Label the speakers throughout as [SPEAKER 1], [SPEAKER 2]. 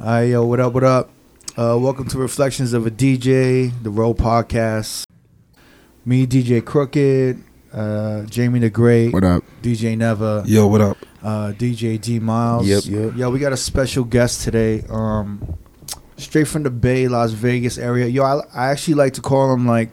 [SPEAKER 1] All right, yo, what up, what up? Uh, welcome to Reflections of a DJ, the Roll Podcast. Me, DJ Crooked, uh, Jamie the Great,
[SPEAKER 2] What up?
[SPEAKER 1] DJ Never,
[SPEAKER 2] Yo, what up?
[SPEAKER 1] uh, DJ D Miles.
[SPEAKER 2] Yep.
[SPEAKER 1] Yo, we got a special guest today, um, straight from the Bay, Las Vegas area. Yo, I, I actually like to call him like,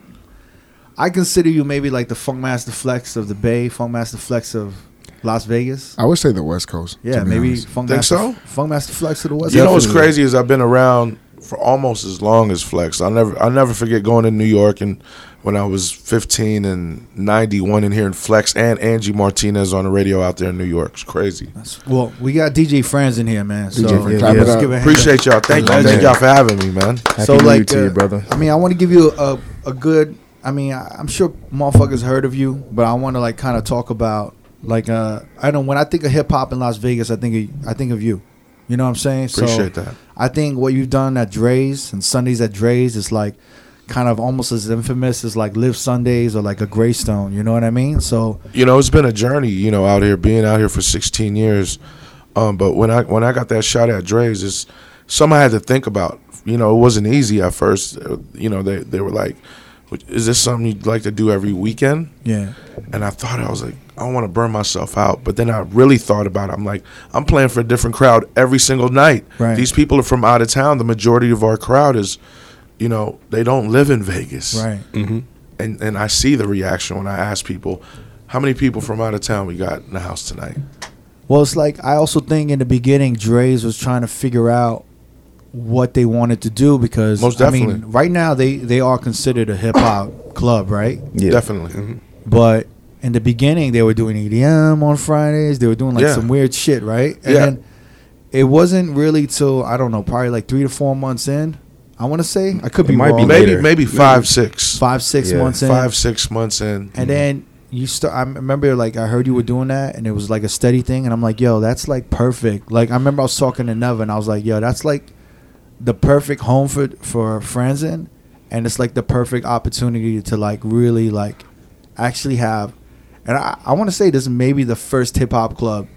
[SPEAKER 1] I consider you maybe like the Funk Master Flex of the Bay, Funk Master Flex of Las Vegas.
[SPEAKER 2] I would say the West Coast.
[SPEAKER 1] Yeah,
[SPEAKER 2] to be
[SPEAKER 1] maybe
[SPEAKER 2] honest.
[SPEAKER 1] Funk
[SPEAKER 3] Think
[SPEAKER 1] Master,
[SPEAKER 3] so?
[SPEAKER 1] Funk Master Flex of the West.
[SPEAKER 3] You know what's
[SPEAKER 1] Definitely.
[SPEAKER 3] crazy is I've been around for almost as long as Flex. I never I never forget going to New York and when I was 15 and 91 and hearing Flex and Angie Martinez on the radio out there in New York. It's crazy.
[SPEAKER 1] That's- Well, we got DJ Franz in here, man. So
[SPEAKER 2] DJ Franz,
[SPEAKER 1] yeah,
[SPEAKER 2] clap it
[SPEAKER 1] let's
[SPEAKER 2] up.
[SPEAKER 1] give a hand.
[SPEAKER 3] Appreciate y'all. Thank
[SPEAKER 2] Love
[SPEAKER 3] you. Thank
[SPEAKER 2] it.
[SPEAKER 3] y'all for having me, man.
[SPEAKER 2] Happy
[SPEAKER 1] so
[SPEAKER 2] New Year
[SPEAKER 1] like,
[SPEAKER 2] to you,
[SPEAKER 1] uh,
[SPEAKER 2] brother.
[SPEAKER 1] I mean, I want to give you a a good. I mean, I- I'm sure motherfuckers heard of you, but I want to like kind of talk about like uh, I don't. When I think of hip hop in Las Vegas, I think of, I think of you. You know what I'm saying?
[SPEAKER 3] Appreciate
[SPEAKER 1] so
[SPEAKER 3] that.
[SPEAKER 1] I think what you've done at Dre's and Sundays at Dre's is like kind of almost as infamous as like Live Sundays or like a Greystone. You know what I mean? So
[SPEAKER 3] you know it's been a journey you know out here being out here for 16 years um, but when i when i got that shot at Dre's it's something i had to think about you know it wasn't easy at first Uh, you know they, they were like is this something you'd like to do every weekend
[SPEAKER 1] yeah,
[SPEAKER 3] and i thought i was like i don't want to burn myself out but then i really thought about it i'm like i'm playing for a different crowd every single night
[SPEAKER 1] Right.
[SPEAKER 3] these people are from out of town the majority of our crowd is you know they don't live in vegas
[SPEAKER 1] right.
[SPEAKER 3] and and I see the reaction when I ask people, how many people from out of town we got in the house tonight?
[SPEAKER 1] Well, it's like I also think in the beginning, Dre's was trying to figure out what they wanted to do because
[SPEAKER 3] Most
[SPEAKER 1] I mean,
[SPEAKER 3] definitely.
[SPEAKER 1] right now they they are considered a hip hop club, right?
[SPEAKER 2] Yeah.
[SPEAKER 3] Definitely.
[SPEAKER 1] But in the beginning, they were doing EDM on Fridays. They were doing like
[SPEAKER 3] Yeah.
[SPEAKER 1] some weird shit, right? And
[SPEAKER 3] Yeah.
[SPEAKER 1] then it wasn't really till I don't know, probably like three to four months in. I want to say I could
[SPEAKER 2] It
[SPEAKER 1] be
[SPEAKER 2] might be
[SPEAKER 1] wrong.
[SPEAKER 3] Maybe
[SPEAKER 2] Later.
[SPEAKER 3] maybe five six, five
[SPEAKER 1] five six
[SPEAKER 2] Yeah.
[SPEAKER 1] months in.
[SPEAKER 3] six months in.
[SPEAKER 1] And then you start. I remember, like, I heard you were doing that, and it was like a steady thing. And I'm like, yo, that's like perfect. Like, I remember I was talking to Neva, and I was like, yo, that's like the perfect home for for Franzen, and it's like the perfect opportunity to like really like actually have. And I, I want to say this may be the first hip hop club,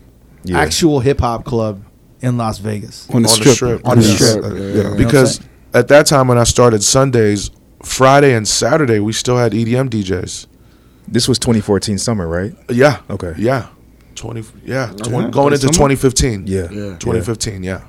[SPEAKER 2] Yeah.
[SPEAKER 1] actual hip hop club in Las Vegas.
[SPEAKER 4] on the
[SPEAKER 3] On the
[SPEAKER 4] strip.
[SPEAKER 3] strip.
[SPEAKER 1] On the
[SPEAKER 4] Yeah.
[SPEAKER 1] strip.
[SPEAKER 2] Yeah.
[SPEAKER 4] Yeah.
[SPEAKER 1] You know what I'm
[SPEAKER 3] because
[SPEAKER 1] saying?
[SPEAKER 3] at that time when I started Sundays, Friday and Saturday we still had E EDM DJs.
[SPEAKER 2] This was 2014 summer, right?
[SPEAKER 3] Yeah.
[SPEAKER 2] Okay.
[SPEAKER 3] Yeah. Twenty. Yeah. Tw-
[SPEAKER 4] Okay.
[SPEAKER 3] Going into
[SPEAKER 4] Summer?
[SPEAKER 3] twenty fifteen.
[SPEAKER 2] Yeah.
[SPEAKER 4] Yeah.
[SPEAKER 3] 2015. Yeah.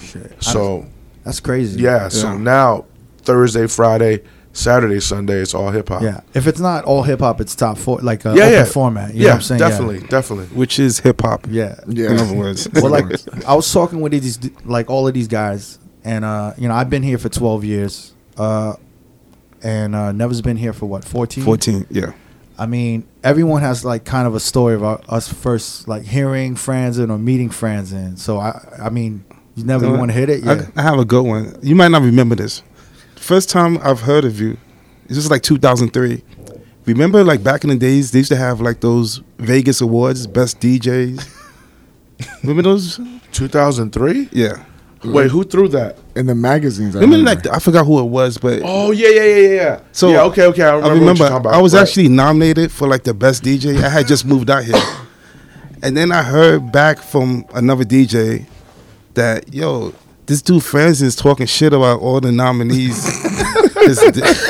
[SPEAKER 1] Shit.
[SPEAKER 3] So
[SPEAKER 1] that's crazy.
[SPEAKER 3] yeah. So
[SPEAKER 4] Yeah.
[SPEAKER 3] now Thursday, Friday, Saturday, Sunday, it's all hip hop.
[SPEAKER 1] yeah. If it's not all hip hop, it's top four, like a
[SPEAKER 3] Yeah.
[SPEAKER 1] open
[SPEAKER 3] yeah.
[SPEAKER 1] format. You
[SPEAKER 3] yeah.
[SPEAKER 1] know what I'm saying?
[SPEAKER 3] Definitely. Definitely.
[SPEAKER 4] Which is hip hop.
[SPEAKER 1] Yeah. yeah.
[SPEAKER 4] In other words.
[SPEAKER 1] well, like I was talking with these, like all of these guys, and uh, you know, I've been here for twelve years, uh, and uh, Never's been here for what fourteen.
[SPEAKER 4] 14. Yeah.
[SPEAKER 1] I mean, everyone has like kind of a story of our, us first like hearing Franzen or meeting Franzen. So I, I mean, you never
[SPEAKER 4] You know
[SPEAKER 1] want to
[SPEAKER 4] what?
[SPEAKER 1] hit it.
[SPEAKER 4] I-
[SPEAKER 1] Yeah.
[SPEAKER 4] I, have a good one. You might not remember this. First time I've heard of you, this is like 2003. Remember, like back in the days, they used to have like those Vegas awards, best DJs. remember those?
[SPEAKER 3] 2003.
[SPEAKER 4] Yeah.
[SPEAKER 3] Wait, who threw that?
[SPEAKER 5] in the magazines. I
[SPEAKER 4] Remember,
[SPEAKER 5] remember.
[SPEAKER 4] like I forgot who it was, but
[SPEAKER 3] Oh yeah, yeah, yeah, yeah, yeah.
[SPEAKER 4] So,
[SPEAKER 3] yeah, okay, okay. I remember. what
[SPEAKER 4] I
[SPEAKER 3] you're
[SPEAKER 4] remember,
[SPEAKER 3] talking about.
[SPEAKER 4] I was
[SPEAKER 3] Right.
[SPEAKER 4] actually nominated for like the best DJ. I had just moved out here, and then I heard back from another DJ that yo, this dude Francis is talking shit about all the nominees. This-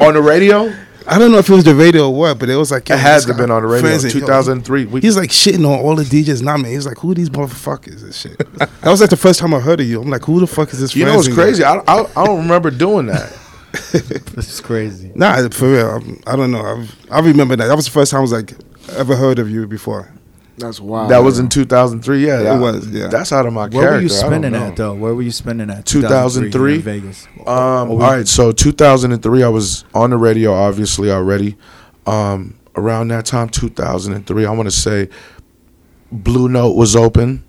[SPEAKER 3] on the radio.
[SPEAKER 4] I don't know if it was the radio or what, but it was like yo,
[SPEAKER 3] It had
[SPEAKER 4] this
[SPEAKER 3] to
[SPEAKER 4] guy,
[SPEAKER 3] been on the radio.
[SPEAKER 4] Francis, yo,
[SPEAKER 3] 2003. We,
[SPEAKER 4] He's like shitting on all the DJs nominated. He's like, who these motherfuckers and shit. That was like the first time I heard of you. I'm like, who the fuck is this?
[SPEAKER 3] you know, it's
[SPEAKER 4] Francis guy?
[SPEAKER 3] crazy. I, I, I don't remember doing that.
[SPEAKER 1] This is crazy.
[SPEAKER 4] Nah, for real. I'm, I don't know. I've, I remember that. That was the first time I was like ever heard of you before.
[SPEAKER 5] that's wild.
[SPEAKER 3] That was in 2003. Yeah, that,
[SPEAKER 4] was, yeah.
[SPEAKER 3] That's out of my
[SPEAKER 1] Where
[SPEAKER 3] character.
[SPEAKER 1] were you
[SPEAKER 3] I don't
[SPEAKER 1] spending
[SPEAKER 3] know.
[SPEAKER 1] at though? Where were you spending at?
[SPEAKER 3] 2003?
[SPEAKER 1] in Vegas.
[SPEAKER 3] Um, all right, so 2003, I was on the radio, obviously already. Um, around that time, 2003, I want to say Blue Note was open.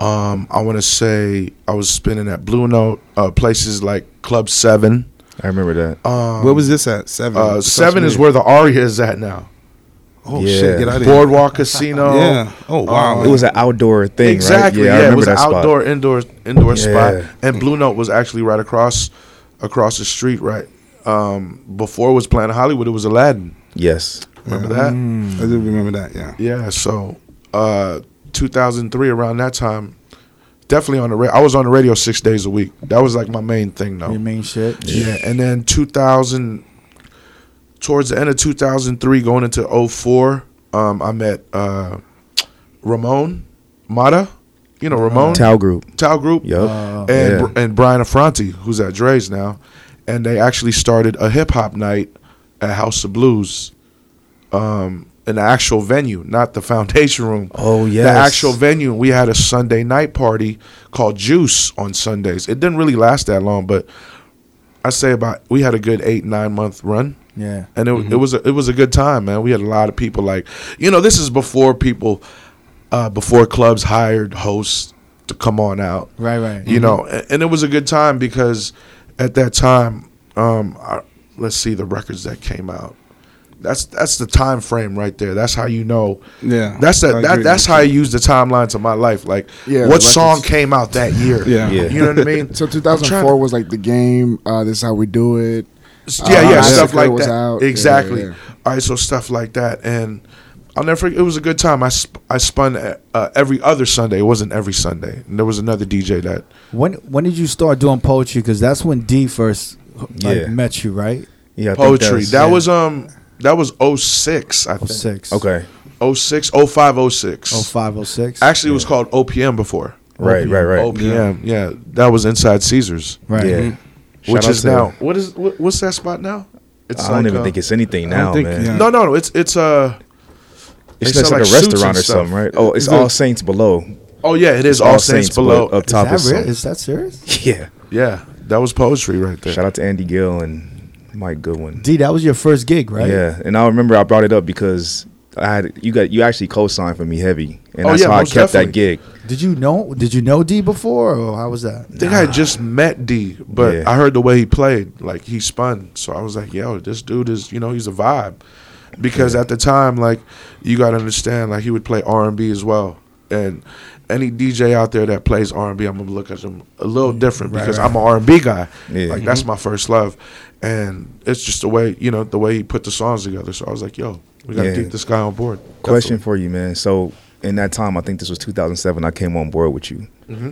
[SPEAKER 3] Um, I want to say I was spinning at Blue Note uh, places like Club Seven.
[SPEAKER 2] I remember that.
[SPEAKER 3] Um,
[SPEAKER 4] Where was this at? Seven.
[SPEAKER 3] uh,
[SPEAKER 4] Sounds
[SPEAKER 3] Seven is
[SPEAKER 4] weird.
[SPEAKER 3] where the Aria is at now.
[SPEAKER 4] Oh
[SPEAKER 2] Yeah.
[SPEAKER 4] shit! Get out of here.
[SPEAKER 3] Boardwalk Casino.
[SPEAKER 4] Yeah. Oh wow.
[SPEAKER 3] Um,
[SPEAKER 2] it was an outdoor thing,
[SPEAKER 3] exactly.
[SPEAKER 2] right?
[SPEAKER 3] Yeah,
[SPEAKER 2] I
[SPEAKER 3] it
[SPEAKER 2] remember
[SPEAKER 3] was an
[SPEAKER 2] that spot.
[SPEAKER 3] outdoor, indoor, indoor
[SPEAKER 2] Yeah.
[SPEAKER 3] spot, and Blue Note was actually right across, across the street. Right um, before it was Planet Hollywood, it was Aladdin.
[SPEAKER 2] Yes.
[SPEAKER 3] Remember that?
[SPEAKER 1] Mm.
[SPEAKER 4] I do remember that. Yeah.
[SPEAKER 3] Yeah. So, uh, 2003, around that time, definitely on the radio. I was on the radio six days a week. That was like my main thing, though.
[SPEAKER 1] Your main shit.
[SPEAKER 3] Yeah, and then 2000, towards the end of 2003, going into 04, um, I met uh, Ramon Mata. You know Ramon
[SPEAKER 2] Tao Group.
[SPEAKER 3] Tao Group.
[SPEAKER 2] Yup.
[SPEAKER 1] Uh,
[SPEAKER 3] and Br- and Brian Affronti, who's at Dre's now, and they actually started a hip hop night at House of Blues, um, an actual venue, not the Foundation Room.
[SPEAKER 2] Oh,
[SPEAKER 3] yeah,
[SPEAKER 2] yes.
[SPEAKER 3] the actual venue. We had a Sunday night party called Juice on Sundays. It didn't really last that long, but I say about we had a good eight nine month run
[SPEAKER 1] yeah.
[SPEAKER 3] and it, it was a, it was a good time, man. We had a lot of people like, you know, this is before people, uh, before clubs hired hosts to come on out,
[SPEAKER 1] Right, right.
[SPEAKER 5] Mm-hmm.
[SPEAKER 3] You know, and, and it was a good time because at that time, um, I, let's see the records that came out. That's that's the time frame right there. That's how you know.
[SPEAKER 4] Yeah,
[SPEAKER 3] That's
[SPEAKER 4] I
[SPEAKER 3] that, that
[SPEAKER 4] agree.
[SPEAKER 3] that's how I use the timelines of my life. Like,
[SPEAKER 5] Yeah,
[SPEAKER 3] what
[SPEAKER 5] the
[SPEAKER 3] song
[SPEAKER 5] records.
[SPEAKER 3] came out that year?
[SPEAKER 4] Yeah.
[SPEAKER 2] Yeah.
[SPEAKER 3] you know what I mean.
[SPEAKER 5] So
[SPEAKER 3] I'm
[SPEAKER 5] 2004
[SPEAKER 3] trying
[SPEAKER 5] was like the game. Uh, this is how we do it.
[SPEAKER 3] yeah,
[SPEAKER 5] Uh,
[SPEAKER 3] yeah,
[SPEAKER 5] Massacre
[SPEAKER 3] stuff like
[SPEAKER 5] was
[SPEAKER 3] that.
[SPEAKER 5] out. Yeah,
[SPEAKER 3] Exactly.
[SPEAKER 5] yeah.
[SPEAKER 3] All right, so stuff like that, and I'll never forget. It was a good time. I sp- I spun uh, every other Sunday. It wasn't every Sunday, and there was another DJ that.
[SPEAKER 1] When when did you start doing poetry? Because that's when D first like,
[SPEAKER 2] Yeah.
[SPEAKER 1] met you, right?
[SPEAKER 2] Yeah, I think
[SPEAKER 3] poetry.
[SPEAKER 2] that's-
[SPEAKER 3] That was um that was 06, I
[SPEAKER 1] Oh
[SPEAKER 3] think. 06.
[SPEAKER 1] six.
[SPEAKER 2] okay.
[SPEAKER 3] 06, 05, 06.
[SPEAKER 1] Oh five, oh six.
[SPEAKER 3] Actually, it was called OPM before.
[SPEAKER 2] Right, right, right.
[SPEAKER 3] OPM, yeah. That was inside Caesars,
[SPEAKER 1] Right.
[SPEAKER 2] Yeah.
[SPEAKER 3] which
[SPEAKER 2] out
[SPEAKER 3] is
[SPEAKER 2] to-
[SPEAKER 3] now what is what, what's that spot now? It's uh,
[SPEAKER 2] I don't even think it's anything now,
[SPEAKER 4] think-
[SPEAKER 2] man.
[SPEAKER 4] yeah.
[SPEAKER 3] No, no, no. It's it's uh
[SPEAKER 2] It's
[SPEAKER 3] They
[SPEAKER 2] just
[SPEAKER 3] sell,
[SPEAKER 2] like,
[SPEAKER 3] like,
[SPEAKER 2] a
[SPEAKER 3] suits
[SPEAKER 2] restaurant
[SPEAKER 3] and
[SPEAKER 2] or
[SPEAKER 3] stuff.
[SPEAKER 2] something, right? Oh, it's
[SPEAKER 4] Is
[SPEAKER 2] All
[SPEAKER 4] it-
[SPEAKER 2] Saints Below.
[SPEAKER 3] oh yeah, it is All, Saints, Below.
[SPEAKER 2] but Up
[SPEAKER 1] Is
[SPEAKER 2] top
[SPEAKER 1] that,
[SPEAKER 2] is
[SPEAKER 1] real?
[SPEAKER 2] Saints.
[SPEAKER 1] is that serious?
[SPEAKER 2] Yeah.
[SPEAKER 3] yeah, that was poetry right there.
[SPEAKER 2] Shout out to Andy Gill and Mike Goodwin.
[SPEAKER 1] D, that was your first gig, right?
[SPEAKER 2] Yeah, and I remember I brought it up because I had you got you actually co-signed for me heavy, and
[SPEAKER 3] Oh,
[SPEAKER 2] that's
[SPEAKER 3] yeah,
[SPEAKER 2] how I
[SPEAKER 3] most
[SPEAKER 2] kept that
[SPEAKER 3] definitely.
[SPEAKER 2] gig.
[SPEAKER 1] Did you know? Did you know D before, or how was that?
[SPEAKER 3] I think I had just met D, but
[SPEAKER 2] Yeah.
[SPEAKER 3] I heard the way he played, like he spun. So I was like, yo, this dude is, you know, he's a vibe. Because at the time, like, you gotta understand, like he would play R and B as well. And any DJ out there that plays R and B, I'm gonna look at them a little different because I'm an R and B guy.
[SPEAKER 2] Yeah.
[SPEAKER 3] Like that's my first love. And it's just the way, you know, the way he put the songs together. So I was like, yo, we gotta
[SPEAKER 2] Yeah.
[SPEAKER 3] keep this guy on board.
[SPEAKER 2] Question for you, man. So in that time, I think this was 2007. I came on board with you.
[SPEAKER 3] Mm-hmm.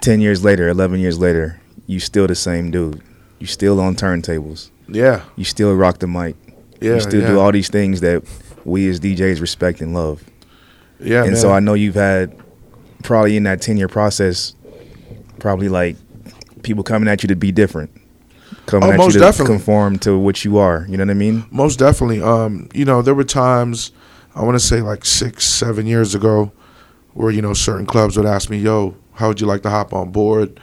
[SPEAKER 2] Ten years later, eleven years later, you still the same dude. You still on turntables.
[SPEAKER 3] Definitely. Yeah.
[SPEAKER 2] You still rock the mic.
[SPEAKER 3] Yeah.
[SPEAKER 2] you still
[SPEAKER 3] yeah.
[SPEAKER 2] do all these things that we as DJs respect and love.
[SPEAKER 3] Yeah.
[SPEAKER 2] and
[SPEAKER 3] man.
[SPEAKER 2] so I know you've had probably in that 10 year process, probably like people coming at you to be different, coming
[SPEAKER 3] Oh,
[SPEAKER 2] at you
[SPEAKER 3] most
[SPEAKER 2] to
[SPEAKER 3] definitely.
[SPEAKER 2] conform to what you are. You know what I mean?
[SPEAKER 3] Most definitely. Um, you know, there were times I want to say like six, seven years ago, where you know certain clubs would ask me, "Yo, how would you like to hop on board?"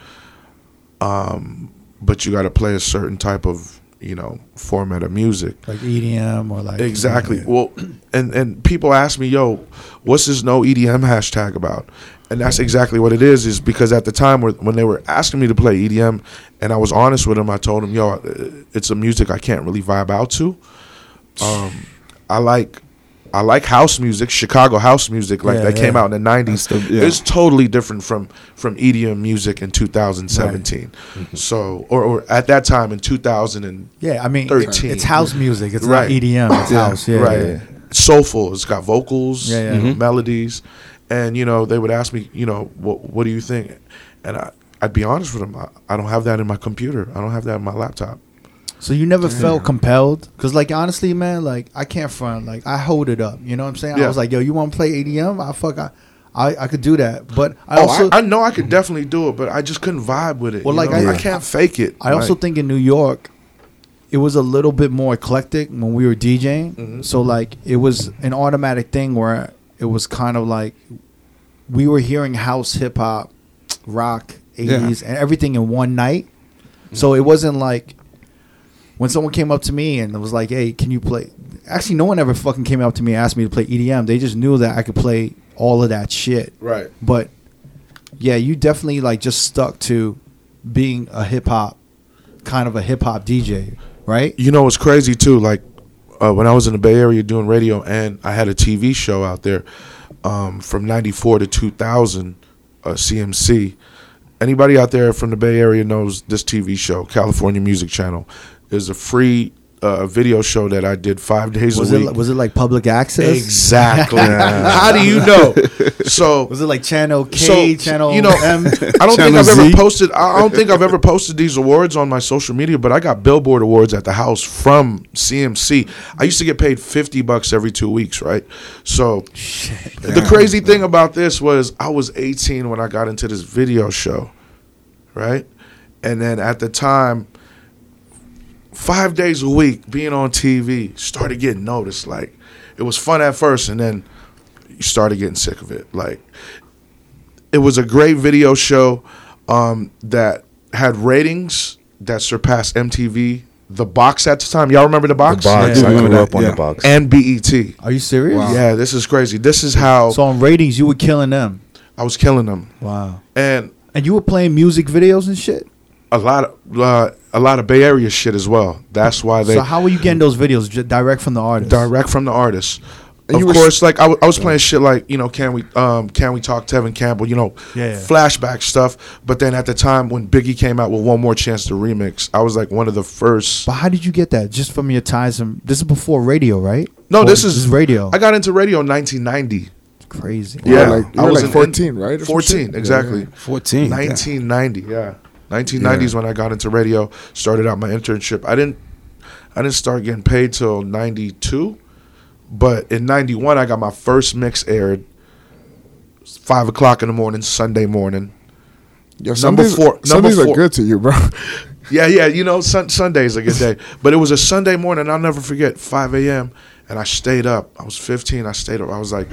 [SPEAKER 3] Um, but you got to play a certain type of you know format of music.
[SPEAKER 1] Like EDM or like
[SPEAKER 3] Exactly. Well, and and people ask me, "Yo, what's this no EDM hashtag about?" And that's exactly what it is. Is because at the time where, when they were asking me to play EDM, and I was honest with them, I told them, "Yo, uh, it's a music I can't really vibe out to. Um, I like." I like house music, Chicago house music, like
[SPEAKER 1] Yeah,
[SPEAKER 3] that came
[SPEAKER 1] yeah.
[SPEAKER 3] out in the '90s. It's totally different from from EDM music in 2017.
[SPEAKER 1] Mm-hmm.
[SPEAKER 3] So, or, or at that time in 2000 and
[SPEAKER 1] Yeah, I mean,
[SPEAKER 3] 13.
[SPEAKER 1] it's house music. It's
[SPEAKER 3] Right.
[SPEAKER 1] not EDM. It's house. Yeah,
[SPEAKER 3] right.
[SPEAKER 1] yeah, yeah.
[SPEAKER 3] Soulful. It's got vocals,
[SPEAKER 1] Yeah, yeah.
[SPEAKER 3] you know, melodies, and you know they would ask me, you know, what what do you think? And I I'd be honest with them. I, I don't have that in my computer. I don't have that in my laptop.
[SPEAKER 1] So you never felt compelled? Because, like, honestly, man, like, I can't front. Like, I hold it up. You know what I'm saying? I
[SPEAKER 3] Yeah.
[SPEAKER 1] was like, yo, you want to play EDM? I fuck, I, I, I could do that. But I
[SPEAKER 3] oh,
[SPEAKER 1] also,
[SPEAKER 3] I, I know I could definitely do it, but I just couldn't vibe with it.
[SPEAKER 1] Well,
[SPEAKER 3] you
[SPEAKER 1] like,
[SPEAKER 3] know?
[SPEAKER 1] I-
[SPEAKER 3] I, can't fake it.
[SPEAKER 1] I also
[SPEAKER 3] Like,
[SPEAKER 1] think in New York, it was a little bit more eclectic when we were DJing. So like it was an automatic thing where it was kind of like we were hearing house, hip hop, rock, eighties, and everything in one night. So it wasn't like when someone came up to me and was like, "Hey, can you play?" Actually, no one ever fucking came up to me and asked me to play EDM. They just knew that I could play all of that shit.
[SPEAKER 3] right.
[SPEAKER 1] But yeah, you definitely like just stuck to being a hip hop kind of a hip hop DJ, right?
[SPEAKER 3] You know what's crazy too? Like uh, when I was in the Bay Area doing radio, and I had a TV show out there um, from '94 to 2000, uh, CMC. Anybody out there from the Bay Area knows this TV show, California Music Channel. There's a free a video show that I did five days
[SPEAKER 1] Was
[SPEAKER 3] a
[SPEAKER 1] it
[SPEAKER 3] week.
[SPEAKER 1] was it like public access?
[SPEAKER 3] exactly. How do you know? So
[SPEAKER 1] Was it like Channel K,
[SPEAKER 3] so
[SPEAKER 1] Channel
[SPEAKER 3] you know
[SPEAKER 1] M?
[SPEAKER 3] I don't think
[SPEAKER 4] Channel
[SPEAKER 3] I've
[SPEAKER 4] Z.
[SPEAKER 3] ever posted. I I don't think I've ever posted these awards on my social media, but I got Billboard awards at the house from CMC. I used to get paid fifty bucks every two weeks, right? So the crazy thing about this was I was eighteen when I got into this video show, right? And then at the time, five days a week being on TV started getting noticed. Like it was fun at first, and then you started getting sick of it. Like it was a great video show um, that had ratings that surpassed MTV. The box at the time, y'all remember the box,
[SPEAKER 2] The box.
[SPEAKER 1] Yeah.
[SPEAKER 2] I
[SPEAKER 4] Remember
[SPEAKER 2] grew
[SPEAKER 4] that,
[SPEAKER 2] up on
[SPEAKER 4] yeah.
[SPEAKER 2] the box.
[SPEAKER 3] and BET.
[SPEAKER 1] Are you serious?
[SPEAKER 3] Yeah, this is crazy. This is how
[SPEAKER 1] So on ratings, you were killing them.
[SPEAKER 3] I was killing them,
[SPEAKER 1] Wow.
[SPEAKER 3] and
[SPEAKER 1] And you were playing music videos and shit.
[SPEAKER 3] a lot of uh, a lot of Bay Area shit as well. That's why they
[SPEAKER 1] so how were you getting those videos Ju- direct from the artist?
[SPEAKER 3] direct from the artist.
[SPEAKER 5] And
[SPEAKER 3] of
[SPEAKER 5] you were-
[SPEAKER 3] course, like I wa- I was playing shit like you know, can we um, can we talk Tevin Campbell? You know,
[SPEAKER 1] Yeah, yeah.
[SPEAKER 3] flashback stuff. But then at the time when Biggie came out with One More Chance to remix, I was like one of the first.
[SPEAKER 1] But how did you get that? Just from your ties and this is before radio, right?
[SPEAKER 3] No,
[SPEAKER 1] Or
[SPEAKER 3] this is
[SPEAKER 1] radio.
[SPEAKER 3] I got into radio in 1990.
[SPEAKER 1] Crazy.
[SPEAKER 5] You were
[SPEAKER 3] Yeah,
[SPEAKER 5] like- you
[SPEAKER 3] I
[SPEAKER 5] were
[SPEAKER 3] was
[SPEAKER 5] like
[SPEAKER 3] an in-
[SPEAKER 5] 14, right? Or some
[SPEAKER 3] 14,
[SPEAKER 5] shit?
[SPEAKER 3] exactly.
[SPEAKER 5] Yeah.
[SPEAKER 4] 14.
[SPEAKER 3] 1990. Yeah, 1990 is when I got into radio. Started out my internship. I didn't, I didn't start getting paid till 92, but in 91 I got my first mix aired. Five o'clock in the morning, Sunday morning.
[SPEAKER 5] Yo,
[SPEAKER 3] Number
[SPEAKER 5] Sundays-
[SPEAKER 3] four- number
[SPEAKER 5] Sundays are
[SPEAKER 3] four.
[SPEAKER 5] good to you, bro.
[SPEAKER 3] Yeah, yeah, you know, sun, Sunday's a good day. But it was a Sunday morning. I'll never forget 5 a.m. And I stayed up. I was 15. I stayed up. I was like,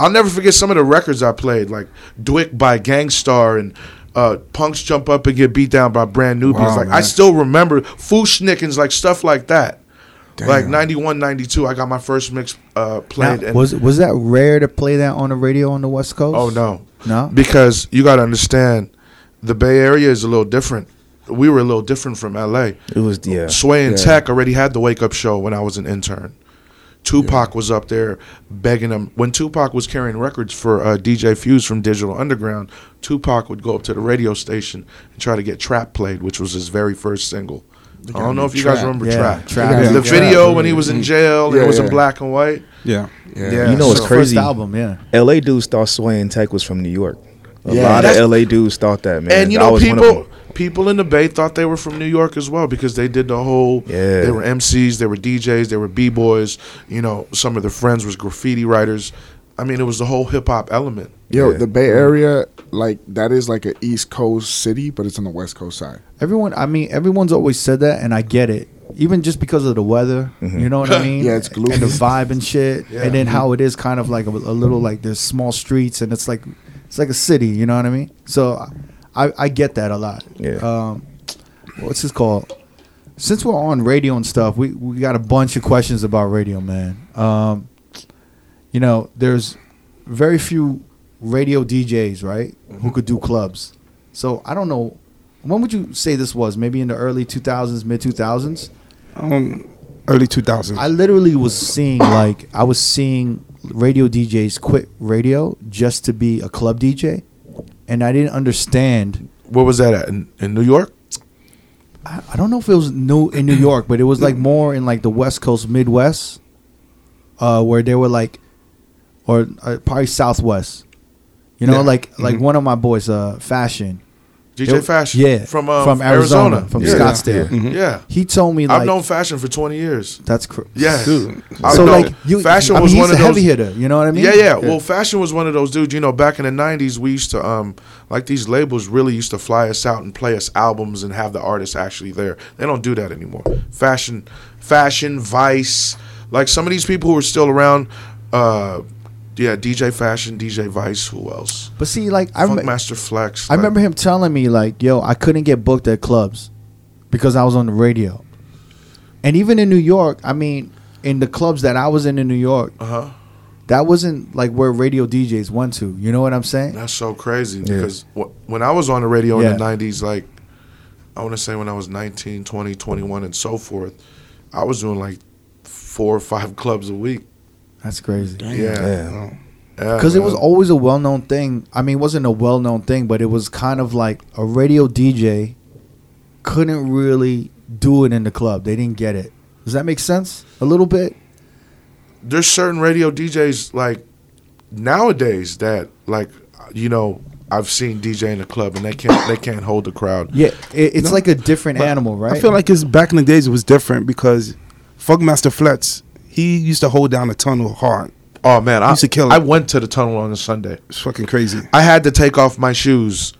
[SPEAKER 3] I'll never forget some of the records I played, like Dwick by Gangstar and uh, Punks Jump Up and Get Beat Down by Brand Newbies.
[SPEAKER 5] Wow,
[SPEAKER 3] like, I
[SPEAKER 5] man.
[SPEAKER 3] still remember Fushnickens, like stuff like that. Like
[SPEAKER 5] Damn.
[SPEAKER 3] 91, 92, I got my first mix uh, played.
[SPEAKER 1] Now,
[SPEAKER 3] and,
[SPEAKER 1] was was that rare to play that on the radio on the West Coast?
[SPEAKER 3] oh, no.
[SPEAKER 1] no.
[SPEAKER 3] Because you got to understand, the Bay Area is a little different. We were a little different from LA.
[SPEAKER 2] It was yeah.
[SPEAKER 3] Sway and
[SPEAKER 2] Yeah.
[SPEAKER 3] Tech already had the Wake Up Show when I was an intern. Tupac was up there begging them. When Tupac was carrying records for uh, DJ Fuse from Digital Underground, Tupac would go up to the radio station and try to get Trap played, which was his very first single. I don't know if you guys
[SPEAKER 5] Trap.
[SPEAKER 3] remember
[SPEAKER 1] Yeah,
[SPEAKER 3] Trap.
[SPEAKER 1] Trap.
[SPEAKER 5] Yeah,
[SPEAKER 3] The
[SPEAKER 5] Trap.
[SPEAKER 3] video when he was in jail, and
[SPEAKER 5] Yeah,
[SPEAKER 3] it was in
[SPEAKER 5] yeah.
[SPEAKER 3] black and white.
[SPEAKER 5] yeah.
[SPEAKER 3] Yeah.
[SPEAKER 2] You know what's
[SPEAKER 3] So-
[SPEAKER 2] crazy?
[SPEAKER 1] First album, yeah.
[SPEAKER 2] LA dudes thought Sway and Tech was from New York. A
[SPEAKER 5] Yeah,
[SPEAKER 2] lot of
[SPEAKER 3] that's-
[SPEAKER 2] LA dudes thought that, man.
[SPEAKER 3] and you
[SPEAKER 2] I
[SPEAKER 3] know
[SPEAKER 2] was one of
[SPEAKER 3] people
[SPEAKER 2] them.
[SPEAKER 3] people in the bay thought they were from new york as well because they did the whole
[SPEAKER 2] Yeah.
[SPEAKER 3] they were mcs they were djs they were b-boys you know some of their friends was graffiti writers i mean it was the whole hip-hop element
[SPEAKER 5] Yo,
[SPEAKER 2] Yeah.
[SPEAKER 5] the Bay Area, like that is like a East Coast city, but it's on the West Coast side.
[SPEAKER 1] Everyone, I mean, everyone's always said that, and I get it. Even just because of the weather, you know what I mean?
[SPEAKER 5] Mm-hmm. Yeah, it's gloomy. Mm-hmm.
[SPEAKER 1] And the vibe and shit, and then how it is kind of like a, a little like there's small streets, and it's like it's like a city, you know what I mean? So I I get that a lot.
[SPEAKER 2] Yeah.
[SPEAKER 1] Um, what's this called? Since we're on radio and stuff, we we got a bunch of questions about radio, man. Um, you know, there's very few radio DJs, right, who could do clubs. So I don't know. When would you say this was? Maybe in the early 2000s, mid 2000s?
[SPEAKER 4] Um, early 2000s.
[SPEAKER 1] I literally was seeing, like, I was seeing radio DJs quit radio just to be a club DJ. And I didn't understand.
[SPEAKER 3] where was that at in, in new york
[SPEAKER 1] I, I don't know if it was new in New York, but it was like more in like the West Coast, Midwest, uh, where they were like, or uh, probably Southwest. You know,
[SPEAKER 4] Yeah.
[SPEAKER 1] like like one of my boys, uh, fashion.
[SPEAKER 3] dj
[SPEAKER 1] It-
[SPEAKER 3] Mm-hmm. fashion
[SPEAKER 1] yeah,
[SPEAKER 3] from, um,
[SPEAKER 1] from Arizona,
[SPEAKER 3] arizona,
[SPEAKER 1] from
[SPEAKER 3] yeah.
[SPEAKER 1] Scottsdale.
[SPEAKER 3] yeah,
[SPEAKER 4] Mm-hmm.
[SPEAKER 1] He told me like
[SPEAKER 3] i've known fashion for 20 years
[SPEAKER 1] that's cr-
[SPEAKER 3] yeah
[SPEAKER 4] Dude.
[SPEAKER 1] so like you,
[SPEAKER 3] fashion
[SPEAKER 1] I mean,
[SPEAKER 3] was
[SPEAKER 1] he's
[SPEAKER 3] one
[SPEAKER 1] a
[SPEAKER 3] of
[SPEAKER 1] heavy
[SPEAKER 3] those
[SPEAKER 1] hitter. You know what I mean?
[SPEAKER 3] Yeah, yeah, Well, fashion was one of those dudes. You know, back in the '90s, we used to um, like these labels really used to fly us out and play us albums and have the artists actually there. They don't do that anymore. Fashion, fashion, Vice, like some of these people who are still around. Uh, yeah, DJ Fashion, DJ Vice. Who else?
[SPEAKER 1] But see, like I, rem-
[SPEAKER 3] Funkmaster Flex.
[SPEAKER 1] I
[SPEAKER 3] like-
[SPEAKER 1] remember him telling me like, "Yo, I couldn't get booked at clubs because I was on the radio." And even in New York, I mean, in the clubs that I was in in New York,
[SPEAKER 3] Uh-huh.
[SPEAKER 1] that wasn't like where radio DJs went to. You know what I'm saying?
[SPEAKER 3] That's so crazy because wh- when I was on the radio
[SPEAKER 1] Yeah.
[SPEAKER 3] in the 90s, like I want to say when I was 19, 20, 21, and so forth, I was doing like four or five clubs a week.
[SPEAKER 1] That's crazy.
[SPEAKER 3] Yeah.
[SPEAKER 2] Yeah.
[SPEAKER 1] because it was always a well-known thing i mean it wasn't a well-known thing but it was kind of like a radio dj couldn't really do it in the club they didn't get it Does that make sense? A little bit.
[SPEAKER 3] there's certain radio DJs like nowadays that like you know I've seen DJ in the club and they can't they can't hold the crowd.
[SPEAKER 1] Yeah, it, it's
[SPEAKER 4] No,
[SPEAKER 1] like a different
[SPEAKER 4] but
[SPEAKER 1] animal, right?
[SPEAKER 4] I feel like it's back in the days. It was different because Funkmaster Flex he used to hold down the tunnel hard.
[SPEAKER 3] Oh man, I
[SPEAKER 4] Used to kill it.
[SPEAKER 3] I went to the tunnel on a Sunday.
[SPEAKER 4] It's fucking crazy.
[SPEAKER 3] I had to take off my shoes.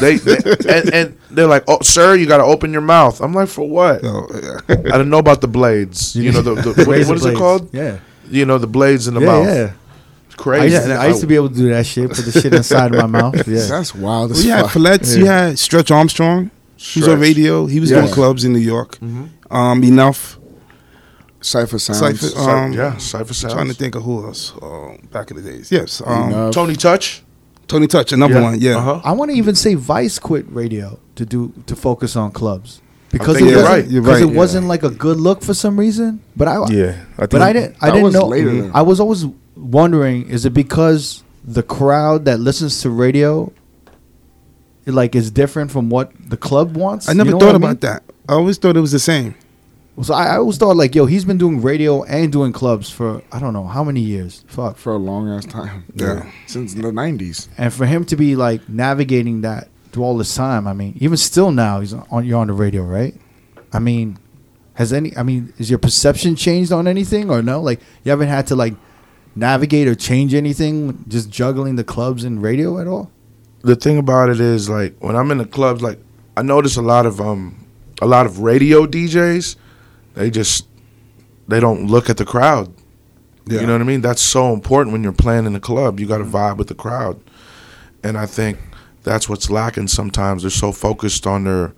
[SPEAKER 3] They, they and, and they're like, "Oh, sir, you got to open your mouth." I'm like, "For what?"
[SPEAKER 4] So, yeah.
[SPEAKER 3] I don't know about the blades. You know the, the what,
[SPEAKER 1] Razor
[SPEAKER 3] what is it
[SPEAKER 1] blades.
[SPEAKER 3] called?
[SPEAKER 1] Yeah,
[SPEAKER 3] You know the blades in the
[SPEAKER 1] yeah,
[SPEAKER 3] mouth.
[SPEAKER 1] yeah.
[SPEAKER 3] It's
[SPEAKER 1] I
[SPEAKER 3] crazy.
[SPEAKER 1] used, to, I used to be able to do that shit. Put the shit inside my mouth. Yeah,
[SPEAKER 5] That's wild
[SPEAKER 4] Well,
[SPEAKER 5] as
[SPEAKER 4] you had
[SPEAKER 5] fuck.
[SPEAKER 4] Fletz, you had Stretch Armstrong. He was
[SPEAKER 3] Stretch.
[SPEAKER 4] on
[SPEAKER 3] Mm-hmm.
[SPEAKER 4] radio. He was
[SPEAKER 5] Yeah.
[SPEAKER 4] doing clubs in New York. Um, enough.
[SPEAKER 5] Cypher sounds.
[SPEAKER 4] Cypher,
[SPEAKER 3] Cy-
[SPEAKER 4] um,
[SPEAKER 3] yeah, Cypher
[SPEAKER 4] I'm trying to
[SPEAKER 3] sounds.
[SPEAKER 4] think of who else um, back in the days. Yes, um,
[SPEAKER 5] Enough.
[SPEAKER 3] Tony Touch.
[SPEAKER 4] Tony Touch, another one. Yeah,
[SPEAKER 3] Uh-huh.
[SPEAKER 1] I want to even say Vice quit radio to do to focus on clubs because it
[SPEAKER 3] think
[SPEAKER 1] wasn't,
[SPEAKER 3] you're
[SPEAKER 4] right, you're
[SPEAKER 1] because
[SPEAKER 4] right,
[SPEAKER 1] it
[SPEAKER 4] yeah.
[SPEAKER 1] wasn't like a good look for some reason. But I
[SPEAKER 2] Yeah, I think
[SPEAKER 1] but I didn't I
[SPEAKER 5] That
[SPEAKER 1] didn't
[SPEAKER 5] was
[SPEAKER 1] know.
[SPEAKER 5] later then.
[SPEAKER 1] I was always wondering: is it because the crowd that listens to radio, like, is different from what the club wants?
[SPEAKER 4] I
[SPEAKER 1] You
[SPEAKER 4] never
[SPEAKER 1] know what
[SPEAKER 4] thought
[SPEAKER 1] mean?
[SPEAKER 4] about that. I always thought it was the same.
[SPEAKER 1] So I, I always thought like, yo, he's been doing radio and doing clubs for I don't know how many years. Fuck.
[SPEAKER 5] for a long ass time.
[SPEAKER 4] Yeah.
[SPEAKER 5] Since the nineties.
[SPEAKER 1] And for him to be like navigating that through all this time, I mean, even still now he's on you're on the radio, right? I mean, has any I mean, is your perception changed on anything or no? Like you haven't had to like navigate or change anything just juggling the clubs and radio at all?
[SPEAKER 3] the thing about it is like when I'm in the clubs, like I notice a lot of um a lot of radio DJs, they just they don't look at the crowd.
[SPEAKER 4] Yeah.
[SPEAKER 3] You know what I mean? That's so important when you're playing in the club. You got to vibe with the crowd, and I think that's what's lacking sometimes. They're so focused on their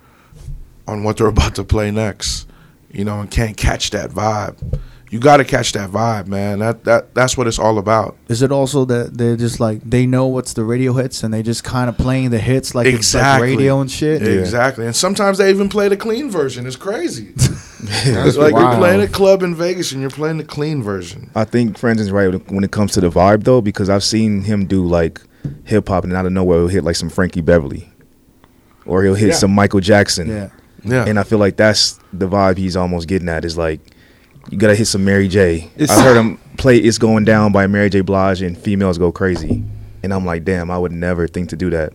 [SPEAKER 3] on what they're about to play next, you know, and can't catch that vibe. You got to catch that vibe, man. That that that's what it's all about.
[SPEAKER 1] Is it also that they're just like they know what's the radio hits and they just kind of playing the hits like
[SPEAKER 3] Exactly.
[SPEAKER 1] it's like radio and shit?
[SPEAKER 3] Exactly. And sometimes they even play the clean version. It's crazy.
[SPEAKER 5] That's
[SPEAKER 3] like
[SPEAKER 5] wild.
[SPEAKER 3] you're playing a club in Vegas and you're playing the clean version.
[SPEAKER 2] I think Franzin's right when it comes to the vibe though, because I've seen him do like hip hop and out of nowhere he'll hit like some Frankie Beverly, or he'll hit
[SPEAKER 3] Yeah.
[SPEAKER 2] some Michael Jackson.
[SPEAKER 1] Yeah.
[SPEAKER 3] Yeah.
[SPEAKER 2] And I feel like that's the vibe he's almost getting at is like you gotta hit some Mary J. I
[SPEAKER 4] It's-
[SPEAKER 2] heard him play "It's Going Down" by Mary J. Blige and females go crazy, and I'm like, damn, I would never think to do that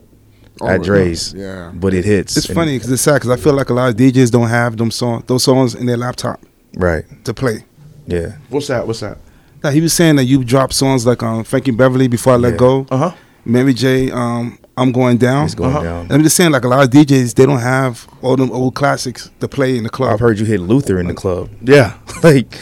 [SPEAKER 5] Oh,
[SPEAKER 2] at Dre's.
[SPEAKER 5] yeah.
[SPEAKER 2] but it hits.
[SPEAKER 4] It's
[SPEAKER 2] And-
[SPEAKER 4] funny because it's sad because I feel like a lot of DJs don't have them song, those songs in their laptop
[SPEAKER 2] right?
[SPEAKER 4] to play.
[SPEAKER 2] Yeah,
[SPEAKER 3] What's that? What's that?
[SPEAKER 4] Now, he was saying that you dropped songs like um, Frankie Beverly before I let
[SPEAKER 2] Yeah. Uh-huh.
[SPEAKER 4] go,
[SPEAKER 3] Uh huh.
[SPEAKER 4] Mary J. Um, I'm going down.
[SPEAKER 2] it's going
[SPEAKER 3] Uh-huh.
[SPEAKER 2] down.
[SPEAKER 4] I'm just saying like a lot of DJs they don't have all them old classics to play in the club.
[SPEAKER 2] I've heard you hit Luther in the club,
[SPEAKER 3] Yeah.
[SPEAKER 2] like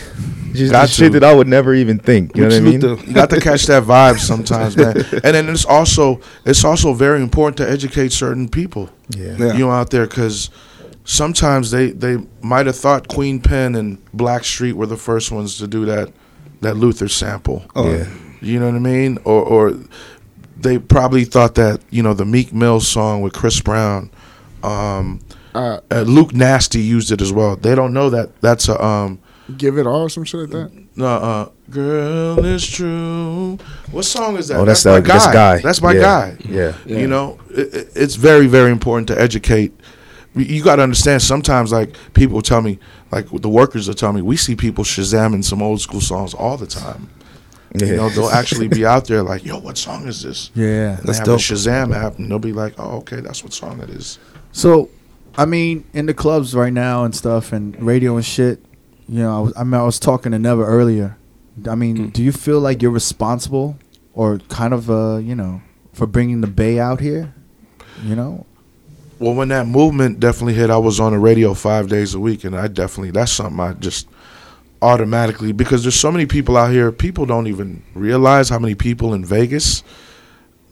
[SPEAKER 2] just
[SPEAKER 3] Got
[SPEAKER 2] the shit
[SPEAKER 3] to.
[SPEAKER 2] that I would never even think. You know
[SPEAKER 4] Which
[SPEAKER 2] what I mean?
[SPEAKER 4] Luther-
[SPEAKER 3] You got to catch that vibe sometimes, man. And then it's also it's also very important to educate certain people.
[SPEAKER 2] Yeah.
[SPEAKER 4] Yeah.
[SPEAKER 3] You know, out there because sometimes they they might have thought Queen Pen and Black Street were the first ones to do that that Luther sample.
[SPEAKER 4] Oh,
[SPEAKER 2] Yeah.
[SPEAKER 3] You know what I mean? Or or they probably thought that you know the Meek Mill song with Chris Brown. Um,
[SPEAKER 5] Uh,
[SPEAKER 3] uh, Luke Nasty used it as well. They don't know that that's a um
[SPEAKER 5] give it all or some shit like that.
[SPEAKER 3] uh, uh girl is true. What song is that?
[SPEAKER 2] Oh, that's, uh, that's guy.
[SPEAKER 3] That's my
[SPEAKER 2] Yeah.
[SPEAKER 3] guy.
[SPEAKER 2] Yeah.
[SPEAKER 5] Yeah.
[SPEAKER 3] You know, it, it- it's very very important to educate. You- You got to understand. Sometimes, like people tell me, like the workers will tell me, we see people shazamming some old school songs all the time.
[SPEAKER 2] Yeah.
[SPEAKER 3] You know, they'll actually be out there like, "Yo, what song is this?"
[SPEAKER 1] Yeah.
[SPEAKER 3] And
[SPEAKER 4] That's
[SPEAKER 3] they have
[SPEAKER 4] dope.
[SPEAKER 3] a Shazam app, and they'll be like, "Oh, okay, that's what song that is."
[SPEAKER 1] So, I mean, in the clubs right now and stuff, and radio and shit. You know, I, was, I mean, I was talking to Never earlier. I mean,
[SPEAKER 3] Mm.
[SPEAKER 1] do you feel like you're responsible, or kind of, uh, you know, for bringing the Bay out here? You know,
[SPEAKER 3] Well, when that movement definitely hit, I was on the radio five days a week, and I definitely that's something I just automatically because there's so many people out here. People don't even realize how many people in Vegas.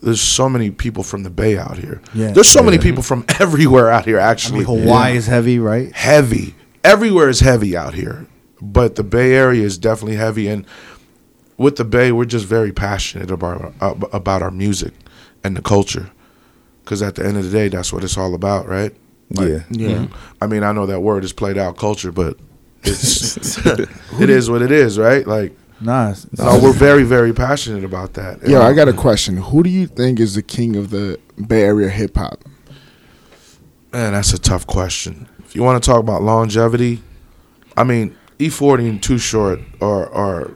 [SPEAKER 3] There's so many people from the Bay out here.
[SPEAKER 1] Yeah.
[SPEAKER 3] There's so many
[SPEAKER 2] Yeah.
[SPEAKER 3] people from everywhere out here.
[SPEAKER 1] I
[SPEAKER 3] Actually,
[SPEAKER 1] mean, Hawaii is heavy, right?
[SPEAKER 3] heavy. Everywhere is heavy out here, but the Bay Area is definitely heavy. And with the Bay, we're just very passionate about ab- about our music and the culture, because at the end of the day, that's what it's all about, right? Like, mm-hmm.
[SPEAKER 2] yeah.
[SPEAKER 1] Yeah.
[SPEAKER 3] I mean, I know that word is played out culture, but it's it is what it is, right? Like,
[SPEAKER 1] Nah, it's-
[SPEAKER 3] no, we're very very passionate about that.
[SPEAKER 5] Yo, I got a question. Who do you think is the king of the Bay Area hip hop?
[SPEAKER 3] Man, that's a tough question. If you want to talk about longevity, I mean, E40 and Too Short are are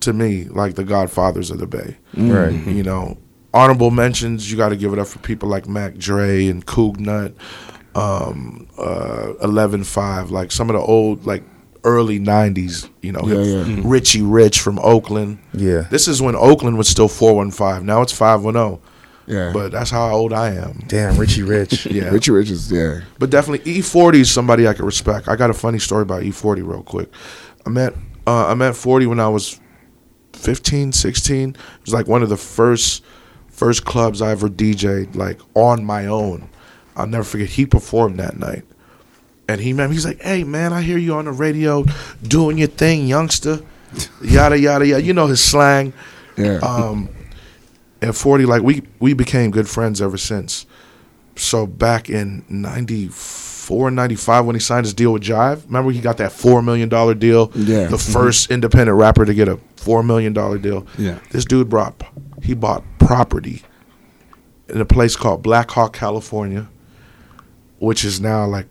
[SPEAKER 3] to me like the Godfathers of the Bay.
[SPEAKER 2] Right.
[SPEAKER 3] You know, honorable mentions. You got to give it up for people like Mac Dre and Coog Nut, um, uh, Eleven Five, like some of the old like early '90s. You know,
[SPEAKER 5] Yeah,
[SPEAKER 3] hip- Mm-hmm.
[SPEAKER 5] yeah.
[SPEAKER 3] Richie Rich from Oakland.
[SPEAKER 2] Yeah.
[SPEAKER 3] This is when Oakland was still 415. Now it's 510.
[SPEAKER 5] Yeah.
[SPEAKER 3] But that's how old I am.
[SPEAKER 2] Damn, Richie Rich.
[SPEAKER 3] Yeah.
[SPEAKER 5] Richie Rich is yeah.
[SPEAKER 3] But definitely E40 is somebody I can respect. I got a funny story about E40 real quick. I met uh, I met 40 when I was 15, 16. It was like one of the first first clubs I ever DJ'd like on my own. I'll never forget he performed that night. And he man, he's like, "Hey man, I hear you on the radio doing your thing, youngster." Yada yada yada. You know his slang.
[SPEAKER 5] Yeah.
[SPEAKER 3] Um, and 40, like we we became good friends ever since. So back in 94, 95, when he signed his deal with Jive, remember he got that $4 million deal?
[SPEAKER 5] Yeah.
[SPEAKER 3] The
[SPEAKER 5] Mhm.
[SPEAKER 3] 1st independent rapper to get a $4 million deal.
[SPEAKER 5] Yeah.
[SPEAKER 3] This dude brought, he bought property in a place called Black Hawk, California, which is now like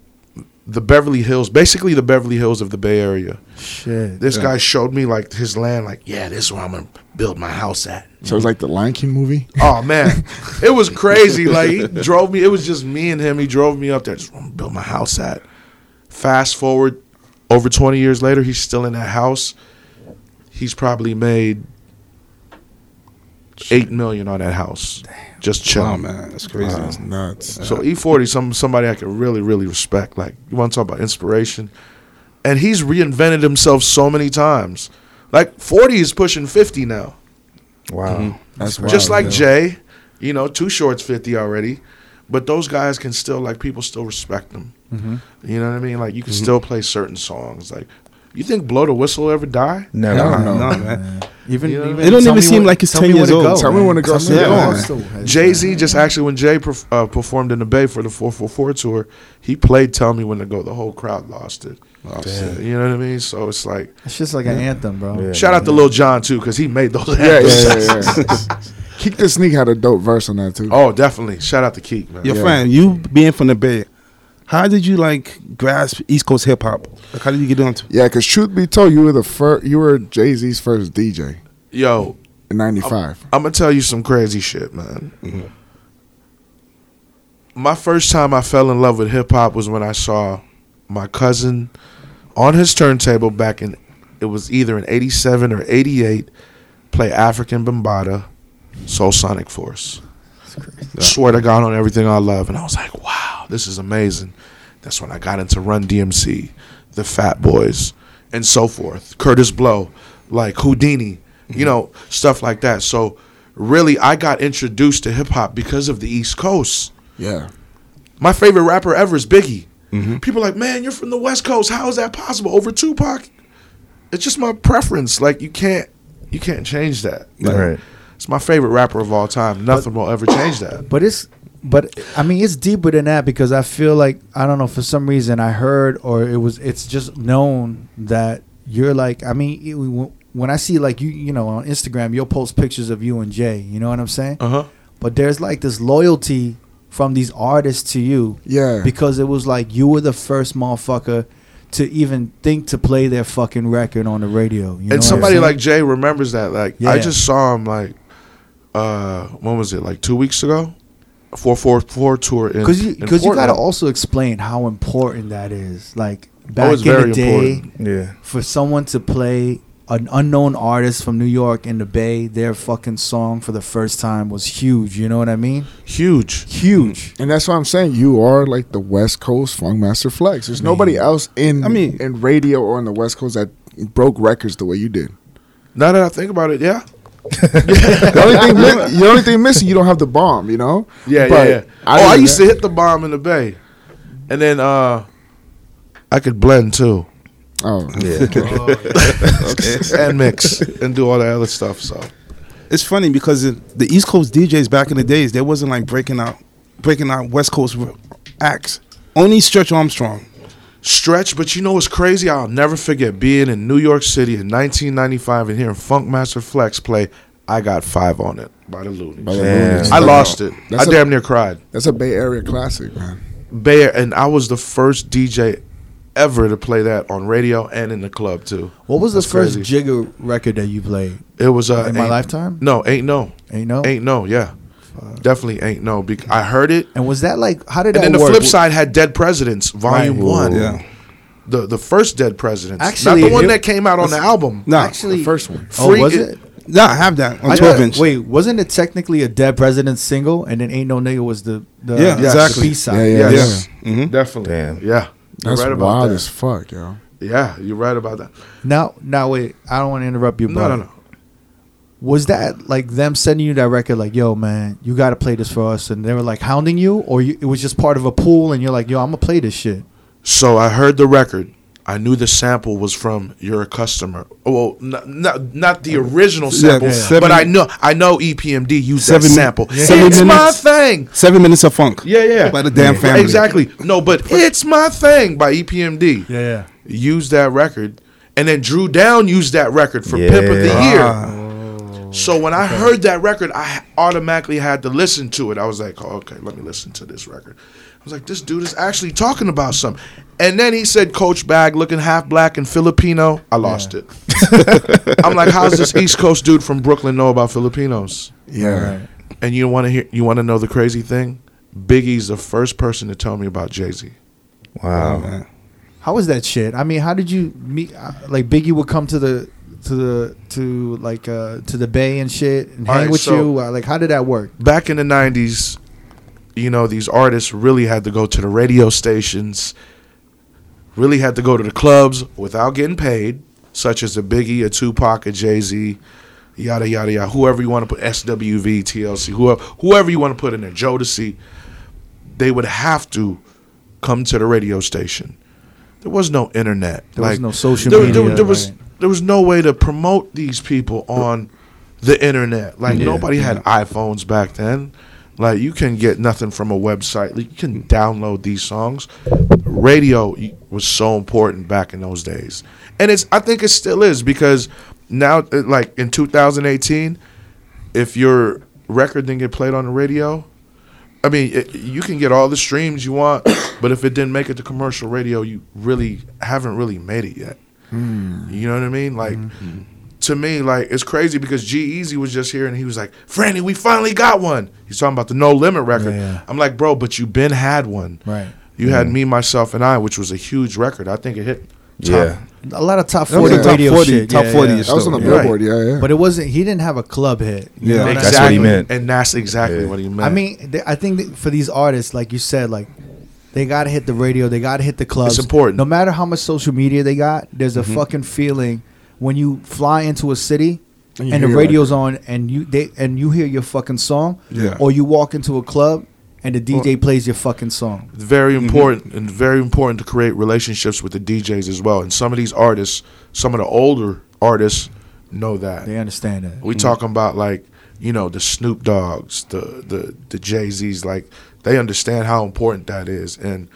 [SPEAKER 3] the Beverly Hills, basically the Beverly Hills of the Bay Area.
[SPEAKER 1] Shit.
[SPEAKER 3] This guy showed me like his land, like, yeah, this is where I'm going to build my house at.
[SPEAKER 5] so it's like the Lion King movie.
[SPEAKER 3] Oh man, it was crazy. Like he drove me. It was just me and him. He drove me up there. Just wanna build my house at. Fast forward over twenty years later, he's still in that house. He's probably made eight million on that house. Just chilling.
[SPEAKER 4] Wow, man, that's crazy.
[SPEAKER 5] That's nuts.
[SPEAKER 3] So E forty, some somebody I can really really respect. Like you want to talk about inspiration, and he's reinvented himself so many times. Like forty is pushing fifty now,
[SPEAKER 2] Wow.
[SPEAKER 3] Mm-hmm.
[SPEAKER 5] That's
[SPEAKER 3] just
[SPEAKER 5] wild,
[SPEAKER 3] like
[SPEAKER 5] yeah.
[SPEAKER 3] Jay. You know, two shorts fifty already, but those guys can still like people still respect them. You know what I mean? Like you can still play certain songs. Like you think blow the whistle ever die?
[SPEAKER 2] Never.
[SPEAKER 5] Hell no.
[SPEAKER 4] Nah, man.
[SPEAKER 1] Even,
[SPEAKER 3] You know,
[SPEAKER 1] even
[SPEAKER 3] it
[SPEAKER 4] don't
[SPEAKER 1] tell
[SPEAKER 4] even
[SPEAKER 1] me
[SPEAKER 4] seem
[SPEAKER 1] when-
[SPEAKER 4] like it's
[SPEAKER 1] tell
[SPEAKER 4] 10
[SPEAKER 1] me
[SPEAKER 4] years
[SPEAKER 1] when to
[SPEAKER 4] old.
[SPEAKER 1] go,
[SPEAKER 5] Tell me
[SPEAKER 1] man.
[SPEAKER 5] when to go.
[SPEAKER 1] Tell me
[SPEAKER 5] Yeah.
[SPEAKER 1] when
[SPEAKER 5] Yeah.
[SPEAKER 1] to go.
[SPEAKER 3] Jay Z just actually when Jay perf- uh, performed in the Bay for the 444 tour, he played "Tell Me When to Go." The whole crowd lost it. You know what I mean? So it's like
[SPEAKER 1] It's just like an anthem, bro.
[SPEAKER 2] Yeah.
[SPEAKER 3] shout out to Lil John too because he made those.
[SPEAKER 5] Yeah,
[SPEAKER 3] anthems.
[SPEAKER 5] yeah, yeah. yeah. Keep the sneak had a dope verse on that too.
[SPEAKER 3] Oh, definitely. Shout out to Keek, man.
[SPEAKER 4] Your
[SPEAKER 5] Yeah.
[SPEAKER 4] friend, you being from the Bay, how did you like grasp East Coast hip hop? Like, how did you get onto?
[SPEAKER 5] Yeah, because truth be told, you were the first. You were Jay Z's first DJ
[SPEAKER 3] Yo,
[SPEAKER 5] in '95.
[SPEAKER 3] I'm gonna tell you some crazy shit, man. My first time I fell in love with hip hop was when I saw my cousin on his turntable back in it was either in '87 or '88 play African Bambata, Soul Sonic Force. Swear to God on everything I love, and I was like, wow, this is amazing. That's when I got into Run DMC, the Fat Boys, and so forth. Curtis Blow, like Houdini, you know, stuff like that. So really, I got introduced to hip hop because of the East Coast.
[SPEAKER 5] Yeah,
[SPEAKER 3] My favorite rapper ever is Biggie. People are like, man, you're from the West Coast. How is that possible over Tupac? It's just my preference. Like you can't, you can't change that. Like,
[SPEAKER 2] Right.
[SPEAKER 3] It's my favorite rapper of all time. Nothing will ever change that.
[SPEAKER 1] But it's but I mean it's deeper than that because I feel like I don't know for some reason I heard or it was it's just known that you're like I mean it- when- when I see like you you know on Instagram you'll post pictures of you and Jay you know what I'm saying
[SPEAKER 3] Uh huh.
[SPEAKER 1] but there's like this loyalty from these artists to you
[SPEAKER 5] yeah.
[SPEAKER 1] because it was like you were the first motherfucker to even think to play their fucking record on the radio you know what I'm
[SPEAKER 3] and somebody
[SPEAKER 1] saying?
[SPEAKER 3] like Jay remembers that. Like I
[SPEAKER 1] Yeah.
[SPEAKER 3] just saw him like uh when was it? Like two weeks ago? Four four four tour in
[SPEAKER 1] because you
[SPEAKER 3] in
[SPEAKER 1] because you
[SPEAKER 3] Portland.
[SPEAKER 1] gotta also explain how important that is. Like back
[SPEAKER 3] it's
[SPEAKER 1] in
[SPEAKER 3] very
[SPEAKER 1] the day,
[SPEAKER 3] important.
[SPEAKER 2] Yeah.
[SPEAKER 1] for someone to play an unknown artist from New York in the Bay, their fucking song for the first time was huge. You know what I mean?
[SPEAKER 3] huge. Mm.
[SPEAKER 1] Huge.
[SPEAKER 5] And that's what I'm saying. You are like the West Coast Funk Master Flex. There's nobody else in
[SPEAKER 4] I mean-
[SPEAKER 5] in radio or on the West Coast that broke records the way you did.
[SPEAKER 3] Now that I think about it, yeah.
[SPEAKER 5] The only thing, mi- the only thing missing, you don't have the bomb. You know?
[SPEAKER 3] Yeah,
[SPEAKER 5] But
[SPEAKER 3] yeah, yeah.
[SPEAKER 5] I
[SPEAKER 3] oh, I
[SPEAKER 5] didn't-
[SPEAKER 3] used to hit the bomb in the bay. And then uh I could blend too.
[SPEAKER 5] Oh,
[SPEAKER 2] Yeah.
[SPEAKER 3] and mix and do all that other stuff. So
[SPEAKER 4] It's funny because it, the East Coast DJs back in the days, they wasn't like breaking out, breaking out West Coast r- acts. Only Stretch Armstrong.
[SPEAKER 3] stretch, but you know what's crazy? I'll never forget being in New York City in 1995 and hearing Funkmaster Flex play "I Got Five on It" by the Loonies.
[SPEAKER 5] By the
[SPEAKER 2] Damn.
[SPEAKER 5] Loonies.
[SPEAKER 3] I lost it. I
[SPEAKER 5] That's a-
[SPEAKER 3] damn near cried.
[SPEAKER 5] That's a Bay Area classic, man.
[SPEAKER 3] Bear, and I was the first DJ ever to play that on radio and in the club too.
[SPEAKER 1] What was the
[SPEAKER 3] That's
[SPEAKER 1] first
[SPEAKER 3] crazy.
[SPEAKER 1] Jigger record that you played
[SPEAKER 3] It was uh,
[SPEAKER 1] in my
[SPEAKER 3] Ain't-
[SPEAKER 1] lifetime?
[SPEAKER 3] No, ain't no,
[SPEAKER 1] Ain't no.
[SPEAKER 3] ain't no. Yeah, definitely ain't no. Bec- I heard it,
[SPEAKER 1] And was that like how did
[SPEAKER 3] and
[SPEAKER 1] that
[SPEAKER 3] then the
[SPEAKER 1] work?
[SPEAKER 3] flip side had Dead Presidents Volume
[SPEAKER 1] Right.
[SPEAKER 3] One.
[SPEAKER 4] Yeah.
[SPEAKER 3] The, the first Dead Presidents,
[SPEAKER 1] Actually,
[SPEAKER 3] not the one
[SPEAKER 1] it-
[SPEAKER 3] that came out on the album.
[SPEAKER 4] No,
[SPEAKER 1] Actually,
[SPEAKER 5] first one.
[SPEAKER 1] Oh,
[SPEAKER 3] Free-
[SPEAKER 1] was it?
[SPEAKER 4] no, I have that on
[SPEAKER 1] I
[SPEAKER 4] twelve
[SPEAKER 1] thought-
[SPEAKER 4] inch.
[SPEAKER 1] Wait, wasn't it technically a Dead President single, and then Ain't No Nigga was the, the
[SPEAKER 4] Yeah,
[SPEAKER 1] the
[SPEAKER 4] exactly.
[SPEAKER 1] B side?
[SPEAKER 5] Yeah, yeah.
[SPEAKER 3] Yes,
[SPEAKER 4] Mhm.
[SPEAKER 3] definitely.
[SPEAKER 2] Damn.
[SPEAKER 3] Yeah, you're
[SPEAKER 5] That's
[SPEAKER 3] right about
[SPEAKER 5] wild
[SPEAKER 3] that.
[SPEAKER 5] as fuck, yo.
[SPEAKER 3] Yeah, you're right about that.
[SPEAKER 1] Now, now wait, I don't want to interrupt you,
[SPEAKER 3] No,
[SPEAKER 1] but
[SPEAKER 3] no, no.
[SPEAKER 1] was that like them sending you that record? Like, yo, man, you got to play this for us, and they were like hounding you, or you, it was just part of a pool, and you're like, yo, I'm gonna play this shit.
[SPEAKER 3] So I heard the record. I knew the sample was from "You're a Customer." Oh, well, not not, not the original
[SPEAKER 4] Yeah,
[SPEAKER 3] sample,
[SPEAKER 4] seven-
[SPEAKER 3] but I know I know E EPMD used
[SPEAKER 4] Seven-
[SPEAKER 3] that sample.
[SPEAKER 4] seven
[SPEAKER 3] it's my
[SPEAKER 4] minutes.
[SPEAKER 3] thing.
[SPEAKER 4] Seven minutes of funk.
[SPEAKER 3] Yeah, yeah.
[SPEAKER 4] By the damn family.
[SPEAKER 3] Exactly. No, but it's my thing by E EPMD.
[SPEAKER 1] yeah.
[SPEAKER 3] Used that record, and then Drew Down used that record for Pimp of the
[SPEAKER 2] Yeah.
[SPEAKER 3] Year.
[SPEAKER 4] Ah,
[SPEAKER 3] So when I heard that record, I automatically had to listen to it. I was like, oh, okay, let me listen to this record. I was like, this dude is actually talking about something. And then he said, Coach Bag, looking half black and Filipino. I lost it. I'm like, how's this East Coast dude from Brooklyn know about Filipinos?
[SPEAKER 5] Yeah.
[SPEAKER 3] And you want to hear? You want to know the crazy thing? Biggie's the first person to tell me about Jay Z. Oh,
[SPEAKER 2] Wow.
[SPEAKER 4] man.
[SPEAKER 1] How was that shit? I mean, how did you meet? uh, Like, Biggie would come to the to the to like uh to the Bay and shit, and
[SPEAKER 3] All
[SPEAKER 1] hang
[SPEAKER 3] right,
[SPEAKER 1] with
[SPEAKER 3] so-
[SPEAKER 1] you. Uh, like, how did that work?
[SPEAKER 3] back in the 90s, you know, these artists really had to go to the radio stations, really had to go to the clubs without getting paid, such as a Biggie, a Tupac, a Jay Z, yada, yada, yada, whoever you want to put, SWV, TLC, whoever, whoever you want to put in there, Jodeci, they would have to come to the radio station. There was no internet.
[SPEAKER 1] There was no social
[SPEAKER 3] there,
[SPEAKER 1] media,
[SPEAKER 3] There, there was
[SPEAKER 1] right.
[SPEAKER 3] there was no way to promote these people on the internet. Like nobody had
[SPEAKER 1] Mm-hmm.
[SPEAKER 3] iPhones back then. Like you can get nothing from a website. Like, you can download these songs. Radio y- was so important back in those days, and it's I think it still is because now uh, like in 2018, if your record didn't get played on the radio. I mean, it, you can get all the streams you want, but if it didn't make it to commercial radio, you really haven't really made it yet.
[SPEAKER 1] Hmm.
[SPEAKER 3] You know what I mean? Like to me, like it's crazy because G Easy was just here and he was like, Franny, we finally got one. He's talking about the No Limit record.
[SPEAKER 1] Yeah, yeah.
[SPEAKER 3] I'm like, bro, but you been had one.
[SPEAKER 1] Right.
[SPEAKER 3] You had me, myself, and I, which was a huge record. I think it hit.
[SPEAKER 2] Yeah.
[SPEAKER 1] A lot of top
[SPEAKER 4] That was
[SPEAKER 1] forty
[SPEAKER 4] the top
[SPEAKER 1] radio
[SPEAKER 4] 40,
[SPEAKER 1] shit.
[SPEAKER 4] top
[SPEAKER 1] yeah,
[SPEAKER 4] 40
[SPEAKER 1] yeah.
[SPEAKER 4] is
[SPEAKER 5] That was on the
[SPEAKER 4] Yeah.
[SPEAKER 3] Right.
[SPEAKER 5] billboard, yeah, yeah.
[SPEAKER 1] But it wasn't. He didn't have a club hit. you
[SPEAKER 4] Yeah.
[SPEAKER 1] know what I mean?
[SPEAKER 2] That's what he meant.
[SPEAKER 3] And that's exactly
[SPEAKER 2] Yeah.
[SPEAKER 3] what he meant.
[SPEAKER 1] I mean, th- I think that for these artists, like you said, like they gotta hit the radio, they gotta hit the clubs.
[SPEAKER 3] It's important. Mm-hmm.
[SPEAKER 1] No matter how much social media they got, there's a fucking feeling when you fly into a city and,
[SPEAKER 5] And you
[SPEAKER 1] the
[SPEAKER 5] hear,
[SPEAKER 1] radio's on, and you they and you hear your fucking song,
[SPEAKER 4] Yeah.
[SPEAKER 1] or you walk into a club and the DJ plays your fucking song.
[SPEAKER 3] very important and very important to create relationships with the DJs as well. And some of these artists, some of the older artists know that.
[SPEAKER 1] They understand that.
[SPEAKER 3] We talking about like you know the Snoop Dogs, the the the Jay Z's. Like they understand how important that is, and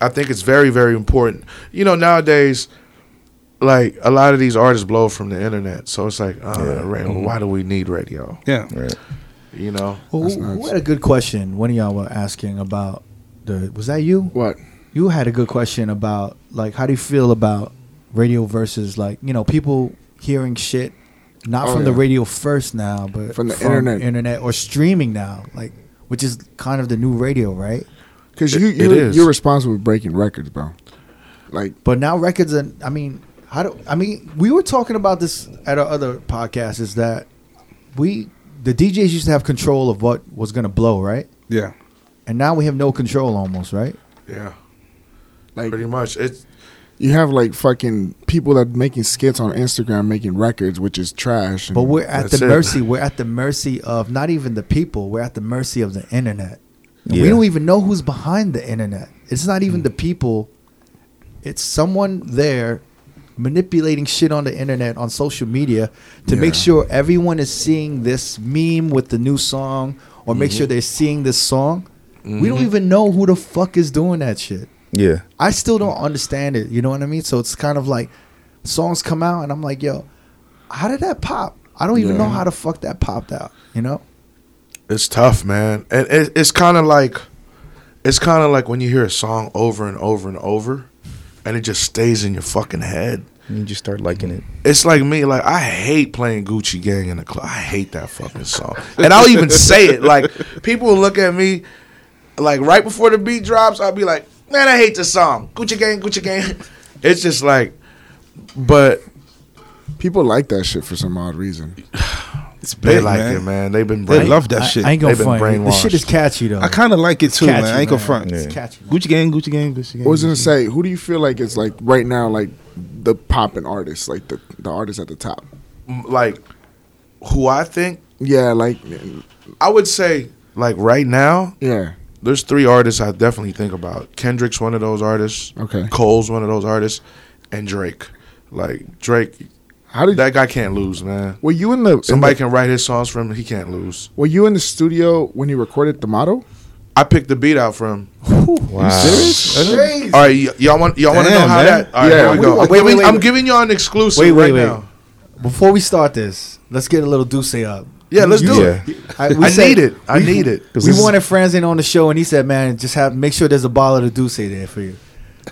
[SPEAKER 3] I think it's very very important. You know nowadays, like a lot of these artists blow from the internet, so it's like, uh, ra- why do we need radio?
[SPEAKER 4] Yeah.
[SPEAKER 2] Right.
[SPEAKER 3] You know,
[SPEAKER 1] Well, who, who had a good question? One of y'all were asking about the. Was that you?
[SPEAKER 5] What?
[SPEAKER 1] you had a good question about like how do you feel about radio versus like you know people hearing shit not
[SPEAKER 5] Oh,
[SPEAKER 1] from the
[SPEAKER 5] yeah.
[SPEAKER 1] radio first now but
[SPEAKER 5] From the internet.
[SPEAKER 1] internet or streaming now like which is kind of the new radio right
[SPEAKER 5] Because
[SPEAKER 3] It-
[SPEAKER 5] you,
[SPEAKER 3] it
[SPEAKER 5] you,
[SPEAKER 3] is.
[SPEAKER 5] you're responsible for breaking records, bro. Like,
[SPEAKER 1] but now records are i mean how do i mean we were talking about this at our other podcast is that we the djs used to have control of what was going to blow right
[SPEAKER 4] Yeah.
[SPEAKER 1] and now we have no control almost right
[SPEAKER 3] yeah,
[SPEAKER 5] like
[SPEAKER 3] pretty much. It's
[SPEAKER 5] you have like fucking people that making skits on Instagram making records, which is trash. and-
[SPEAKER 1] But we're at
[SPEAKER 3] That's
[SPEAKER 1] the
[SPEAKER 3] it.
[SPEAKER 1] mercy. We're at the mercy of not even the people. We're at the mercy of the internet.
[SPEAKER 2] Yeah.
[SPEAKER 1] We don't even know who's behind the internet. It's not even the people. It's someone there manipulating shit on the internet on social media to make
[SPEAKER 5] Yeah.
[SPEAKER 1] sure everyone is seeing this meme with the new song or make sure they're seeing this song. We don't even know who the fuck is doing that shit.
[SPEAKER 2] Yeah.
[SPEAKER 1] I still don't understand it. You know what I mean? So it's kind of like songs come out and I'm like, yo, how did that pop? I don't even
[SPEAKER 5] Yeah.
[SPEAKER 1] know how the fuck that popped out. You know?
[SPEAKER 3] It's tough, man, and it, it's kind of like, it's kind of like when you hear a song over and over and over, and it just stays in your fucking head.
[SPEAKER 2] You just start liking it.
[SPEAKER 3] It's like me, like I hate playing Gucci Gang in the club. I hate that fucking song. And I'll even say it. Like people will look at me like right before the beat drops, I'll be like, Man, I hate this song. Gucci Gang, Gucci Gang. It's just like but
[SPEAKER 5] People like that shit for some odd reason.
[SPEAKER 4] It's big,
[SPEAKER 3] they like
[SPEAKER 4] man.
[SPEAKER 3] it, man. They've been
[SPEAKER 4] They
[SPEAKER 3] brainwashed.
[SPEAKER 4] love that
[SPEAKER 1] I-
[SPEAKER 4] shit.
[SPEAKER 1] I ain't gonna
[SPEAKER 3] They've been
[SPEAKER 1] front. The shit is
[SPEAKER 3] brainwashed.
[SPEAKER 1] catchy though.
[SPEAKER 4] I kind of like it too,
[SPEAKER 1] Catchy,
[SPEAKER 4] man. I ain't gonna
[SPEAKER 1] man.
[SPEAKER 4] front.
[SPEAKER 1] It's
[SPEAKER 2] Yeah.
[SPEAKER 1] catchy. man.
[SPEAKER 4] Gucci Gang, Gucci Gang, Gucci Gang.
[SPEAKER 5] I was gonna say, who do you feel like is like right now like the popping artists, like the the artists at the top?
[SPEAKER 3] like who I think
[SPEAKER 5] Yeah, like
[SPEAKER 3] I would say like right now,
[SPEAKER 5] yeah,
[SPEAKER 3] there's three artists I definitely think about. Kendrick's one of those artists.
[SPEAKER 5] okay.
[SPEAKER 3] Cole's one of those artists, and Drake. Like Drake,
[SPEAKER 5] How did
[SPEAKER 3] that guy can't lose, man.
[SPEAKER 5] were you in the in
[SPEAKER 3] Somebody
[SPEAKER 5] the-
[SPEAKER 3] can write his songs for him. He can't lose.
[SPEAKER 5] were you in the studio when he recorded the motto?
[SPEAKER 3] I picked the beat out for him.
[SPEAKER 2] Wow.
[SPEAKER 3] Ah, All right, y- y'all want y'all want to know
[SPEAKER 4] Damn,
[SPEAKER 3] how
[SPEAKER 4] man.
[SPEAKER 3] that? All right,
[SPEAKER 5] Yeah.
[SPEAKER 3] here we
[SPEAKER 5] Wait,
[SPEAKER 3] go.
[SPEAKER 5] wait,
[SPEAKER 3] I'm, giving,
[SPEAKER 5] wait,
[SPEAKER 3] I'm
[SPEAKER 5] wait.
[SPEAKER 3] giving y'all an exclusive
[SPEAKER 1] Wait, wait,
[SPEAKER 3] right
[SPEAKER 1] wait.
[SPEAKER 3] now.
[SPEAKER 1] Before we start this, let's get a little Duce up.
[SPEAKER 3] Yeah, let's do
[SPEAKER 2] Yeah.
[SPEAKER 3] it.
[SPEAKER 1] I, we
[SPEAKER 3] I
[SPEAKER 1] said-
[SPEAKER 3] need it. I need it.
[SPEAKER 1] We wanted Franz in on the show, and he said, "Man, just have make sure there's a bottle of Duce there for you."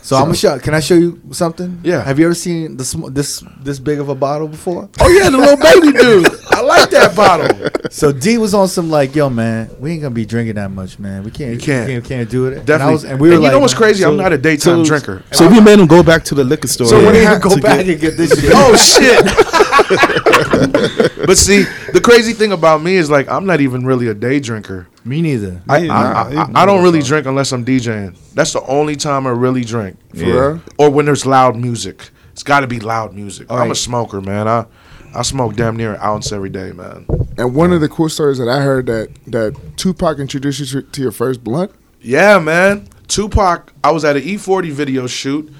[SPEAKER 1] So I'm gonna show. Can I show you something?
[SPEAKER 3] Yeah.
[SPEAKER 1] Have you ever seen the sm- this this big of a bottle before?
[SPEAKER 3] Oh yeah, the little baby dude. I like that bottle.
[SPEAKER 1] So D was on some like, "Yo, man, we ain't gonna be drinking that much, man. We can't.
[SPEAKER 3] You can't.
[SPEAKER 1] We can't, can't do it." And, I
[SPEAKER 3] Definitely.
[SPEAKER 1] was, and we were like,
[SPEAKER 3] you know what's
[SPEAKER 1] man,
[SPEAKER 3] crazy? I'm
[SPEAKER 4] so-
[SPEAKER 3] not a daytime drinker.
[SPEAKER 4] So we made him go back to the liquor store.
[SPEAKER 1] So
[SPEAKER 4] Yeah.
[SPEAKER 1] we
[SPEAKER 4] Yeah.
[SPEAKER 1] didn't go
[SPEAKER 4] To
[SPEAKER 1] back
[SPEAKER 4] get-
[SPEAKER 1] and get this shit.
[SPEAKER 3] oh shit. but see, the crazy thing about me is like I'm not even really a day drinker.
[SPEAKER 1] me neither.
[SPEAKER 3] I,
[SPEAKER 4] Yeah,
[SPEAKER 3] I,
[SPEAKER 4] nah,
[SPEAKER 3] I, I don't really drink unless I'm DJing. That's the only time I really drink.
[SPEAKER 2] For Yeah. real?
[SPEAKER 3] Or when there's loud music. It's got to be loud music. I'm a
[SPEAKER 1] right.
[SPEAKER 3] smoker, man. I I smoke damn near an ounce every day, man.
[SPEAKER 5] And one of the cool stories that I heard that that Tupac introduced you to, to your first blunt.
[SPEAKER 3] Yeah, man. Tupac, I was at an E40 video shoot,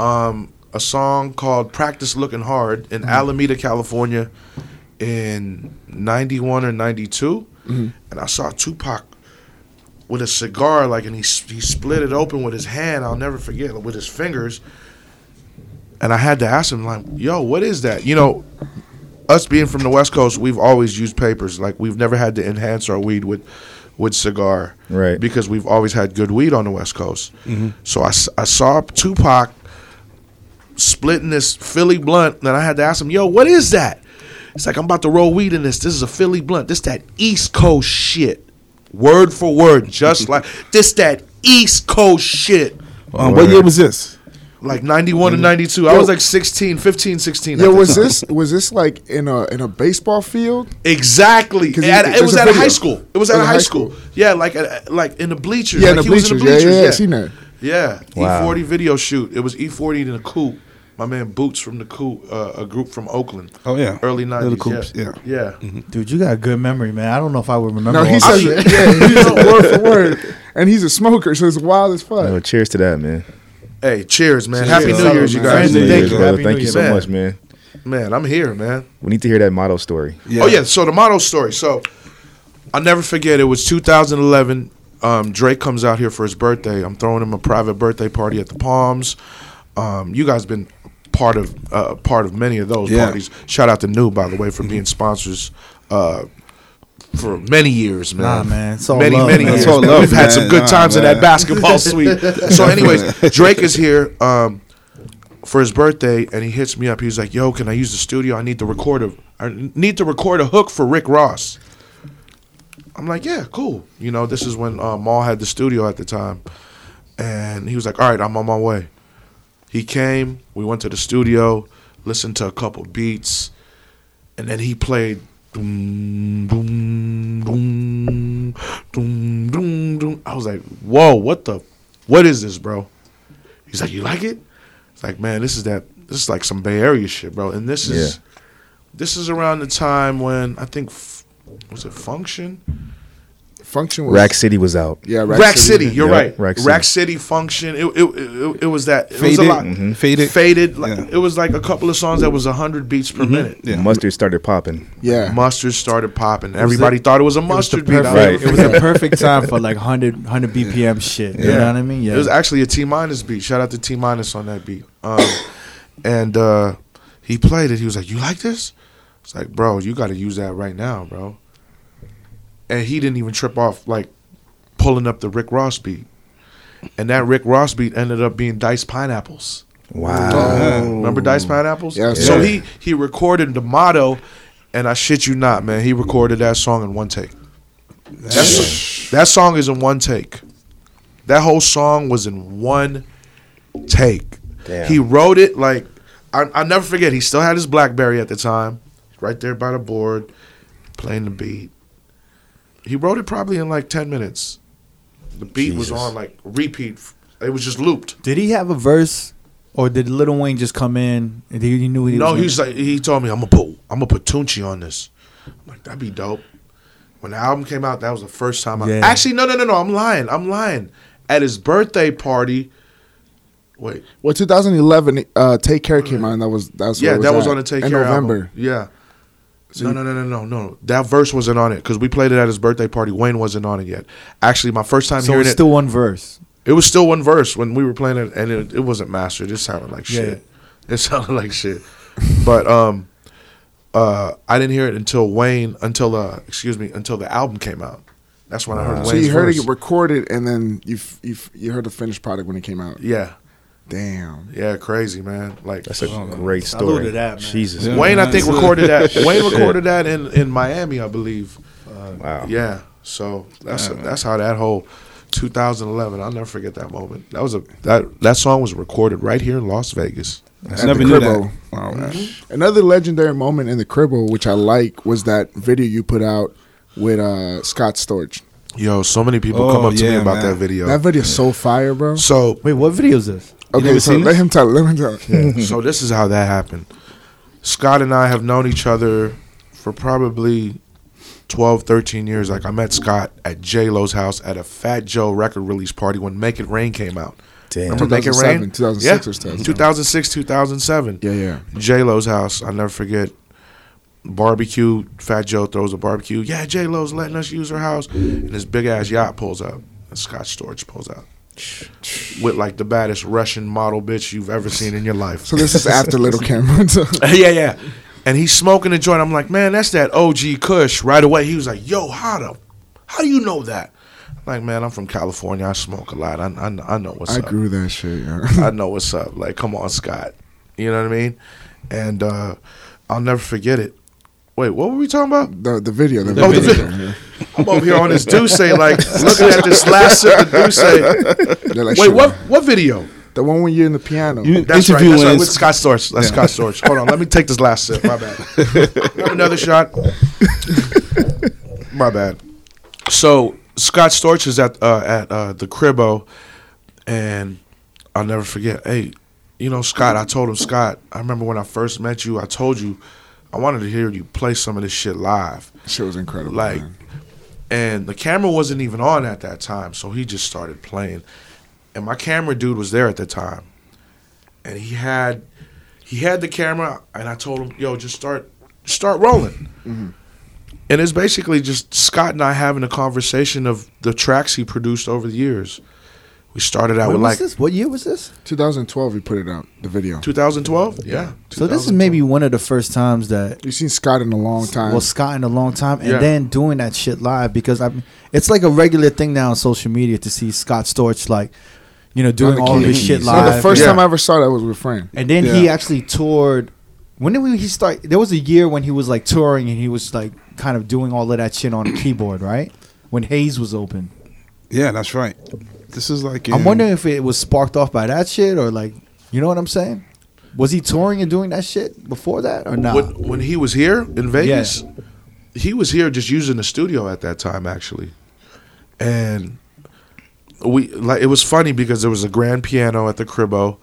[SPEAKER 3] um, a song called Practice Looking Hard in Alameda, California in 91 or 92. And I saw Tupac with a cigar, like, and he, s- he split it open with his hand. I'll never forget, with his fingers. And I had to ask him, like, yo, what is that? You know, us being from the West Coast, we've always used papers. Like, we've never had to enhance our weed with, with cigar
[SPEAKER 2] Right.
[SPEAKER 3] because we've always had good weed on the West Coast. So I, s- I saw Tupac splitting this Philly blunt, and I had to ask him, "Yo, what is that?" It's like I'm about to roll weed in this. This is a Philly blunt. This that East Coast shit, word for word, just like this that East Coast shit.
[SPEAKER 4] Um, what year was this?
[SPEAKER 3] Like 91 to 92. I
[SPEAKER 5] Yo.
[SPEAKER 3] was like 16, 15, 16.
[SPEAKER 5] Yeah,
[SPEAKER 3] at the
[SPEAKER 5] was
[SPEAKER 3] time.
[SPEAKER 5] this was this like in a in a baseball field?
[SPEAKER 3] Exactly.
[SPEAKER 5] 'Cause
[SPEAKER 3] At-
[SPEAKER 5] you-
[SPEAKER 3] it
[SPEAKER 5] there's
[SPEAKER 3] was
[SPEAKER 5] a
[SPEAKER 3] at a
[SPEAKER 5] video.
[SPEAKER 3] high school. It was at
[SPEAKER 5] Oh,
[SPEAKER 3] a
[SPEAKER 5] the
[SPEAKER 3] high
[SPEAKER 5] high
[SPEAKER 3] school. Yeah, like uh, like in the bleachers.
[SPEAKER 5] Yeah,
[SPEAKER 3] like
[SPEAKER 5] in
[SPEAKER 3] he
[SPEAKER 5] the
[SPEAKER 3] was in the
[SPEAKER 5] bleachers. Yeah,
[SPEAKER 3] bleachers.
[SPEAKER 5] yeah,
[SPEAKER 3] Yeah,
[SPEAKER 5] yeah, I seen that.
[SPEAKER 3] Yeah,
[SPEAKER 2] Wow.
[SPEAKER 3] E40 video shoot. It was E40 in the coop. My man Boots from the coop, uh, a group from Oakland.
[SPEAKER 4] Oh, yeah.
[SPEAKER 3] early
[SPEAKER 4] Little
[SPEAKER 3] nineties.
[SPEAKER 4] Coops,
[SPEAKER 3] Yeah, yeah.
[SPEAKER 1] Dude, you got a good memory, man. I don't know if I would remember.
[SPEAKER 5] No, he
[SPEAKER 1] all
[SPEAKER 5] says
[SPEAKER 1] that.
[SPEAKER 5] it. Yeah, he says it word for word, and he's a smoker, so it's wild as fuck.
[SPEAKER 2] No, cheers to that, man.
[SPEAKER 3] Hey, cheers, man! Happy
[SPEAKER 5] Cheers.
[SPEAKER 3] New Year's, you
[SPEAKER 5] Happy
[SPEAKER 3] guys.
[SPEAKER 1] New
[SPEAKER 2] Happy
[SPEAKER 1] Year's,
[SPEAKER 2] Year's,
[SPEAKER 1] you.
[SPEAKER 2] brother.
[SPEAKER 1] Happy
[SPEAKER 2] Thank
[SPEAKER 1] New
[SPEAKER 2] you
[SPEAKER 1] Year,
[SPEAKER 2] so
[SPEAKER 3] man.
[SPEAKER 2] much, man.
[SPEAKER 3] Man, I'm here, man.
[SPEAKER 2] We need to hear that motto story.
[SPEAKER 3] Oh yeah, so the motto story. So I'll never forget. It was 2011. Um, Drake comes out here for his birthday. I'm throwing him a private birthday party at the Palms. Um, you guys been part of uh, part of many of those
[SPEAKER 4] Yeah.
[SPEAKER 3] parties. Shout out to New by the way for being sponsors. Uh, for many years, man.
[SPEAKER 1] Nah, man, it's all
[SPEAKER 3] many,
[SPEAKER 1] love,
[SPEAKER 3] many
[SPEAKER 1] man.
[SPEAKER 3] years.
[SPEAKER 1] It's all
[SPEAKER 3] man.
[SPEAKER 4] love,
[SPEAKER 3] We've had some
[SPEAKER 4] man.
[SPEAKER 3] good
[SPEAKER 4] Nah,
[SPEAKER 3] times in that
[SPEAKER 4] man.
[SPEAKER 3] basketball suite. So, anyways, Drake is here. Um, for his birthday and he hits me up. He's like, "Yo, can I use the studio? I need to record a I need to record a hook for Rick Ross." I'm like, "Yeah, cool." You know, this is when uh, Maul had the studio at the time, and he was like, "All right, I'm on my way." He came. We went to the studio, listened to a couple beats, and then he played. Doom, doom, doom, doom, doom, doom. I was like, "Whoa, what the? What is this, bro?" He's like, "You like it?" It's like, man, this is that. This is like some Bay Area shit, bro. And this is, this is around the time when I think, f- was it Function?
[SPEAKER 5] Function was
[SPEAKER 2] Rack City was out.
[SPEAKER 5] Yeah,
[SPEAKER 3] Rack, City. You're right.
[SPEAKER 2] Yep, Rack
[SPEAKER 3] Rack
[SPEAKER 2] City.
[SPEAKER 3] City, Function. It, it, it, it was that. It was a
[SPEAKER 4] Faded.
[SPEAKER 3] lot.
[SPEAKER 4] Mhm. Faded.
[SPEAKER 3] Faded. Like,
[SPEAKER 4] Yeah.
[SPEAKER 3] It was like a couple of songs that was hundred beats per minute.
[SPEAKER 4] Yeah.
[SPEAKER 2] Mustard started popping.
[SPEAKER 5] Yeah,
[SPEAKER 3] Mustard started popping. Everybody thought it was a mustard
[SPEAKER 1] It was the
[SPEAKER 3] beat.
[SPEAKER 1] perfect-
[SPEAKER 2] Right.
[SPEAKER 1] It was the perfect time for like 100, 100 BPM shit. You know what I mean? Yeah.
[SPEAKER 3] It was actually a T minus beat. Shout out to T minus on that beat. Um, and uh, he played it. He was like, "You like this?" It's like, bro, you got to use that right now, bro. And he didn't even trip off like pulling up the Rick Ross beat. And that Rick Ross beat ended up being Dice Pineapples. Oh,
[SPEAKER 2] Wow.
[SPEAKER 3] Remember Dice Pineapples?
[SPEAKER 5] Yeah.
[SPEAKER 3] So
[SPEAKER 2] Yeah.
[SPEAKER 3] he he recorded the motto, and I shit you not, man. He recorded that song in one take. That's- that song is in one take. That whole song was in one take.
[SPEAKER 2] Damn.
[SPEAKER 3] He wrote it like I, I never forget. He still had his BlackBerry at the time, right there by the board, playing the beat. He wrote it probably in like ten minutes. The beat was
[SPEAKER 2] Jesus.
[SPEAKER 3] on like repeat. It was just looped.
[SPEAKER 1] Did he have a verse, or did Little Wayne just come in and he, he knew he?
[SPEAKER 3] No,
[SPEAKER 1] was
[SPEAKER 3] he's like he told me I'm gonna put I'm gonna put Tunchi on this. I'm like that'd be dope. When the album came out, that was the first time I
[SPEAKER 1] Yeah.
[SPEAKER 3] actually no no no no I'm lying I'm lying. At his birthday party, wait
[SPEAKER 5] Well, 2011, uh, Take Care came out, and that was that's where
[SPEAKER 3] yeah
[SPEAKER 5] it
[SPEAKER 3] that was
[SPEAKER 5] at,
[SPEAKER 3] on the Take
[SPEAKER 5] in
[SPEAKER 3] Care
[SPEAKER 5] November.
[SPEAKER 3] album. Yeah. No no no no no no that verse wasn't on it because we played it at his birthday party. Wayne wasn't on it yet. Actually, my first time
[SPEAKER 1] so
[SPEAKER 3] hearing
[SPEAKER 1] it's
[SPEAKER 3] it,
[SPEAKER 1] still one verse.
[SPEAKER 3] it was still one verse when we were playing it, and it, it wasn't mastered. It sounded like shit. It sounded like shit. But um, uh, I didn't hear it until Wayne, until uh, excuse me, until the album came out. That's when I heard.
[SPEAKER 5] So
[SPEAKER 3] Wayne's
[SPEAKER 5] you heard
[SPEAKER 3] verse.
[SPEAKER 5] it recorded, and then you f- you f- you heard the finished product when it came out.
[SPEAKER 3] Yeah,
[SPEAKER 5] Damn.
[SPEAKER 3] yeah, crazy man. Like
[SPEAKER 2] That's a
[SPEAKER 1] Oh,
[SPEAKER 2] great
[SPEAKER 1] salute
[SPEAKER 2] story.
[SPEAKER 1] to that, man.
[SPEAKER 2] Jesus.
[SPEAKER 6] Yeah.
[SPEAKER 3] Wayne, I
[SPEAKER 6] man,
[SPEAKER 3] think
[SPEAKER 6] it's a-
[SPEAKER 3] recorded that. Wayne
[SPEAKER 2] Shit.
[SPEAKER 3] recorded that in in Miami, I believe.
[SPEAKER 2] Wow.
[SPEAKER 3] Yeah. So that's
[SPEAKER 6] Yeah, man.
[SPEAKER 3] that's how that whole 2011. I'll never forget that moment. That was a that that song was recorded right here in Las Vegas.
[SPEAKER 6] I never knew that. Mm-hmm.
[SPEAKER 5] Wow. Another legendary moment in the Cribbo, which I like, was that video you put out with uh, Scott Storch.
[SPEAKER 3] Yo, so many people
[SPEAKER 6] Oh,
[SPEAKER 3] come up to me
[SPEAKER 6] yeah,
[SPEAKER 3] about
[SPEAKER 6] man.
[SPEAKER 3] that video.
[SPEAKER 5] That video's so fire, bro.
[SPEAKER 3] So
[SPEAKER 1] Wait, what video is this?
[SPEAKER 5] Okay,
[SPEAKER 6] never
[SPEAKER 5] so
[SPEAKER 6] seen
[SPEAKER 5] let
[SPEAKER 6] this?
[SPEAKER 5] him tell. it, Let him tell. it.
[SPEAKER 3] so this is how that happened. Scott and I have known each other for probably 12, 13 years. Like I met Scott at J Lo's house at a Fat Joe record release party when Make It Rain came out.
[SPEAKER 2] Damn.
[SPEAKER 3] Remember Make It
[SPEAKER 5] 2007,
[SPEAKER 3] Rain?
[SPEAKER 5] 2006 or
[SPEAKER 3] yeah.
[SPEAKER 5] 2007.
[SPEAKER 3] 2006, 2007.
[SPEAKER 5] Yeah, yeah.
[SPEAKER 3] J Lo's house. I'll never forget. Barbecue. Fat Joe throws a barbecue. Yeah, J Lo's letting us use her house, and this big ass yacht pulls up. And Scott Storch pulls out with like the baddest Russian model bitch you've ever seen in your life.
[SPEAKER 5] So this is after Little Cameron. So-
[SPEAKER 3] yeah, yeah. And he's smoking a joint. I'm like, man, that's that OG Kush right away. He was like, yo, how the, how do you know that? I'm like, man, I'm from California. I smoke a lot. I, I, kn- I know what's
[SPEAKER 5] I
[SPEAKER 3] up.
[SPEAKER 5] grew that shit. Yeah.
[SPEAKER 3] I know what's up. Like, come on, Scott. You know what I mean? And uh, I'll never forget it. Wait, what were we talking about?
[SPEAKER 5] The the video. The
[SPEAKER 3] Oh, the
[SPEAKER 5] video.
[SPEAKER 3] video. I'm over here on this Douce, like looking at this last sip of Douce.
[SPEAKER 5] They're like,
[SPEAKER 3] Wait,
[SPEAKER 5] shit,
[SPEAKER 3] what? What video?
[SPEAKER 5] The one when you're in the piano.
[SPEAKER 6] You
[SPEAKER 3] That's right.
[SPEAKER 6] interviewing
[SPEAKER 3] That's right. With Scott Storch. That's Scott Storch. Hold on. Let me take this last sip. My bad. Have another shot. My bad. So Scott Storch is at uh, at uh, the Cribbo, and I'll never forget. Hey, you know Scott. I told him Scott. I remember when I first met you. I told you I wanted to hear you play some of this shit live.
[SPEAKER 5] shit was incredible.
[SPEAKER 3] Like,
[SPEAKER 5] man.
[SPEAKER 3] and the camera wasn't even on at that time, so he just started playing. And my camera dude was there at the time, and he had he had the camera, and I told him, "Yo, just start start rolling."
[SPEAKER 1] Mm-hmm.
[SPEAKER 3] And it's basically just Scott and I having a conversation of the tracks he produced over the years. We started out
[SPEAKER 1] When
[SPEAKER 3] with
[SPEAKER 1] was
[SPEAKER 3] like
[SPEAKER 1] this? What year was this?
[SPEAKER 5] 2012, you put it out. The video.
[SPEAKER 3] 2012, yeah.
[SPEAKER 1] So this is maybe one of the first times that
[SPEAKER 5] You've seen Scott in a long time.
[SPEAKER 1] well Scott in a long time, and
[SPEAKER 3] Yeah.
[SPEAKER 1] then doing that shit live because I, it's like a regular thing now on social media to see Scott Storch like, you know, doing
[SPEAKER 5] the
[SPEAKER 1] all this
[SPEAKER 5] keys.
[SPEAKER 1] shit
[SPEAKER 5] No,
[SPEAKER 1] live.
[SPEAKER 5] the first
[SPEAKER 3] Yeah.
[SPEAKER 5] time I ever saw that was with Fran.
[SPEAKER 1] And then he
[SPEAKER 6] Yeah.
[SPEAKER 1] actually toured. When did we, he start? There was a year when he was like touring and he was like kind of doing all of that shit on a keyboard, right? When Hayes was open.
[SPEAKER 6] Yeah, that's right. This is like
[SPEAKER 1] I'm
[SPEAKER 6] in-
[SPEAKER 1] wondering if it was sparked off by that shit or like, you know what I'm saying? Was he touring and doing that shit before that or not?
[SPEAKER 3] when, when he was here in Vegas, he was here just using the studio at that time actually, and we like it was funny because there was a grand piano at the cribbo,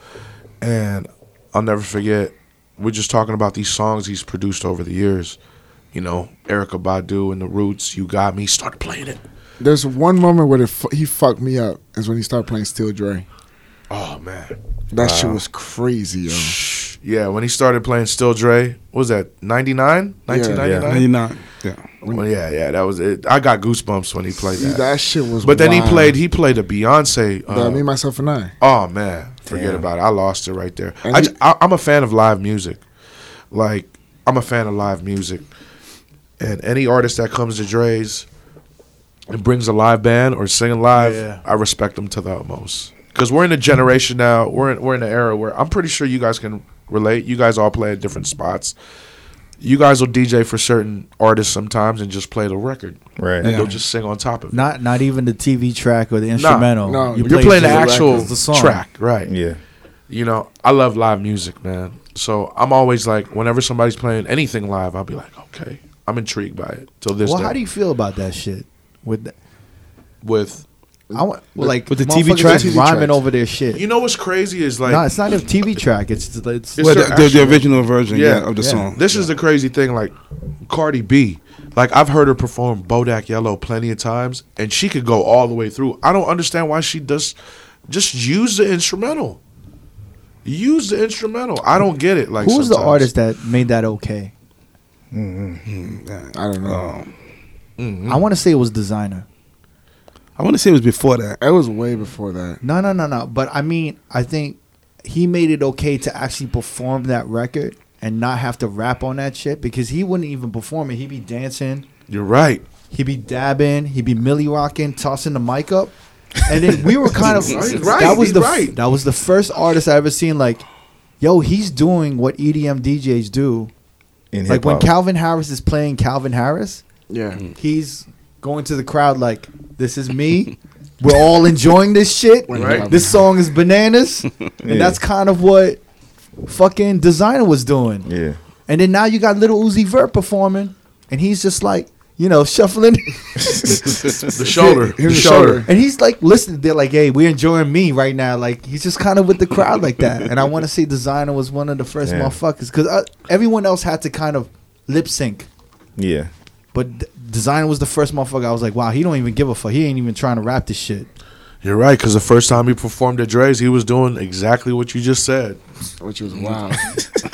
[SPEAKER 3] and I'll never forget. We're just talking about these songs he's produced over the years, you know, Erica Badu and the Roots. You got me. Started playing it.
[SPEAKER 5] There's one moment where the fu- he fucked me up is when he started playing Steel Dre.
[SPEAKER 3] Oh man,
[SPEAKER 5] That shit was crazy, yo.
[SPEAKER 3] yeah. When he started playing Still Dre, what was that 99? 1999?
[SPEAKER 6] Ninety nine. Yeah.
[SPEAKER 3] Well, yeah, yeah, that was it. I got goosebumps when he played
[SPEAKER 5] Dude,
[SPEAKER 3] that.
[SPEAKER 5] that shit was.
[SPEAKER 3] But then he
[SPEAKER 5] wild.
[SPEAKER 3] played. He played a Beyonce.
[SPEAKER 5] The
[SPEAKER 3] Uh,
[SPEAKER 5] me, myself, and I.
[SPEAKER 3] oh man, forget
[SPEAKER 2] Damn.
[SPEAKER 3] about it. I lost it right there.
[SPEAKER 5] And
[SPEAKER 3] I,
[SPEAKER 5] he-
[SPEAKER 3] ju- I, am a fan of live music. Like I'm a fan of live music, and any artist that comes to Dre's and brings a live band or singing live,
[SPEAKER 1] Yeah.
[SPEAKER 3] I respect them to the utmost. because we're in a generation now. We're in, we're in an era where I'm pretty sure you guys can relate. You guys all play at different spots. You guys will DJ for certain artists sometimes and just play the record.
[SPEAKER 2] Right.
[SPEAKER 3] And
[SPEAKER 6] Yeah.
[SPEAKER 3] they'll just sing on top of it.
[SPEAKER 1] Not not even the TV track or the instrumental.
[SPEAKER 5] no,
[SPEAKER 1] You
[SPEAKER 3] You're
[SPEAKER 1] play
[SPEAKER 3] playing the
[SPEAKER 1] just
[SPEAKER 3] actual
[SPEAKER 1] records, the song.
[SPEAKER 3] track, right?
[SPEAKER 2] Yeah.
[SPEAKER 3] You know, I love live music, man. So I'm always like, whenever somebody's playing anything live, I'll be like, okay, I'm intrigued by it. Till this
[SPEAKER 1] Well,
[SPEAKER 3] day,
[SPEAKER 1] how do you feel about that shit? With the,
[SPEAKER 3] with
[SPEAKER 1] I want well, like
[SPEAKER 6] With the TV
[SPEAKER 1] motherfuckers
[SPEAKER 6] tracks?
[SPEAKER 1] just rhyming
[SPEAKER 5] tracks.
[SPEAKER 1] over their shit.
[SPEAKER 3] you know what's crazy is like
[SPEAKER 1] no, it's not a TV track. It's it's
[SPEAKER 3] It's
[SPEAKER 6] Well,
[SPEAKER 3] their
[SPEAKER 6] the, the, the
[SPEAKER 3] actual-
[SPEAKER 6] original version, yeah,
[SPEAKER 3] Yeah,
[SPEAKER 6] of the
[SPEAKER 1] yeah.
[SPEAKER 6] song.
[SPEAKER 3] This is the crazy thing, like Cardi B. Like I've heard her perform Bodak Yellow plenty of times, and she could go all the way through. I don't understand why she does. Just use the instrumental. Use the instrumental. I don't get it. Like
[SPEAKER 1] who was the
[SPEAKER 3] sometimes.
[SPEAKER 1] artist that made that okay?
[SPEAKER 5] I don't
[SPEAKER 3] Oh.
[SPEAKER 5] know.
[SPEAKER 1] I want to say it was designer.
[SPEAKER 6] I want to say it was before that.
[SPEAKER 5] It was way before that.
[SPEAKER 1] No, no, no, no. But I mean, I think he made it okay to actually perform that record and not have to rap on that shit because he wouldn't even perform it. He'd be dancing,
[SPEAKER 3] You're right.
[SPEAKER 1] he'd be dabbing, he'd be milli rocking, tossing the mic up. And then we were kind of
[SPEAKER 3] He's right,
[SPEAKER 1] that was
[SPEAKER 3] he's
[SPEAKER 1] the
[SPEAKER 3] right.
[SPEAKER 1] that was the first artist I ever seen like, yo, he's doing what E EDM DJs do.
[SPEAKER 2] In
[SPEAKER 1] like when
[SPEAKER 2] hip-hop.
[SPEAKER 1] Calvin Harris is playing Calvin Harris,
[SPEAKER 5] Yeah.
[SPEAKER 1] he's going to the crowd like, "This is me. We're all enjoying this shit.
[SPEAKER 5] Right.
[SPEAKER 1] This song is bananas."
[SPEAKER 2] Yeah.
[SPEAKER 1] And that's kind of what fucking designer was doing.
[SPEAKER 2] Yeah.
[SPEAKER 1] And then now you got little Uzi Vert performing, and he's just like, you know, shuffling,
[SPEAKER 3] The shoulder.
[SPEAKER 5] Here's
[SPEAKER 3] the
[SPEAKER 5] the
[SPEAKER 3] shoulder.
[SPEAKER 5] shoulder.
[SPEAKER 1] and he's like, listen, they're like, "Hey, we're enjoying me right now." Like he's just kind of with the crowd like that. And I want to say designer was one of the first
[SPEAKER 2] Yeah.
[SPEAKER 1] motherfuckers because uh, everyone else had to kind of lip sync.
[SPEAKER 2] Yeah.
[SPEAKER 1] But D- Designer was the first motherfucker. I was like, wow, he don't even give a fuck. He ain't even trying to rap this shit.
[SPEAKER 3] You're right. Because the first time he performed at Dre's, he was doing exactly what you just said.
[SPEAKER 5] Which was wild.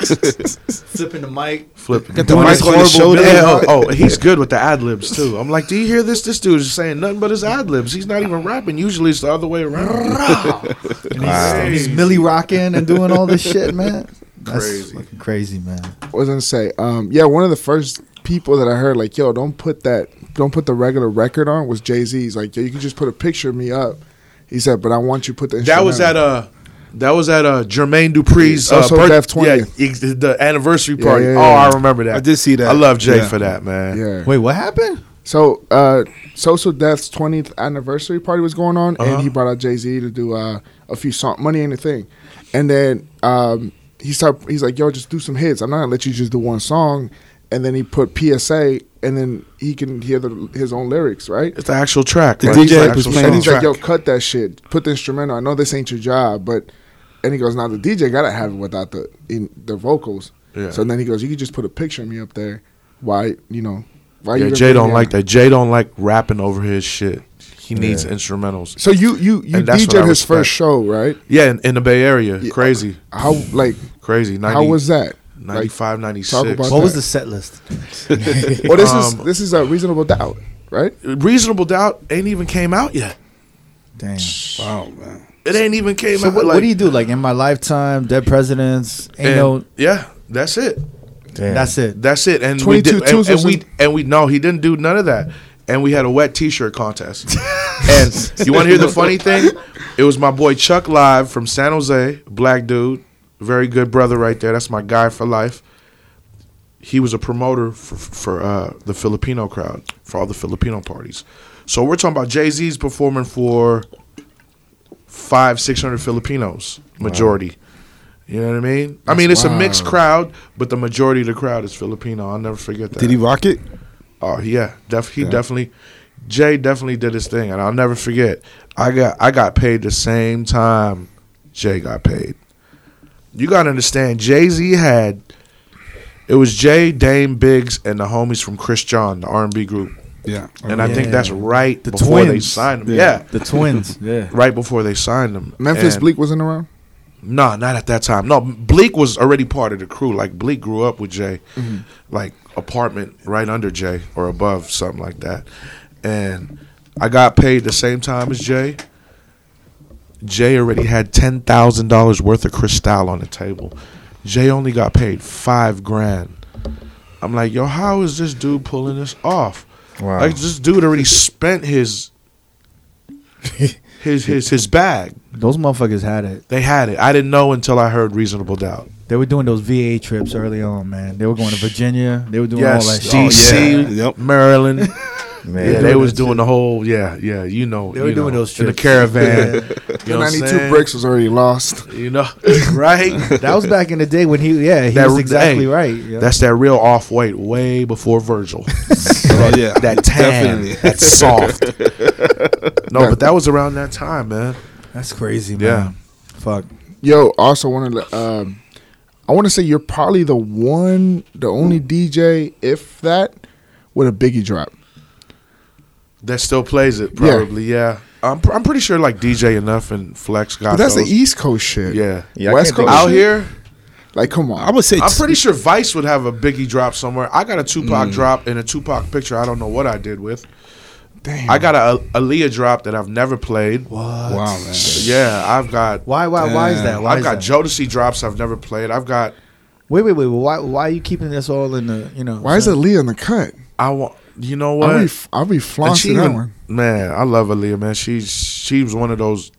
[SPEAKER 1] Flipping the mic.
[SPEAKER 3] Flipping.
[SPEAKER 1] the
[SPEAKER 3] Doing
[SPEAKER 1] mic
[SPEAKER 3] this
[SPEAKER 1] on his
[SPEAKER 3] horrible
[SPEAKER 1] shoulder.
[SPEAKER 3] video. Oh, and he's good with the ad libs too. I'm like, do you hear this? This dude is saying nothing but his ad libs. He's not even rapping. Usually it's the other way around.
[SPEAKER 1] And he's, and he's Millie rocking and doing all this shit, man. That's
[SPEAKER 3] Crazy.
[SPEAKER 1] fucking crazy, man.
[SPEAKER 5] I was gonna say, um, yeah, one of the first people that I heard like, yo, don't put that, don't put the regular record on was Jay Z. He's like, yo, you can just put a picture of me up. He said, but I want you to put the
[SPEAKER 3] That was at
[SPEAKER 5] instrumental.
[SPEAKER 3] uh that was at uh Jermaine Dupri's uh,
[SPEAKER 5] Also
[SPEAKER 3] birth-
[SPEAKER 5] Def 20th.
[SPEAKER 3] Yeah, ex- the anniversary party.
[SPEAKER 5] yeah, yeah,
[SPEAKER 3] Oh,
[SPEAKER 5] yeah.
[SPEAKER 3] I remember that.
[SPEAKER 6] I did see that.
[SPEAKER 3] I love Jay
[SPEAKER 6] Yeah.
[SPEAKER 3] for that, man.
[SPEAKER 5] yeah.
[SPEAKER 1] Wait, what happened?
[SPEAKER 5] So uh, Social Death's 20th anniversary party was going on,
[SPEAKER 3] Uh-huh.
[SPEAKER 5] and he brought out Jay Z to do uh, a few songs. Money ain't a thing, and then um, he started. He's like, "Yo, just do some hits. I'm not gonna let you just do one song." And then he put PSA, and then he can hear the, his own lyrics, right?
[SPEAKER 3] It's the actual track.
[SPEAKER 6] The
[SPEAKER 3] right?
[SPEAKER 6] DJ
[SPEAKER 3] It's the
[SPEAKER 6] was
[SPEAKER 3] actual
[SPEAKER 6] playing
[SPEAKER 5] And
[SPEAKER 3] song.
[SPEAKER 5] he's like, "Yo, cut that shit. Put the instrumental. I know this ain't your job, but." And he goes, "Now the DJ gotta have it without the in the vocals."
[SPEAKER 3] Yeah.
[SPEAKER 5] So then he goes, "You can just put a picture of me up there. Why, you know, why
[SPEAKER 3] Yeah,
[SPEAKER 5] you
[SPEAKER 3] Jay don't like that. Jay don't like rapping over his shit. He needs instrumentals.
[SPEAKER 5] So you you you
[SPEAKER 3] And that's what I
[SPEAKER 5] DJed his
[SPEAKER 3] respect.
[SPEAKER 5] first show, right?
[SPEAKER 3] Yeah, in, in the Bay Area. Crazy.
[SPEAKER 5] How like
[SPEAKER 3] Crazy. 90,
[SPEAKER 5] how was that? Like,
[SPEAKER 3] 95, 96.
[SPEAKER 5] talk about
[SPEAKER 1] What was
[SPEAKER 5] that?
[SPEAKER 1] the set list?
[SPEAKER 5] well, this is
[SPEAKER 3] Um,
[SPEAKER 5] this is a reasonable doubt, right?
[SPEAKER 3] Reasonable Doubt ain't even came out yet.
[SPEAKER 1] Damn.
[SPEAKER 6] Wow, man.
[SPEAKER 3] It ain't even came
[SPEAKER 1] So
[SPEAKER 3] out.
[SPEAKER 1] what,
[SPEAKER 3] like,
[SPEAKER 1] what do you do? Like in my lifetime, dead presidents, ain't
[SPEAKER 3] and-
[SPEAKER 1] no.
[SPEAKER 3] yeah, that's it.
[SPEAKER 2] Damn.
[SPEAKER 1] That's it.
[SPEAKER 3] That's it. And we
[SPEAKER 5] 22
[SPEAKER 3] did, and, and
[SPEAKER 5] Tuesdays
[SPEAKER 3] we
[SPEAKER 5] and-
[SPEAKER 3] and we no, he didn't do none of that. And we had a wet T-shirt contest. and you want to hear the funny thing? It was my boy Chuck Live from San Jose, black dude, very good brother right there. That's my guy for life. He was a promoter for, for uh, the Filipino crowd for all the Filipino parties. So we're talking about Jay Z's performing for five, six hundred Filipinos majority. You know what I mean? I mean, it's a mixed crowd, but the majority of the crowd is Filipino. I'll never forget that.
[SPEAKER 6] Did he rock it?
[SPEAKER 3] Oh yeah, def- he definitely, Jay definitely did his thing, and I'll never forget. I got I got paid the same time Jay got paid. You gotta understand, Jay Z had it was Jay, Dame, Biggs, and the homies from Chris John, the R and B group,
[SPEAKER 6] Yeah.
[SPEAKER 3] and I think
[SPEAKER 1] yeah.
[SPEAKER 3] that's right
[SPEAKER 1] The
[SPEAKER 3] before they
[SPEAKER 1] twins.
[SPEAKER 3] signed him. Yeah.
[SPEAKER 6] Yeah.
[SPEAKER 1] The twins.
[SPEAKER 6] Yeah.
[SPEAKER 3] right before they signed him.
[SPEAKER 5] Memphis
[SPEAKER 3] And-
[SPEAKER 5] Bleak wasn't around.
[SPEAKER 3] no, not at that time. No, Bleak was already part of the crew. Like Bleak grew up with Jay, like apartment right under Jay or above something like that. And I got paid the same time as Jay. Jay already had ten thousand dollars worth of Cristal on the table. Jay only got paid five grand. I'm like, yo, how is this dude pulling this off?
[SPEAKER 2] Wow.
[SPEAKER 3] Like this dude already spent his his his his bag.
[SPEAKER 1] Those motherfuckers had it.
[SPEAKER 3] They had it. I didn't know until I heard Reasonable Doubt.
[SPEAKER 1] They were doing those VA trips early on, man. They were going to Virginia. They were doing
[SPEAKER 3] yes, Oh,
[SPEAKER 1] all that shit.
[SPEAKER 3] DC,
[SPEAKER 6] Yep.
[SPEAKER 3] Maryland.
[SPEAKER 2] Man,
[SPEAKER 3] Yeah,
[SPEAKER 1] doing
[SPEAKER 3] they was
[SPEAKER 1] that
[SPEAKER 3] doing the whole. Yeah, yeah, you know,
[SPEAKER 1] They were
[SPEAKER 3] you
[SPEAKER 1] doing
[SPEAKER 3] know,
[SPEAKER 1] those
[SPEAKER 3] in the
[SPEAKER 1] trips.
[SPEAKER 3] caravan. You know
[SPEAKER 5] The
[SPEAKER 3] what I'm
[SPEAKER 5] 92
[SPEAKER 3] saying?
[SPEAKER 5] bricks was already lost.
[SPEAKER 3] You know, right?
[SPEAKER 1] That was back in the day when he, yeah, he
[SPEAKER 3] That-
[SPEAKER 1] was exactly
[SPEAKER 3] hey,
[SPEAKER 1] right. yeah.
[SPEAKER 3] That's that real off white, way before Virgil.
[SPEAKER 6] Oh, yeah.
[SPEAKER 1] that tan.
[SPEAKER 6] Definitely.
[SPEAKER 3] That's soft. No, but that was around that time, man.
[SPEAKER 1] That's crazy,
[SPEAKER 3] Yeah.
[SPEAKER 1] man. Fuck.
[SPEAKER 5] Yo, also want to. Um, I want to say you're probably the one, the only DJ, if that, with a Biggie drop.
[SPEAKER 3] That still plays it,
[SPEAKER 5] Yeah.
[SPEAKER 3] probably. Yeah, I'm. pr- I'm pretty sure like DJ enough and Flex got
[SPEAKER 5] But that's the
[SPEAKER 4] e-
[SPEAKER 3] those.
[SPEAKER 5] East Coast shit.
[SPEAKER 3] yeah.
[SPEAKER 2] Yeah, I
[SPEAKER 5] West
[SPEAKER 2] can't
[SPEAKER 5] Coast
[SPEAKER 2] think of
[SPEAKER 3] Out
[SPEAKER 5] shit?
[SPEAKER 3] here,
[SPEAKER 5] Like, come
[SPEAKER 6] I
[SPEAKER 5] on.
[SPEAKER 6] would say
[SPEAKER 3] I'm pretty sure Vice would have a Biggie drop somewhere. I got a Tupac
[SPEAKER 1] Mm.
[SPEAKER 3] drop and a Tupac picture. I don't know what I did with.
[SPEAKER 5] Damn.
[SPEAKER 3] I got a a Aaliyah drop that I've never played.
[SPEAKER 1] What?
[SPEAKER 6] Wow, man.
[SPEAKER 3] Yeah, I've got.
[SPEAKER 1] Why? Why? Why is that? Why
[SPEAKER 3] I've
[SPEAKER 1] is
[SPEAKER 3] got
[SPEAKER 1] that?
[SPEAKER 3] Jodeci drops I've never played. I've got
[SPEAKER 1] Wait, wait, wait. Why? Why are you keeping this all in the? You know.
[SPEAKER 5] Why is
[SPEAKER 1] so-
[SPEAKER 5] it Lee in the cut?
[SPEAKER 3] I want you know what
[SPEAKER 5] I'll be, I'll be
[SPEAKER 3] And she
[SPEAKER 5] flaunting that
[SPEAKER 3] even-
[SPEAKER 5] one.
[SPEAKER 3] Man, I love Aaliyah, man. She's she was one of those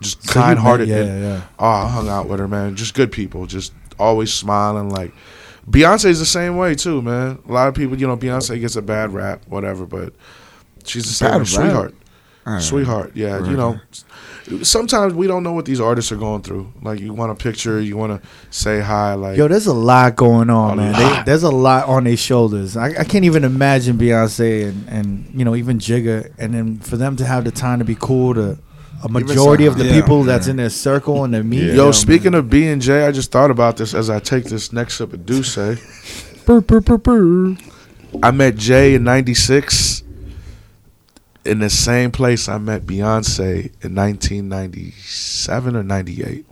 [SPEAKER 3] just
[SPEAKER 1] so you-
[SPEAKER 3] kind hearted.
[SPEAKER 1] Yeah,
[SPEAKER 3] Yeah,
[SPEAKER 1] yeah.
[SPEAKER 3] Oh, I hung out with her, man. Just good people. Just always smiling. Like Beyonce's the same way too, man. A lot of people, you know, Beyonce gets a bad rap, whatever, but she's the same
[SPEAKER 5] Bad
[SPEAKER 3] way.
[SPEAKER 5] rap?
[SPEAKER 3] sweetheart.
[SPEAKER 5] All right.
[SPEAKER 3] Sweetheart, yeah. You know, sometimes we don't know what these artists are going through. Like you want a picture, you want to say hi, like
[SPEAKER 1] Yo, there's a lot going on,
[SPEAKER 3] A
[SPEAKER 1] man.
[SPEAKER 3] lot.
[SPEAKER 1] They, there's a lot on their shoulders. I, I can't even imagine Beyonce and, and you know even Jigga, and then for them to have the time to be cool to a majority of the
[SPEAKER 6] Yeah,
[SPEAKER 1] people that's in their circle and their meet.
[SPEAKER 3] Yo, speaking of B and J, I just thought about this as I take this next sip of Douce. I met Jay in '96 in the same place I met Beyonce in 1997 or '98,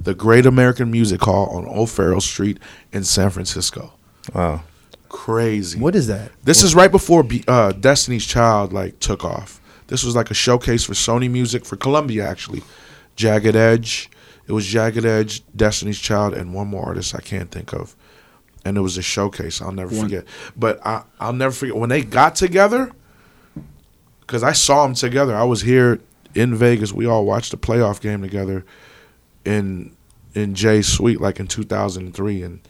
[SPEAKER 3] the Great American Music Hall on O'Farrell Street in San Francisco.
[SPEAKER 2] Wow.
[SPEAKER 3] Crazy.
[SPEAKER 1] what is that?
[SPEAKER 3] This is right before B- uh, Destiny's Child like took off. This was like a showcase for Sony Music for Columbia actually. Jagged Edge. It was Jagged Edge, Destiny's Child, and one more artist I can't think of. And it was a showcase. I'll never forget. But I, I'll never forget when they got together. Because I saw them together. I was here in Vegas. We all watched the playoff game together in in Jay's suite, like in 2003. And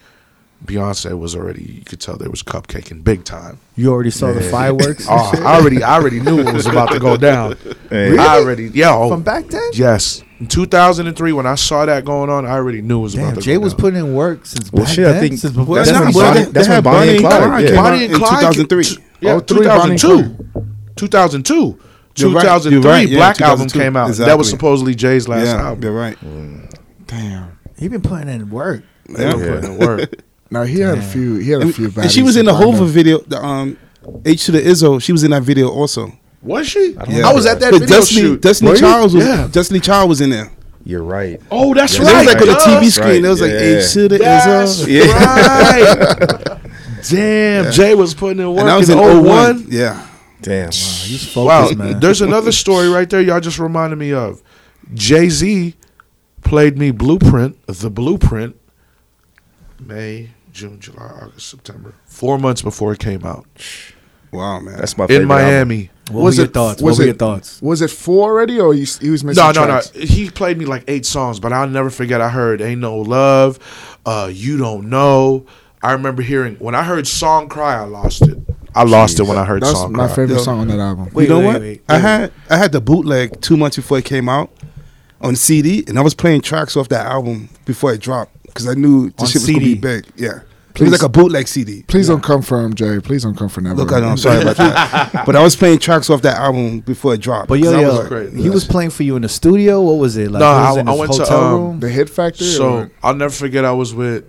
[SPEAKER 3] Beyonce was already. You could tell they was cupcaking big time.
[SPEAKER 1] You already saw the fireworks and
[SPEAKER 3] Oh,
[SPEAKER 1] shit?
[SPEAKER 3] I already, I already knew it was about to go down.
[SPEAKER 2] Hey.
[SPEAKER 3] I already, yo,
[SPEAKER 1] from back then.
[SPEAKER 3] yes, in 2003 when I saw that going on, I already knew it was about
[SPEAKER 1] Damn,
[SPEAKER 3] to
[SPEAKER 1] Jay
[SPEAKER 3] go
[SPEAKER 1] was
[SPEAKER 3] down.
[SPEAKER 1] putting in work since
[SPEAKER 2] Well,
[SPEAKER 1] back
[SPEAKER 2] shit,
[SPEAKER 1] then.
[SPEAKER 2] I think
[SPEAKER 1] since before
[SPEAKER 2] that's
[SPEAKER 1] that's
[SPEAKER 2] when
[SPEAKER 6] not
[SPEAKER 2] Bonnie,
[SPEAKER 6] Bonnie-
[SPEAKER 2] that's
[SPEAKER 6] they
[SPEAKER 2] when
[SPEAKER 6] had
[SPEAKER 2] Bonnie and
[SPEAKER 6] Bonnie and
[SPEAKER 2] Clyde.
[SPEAKER 6] Clyde came out.
[SPEAKER 3] Bonnie and
[SPEAKER 2] Yeah.
[SPEAKER 6] in
[SPEAKER 3] Clyde,
[SPEAKER 6] 2003.
[SPEAKER 3] yeah,
[SPEAKER 5] Oh, three, Bonnie
[SPEAKER 3] 2002, 2002.
[SPEAKER 6] You're right,
[SPEAKER 3] 2003
[SPEAKER 6] you're right, yeah,
[SPEAKER 3] Black album
[SPEAKER 6] 2002,
[SPEAKER 3] came out. That was
[SPEAKER 6] exactly.
[SPEAKER 3] supposedly Jay's last
[SPEAKER 6] yeah,
[SPEAKER 3] album.
[SPEAKER 6] you're right.
[SPEAKER 5] Damn.
[SPEAKER 1] he been putting in work.
[SPEAKER 3] They were
[SPEAKER 2] Yeah.
[SPEAKER 3] putting in work.
[SPEAKER 5] Now he had a
[SPEAKER 1] Damn.
[SPEAKER 5] few. He had a
[SPEAKER 6] And,
[SPEAKER 5] few.
[SPEAKER 6] and she was
[SPEAKER 5] baddies
[SPEAKER 6] in the
[SPEAKER 5] that I know.
[SPEAKER 6] Hova video, the um, H to the Izzo. She was in that video also.
[SPEAKER 3] Was she? I,
[SPEAKER 6] Yeah.
[SPEAKER 3] was at that
[SPEAKER 6] But
[SPEAKER 3] video
[SPEAKER 6] Destiny,
[SPEAKER 3] shoot.
[SPEAKER 6] Destiny
[SPEAKER 3] Were you?
[SPEAKER 6] Charles was
[SPEAKER 3] Yeah.
[SPEAKER 6] Destiny Child was in there.
[SPEAKER 2] You're right.
[SPEAKER 3] Oh, that's
[SPEAKER 2] Yeah,
[SPEAKER 6] It was
[SPEAKER 3] right.
[SPEAKER 6] like on the
[SPEAKER 3] duh.
[SPEAKER 6] TV screen.
[SPEAKER 2] right,
[SPEAKER 6] It uh, was like
[SPEAKER 2] yeah.
[SPEAKER 6] H to the
[SPEAKER 3] That's
[SPEAKER 6] Izzo.
[SPEAKER 3] right. Damn, Jay was putting in oh work.
[SPEAKER 6] And that was in 01. Yeah.
[SPEAKER 2] Damn.
[SPEAKER 1] He's focused,
[SPEAKER 3] Wow,
[SPEAKER 1] man.
[SPEAKER 3] there's another story right there. Y'all just reminded me of Jay Z played me Blueprint, the Blueprint, May, June, July, August, September, four months before it came out
[SPEAKER 6] Wow, man.
[SPEAKER 2] That's my favorite
[SPEAKER 3] in
[SPEAKER 2] album.
[SPEAKER 3] Miami.
[SPEAKER 1] What
[SPEAKER 5] was
[SPEAKER 1] were your
[SPEAKER 5] it-
[SPEAKER 1] thoughts? What
[SPEAKER 5] was
[SPEAKER 1] were
[SPEAKER 5] it-
[SPEAKER 1] your thoughts?
[SPEAKER 5] Was it four already, or he, he was missing?
[SPEAKER 3] No, no, no.
[SPEAKER 5] tracks?
[SPEAKER 3] He played me like eight songs, but I'll never forget. I heard "Ain't No Love," uh, "You Don't Know." I remember hearing when I heard "Song Cry," I lost it. I lost it when I heard
[SPEAKER 5] That's
[SPEAKER 3] "Song
[SPEAKER 5] my
[SPEAKER 3] Cry."
[SPEAKER 5] favorite
[SPEAKER 6] Yo.
[SPEAKER 5] song on that album.
[SPEAKER 1] Wait,
[SPEAKER 6] you know
[SPEAKER 1] wait,
[SPEAKER 6] what?
[SPEAKER 1] wait,
[SPEAKER 6] I had I had the bootleg two months before it came out on CD, and I was playing tracks off that album before it dropped because I knew
[SPEAKER 1] On
[SPEAKER 6] this shit was gonna
[SPEAKER 1] CD.
[SPEAKER 6] be big. Yeah,
[SPEAKER 5] Please.
[SPEAKER 6] it was like a bootleg CD.
[SPEAKER 5] Please don't come for him, Jay. Please don't come for never.
[SPEAKER 6] Look, I know, I'm sorry about that, but I was playing tracks off that album before it dropped.
[SPEAKER 1] But yo,
[SPEAKER 6] 'cause I
[SPEAKER 1] yo,
[SPEAKER 6] was like,
[SPEAKER 3] great.
[SPEAKER 1] he was playing for you in the studio. What was it like?
[SPEAKER 3] No,
[SPEAKER 1] he was
[SPEAKER 3] I-
[SPEAKER 1] in
[SPEAKER 3] I
[SPEAKER 1] his
[SPEAKER 3] went to,
[SPEAKER 1] hotel
[SPEAKER 3] um,
[SPEAKER 1] room.
[SPEAKER 5] The Hit Factory.
[SPEAKER 3] So
[SPEAKER 5] or-
[SPEAKER 3] I'll never forget. I was with,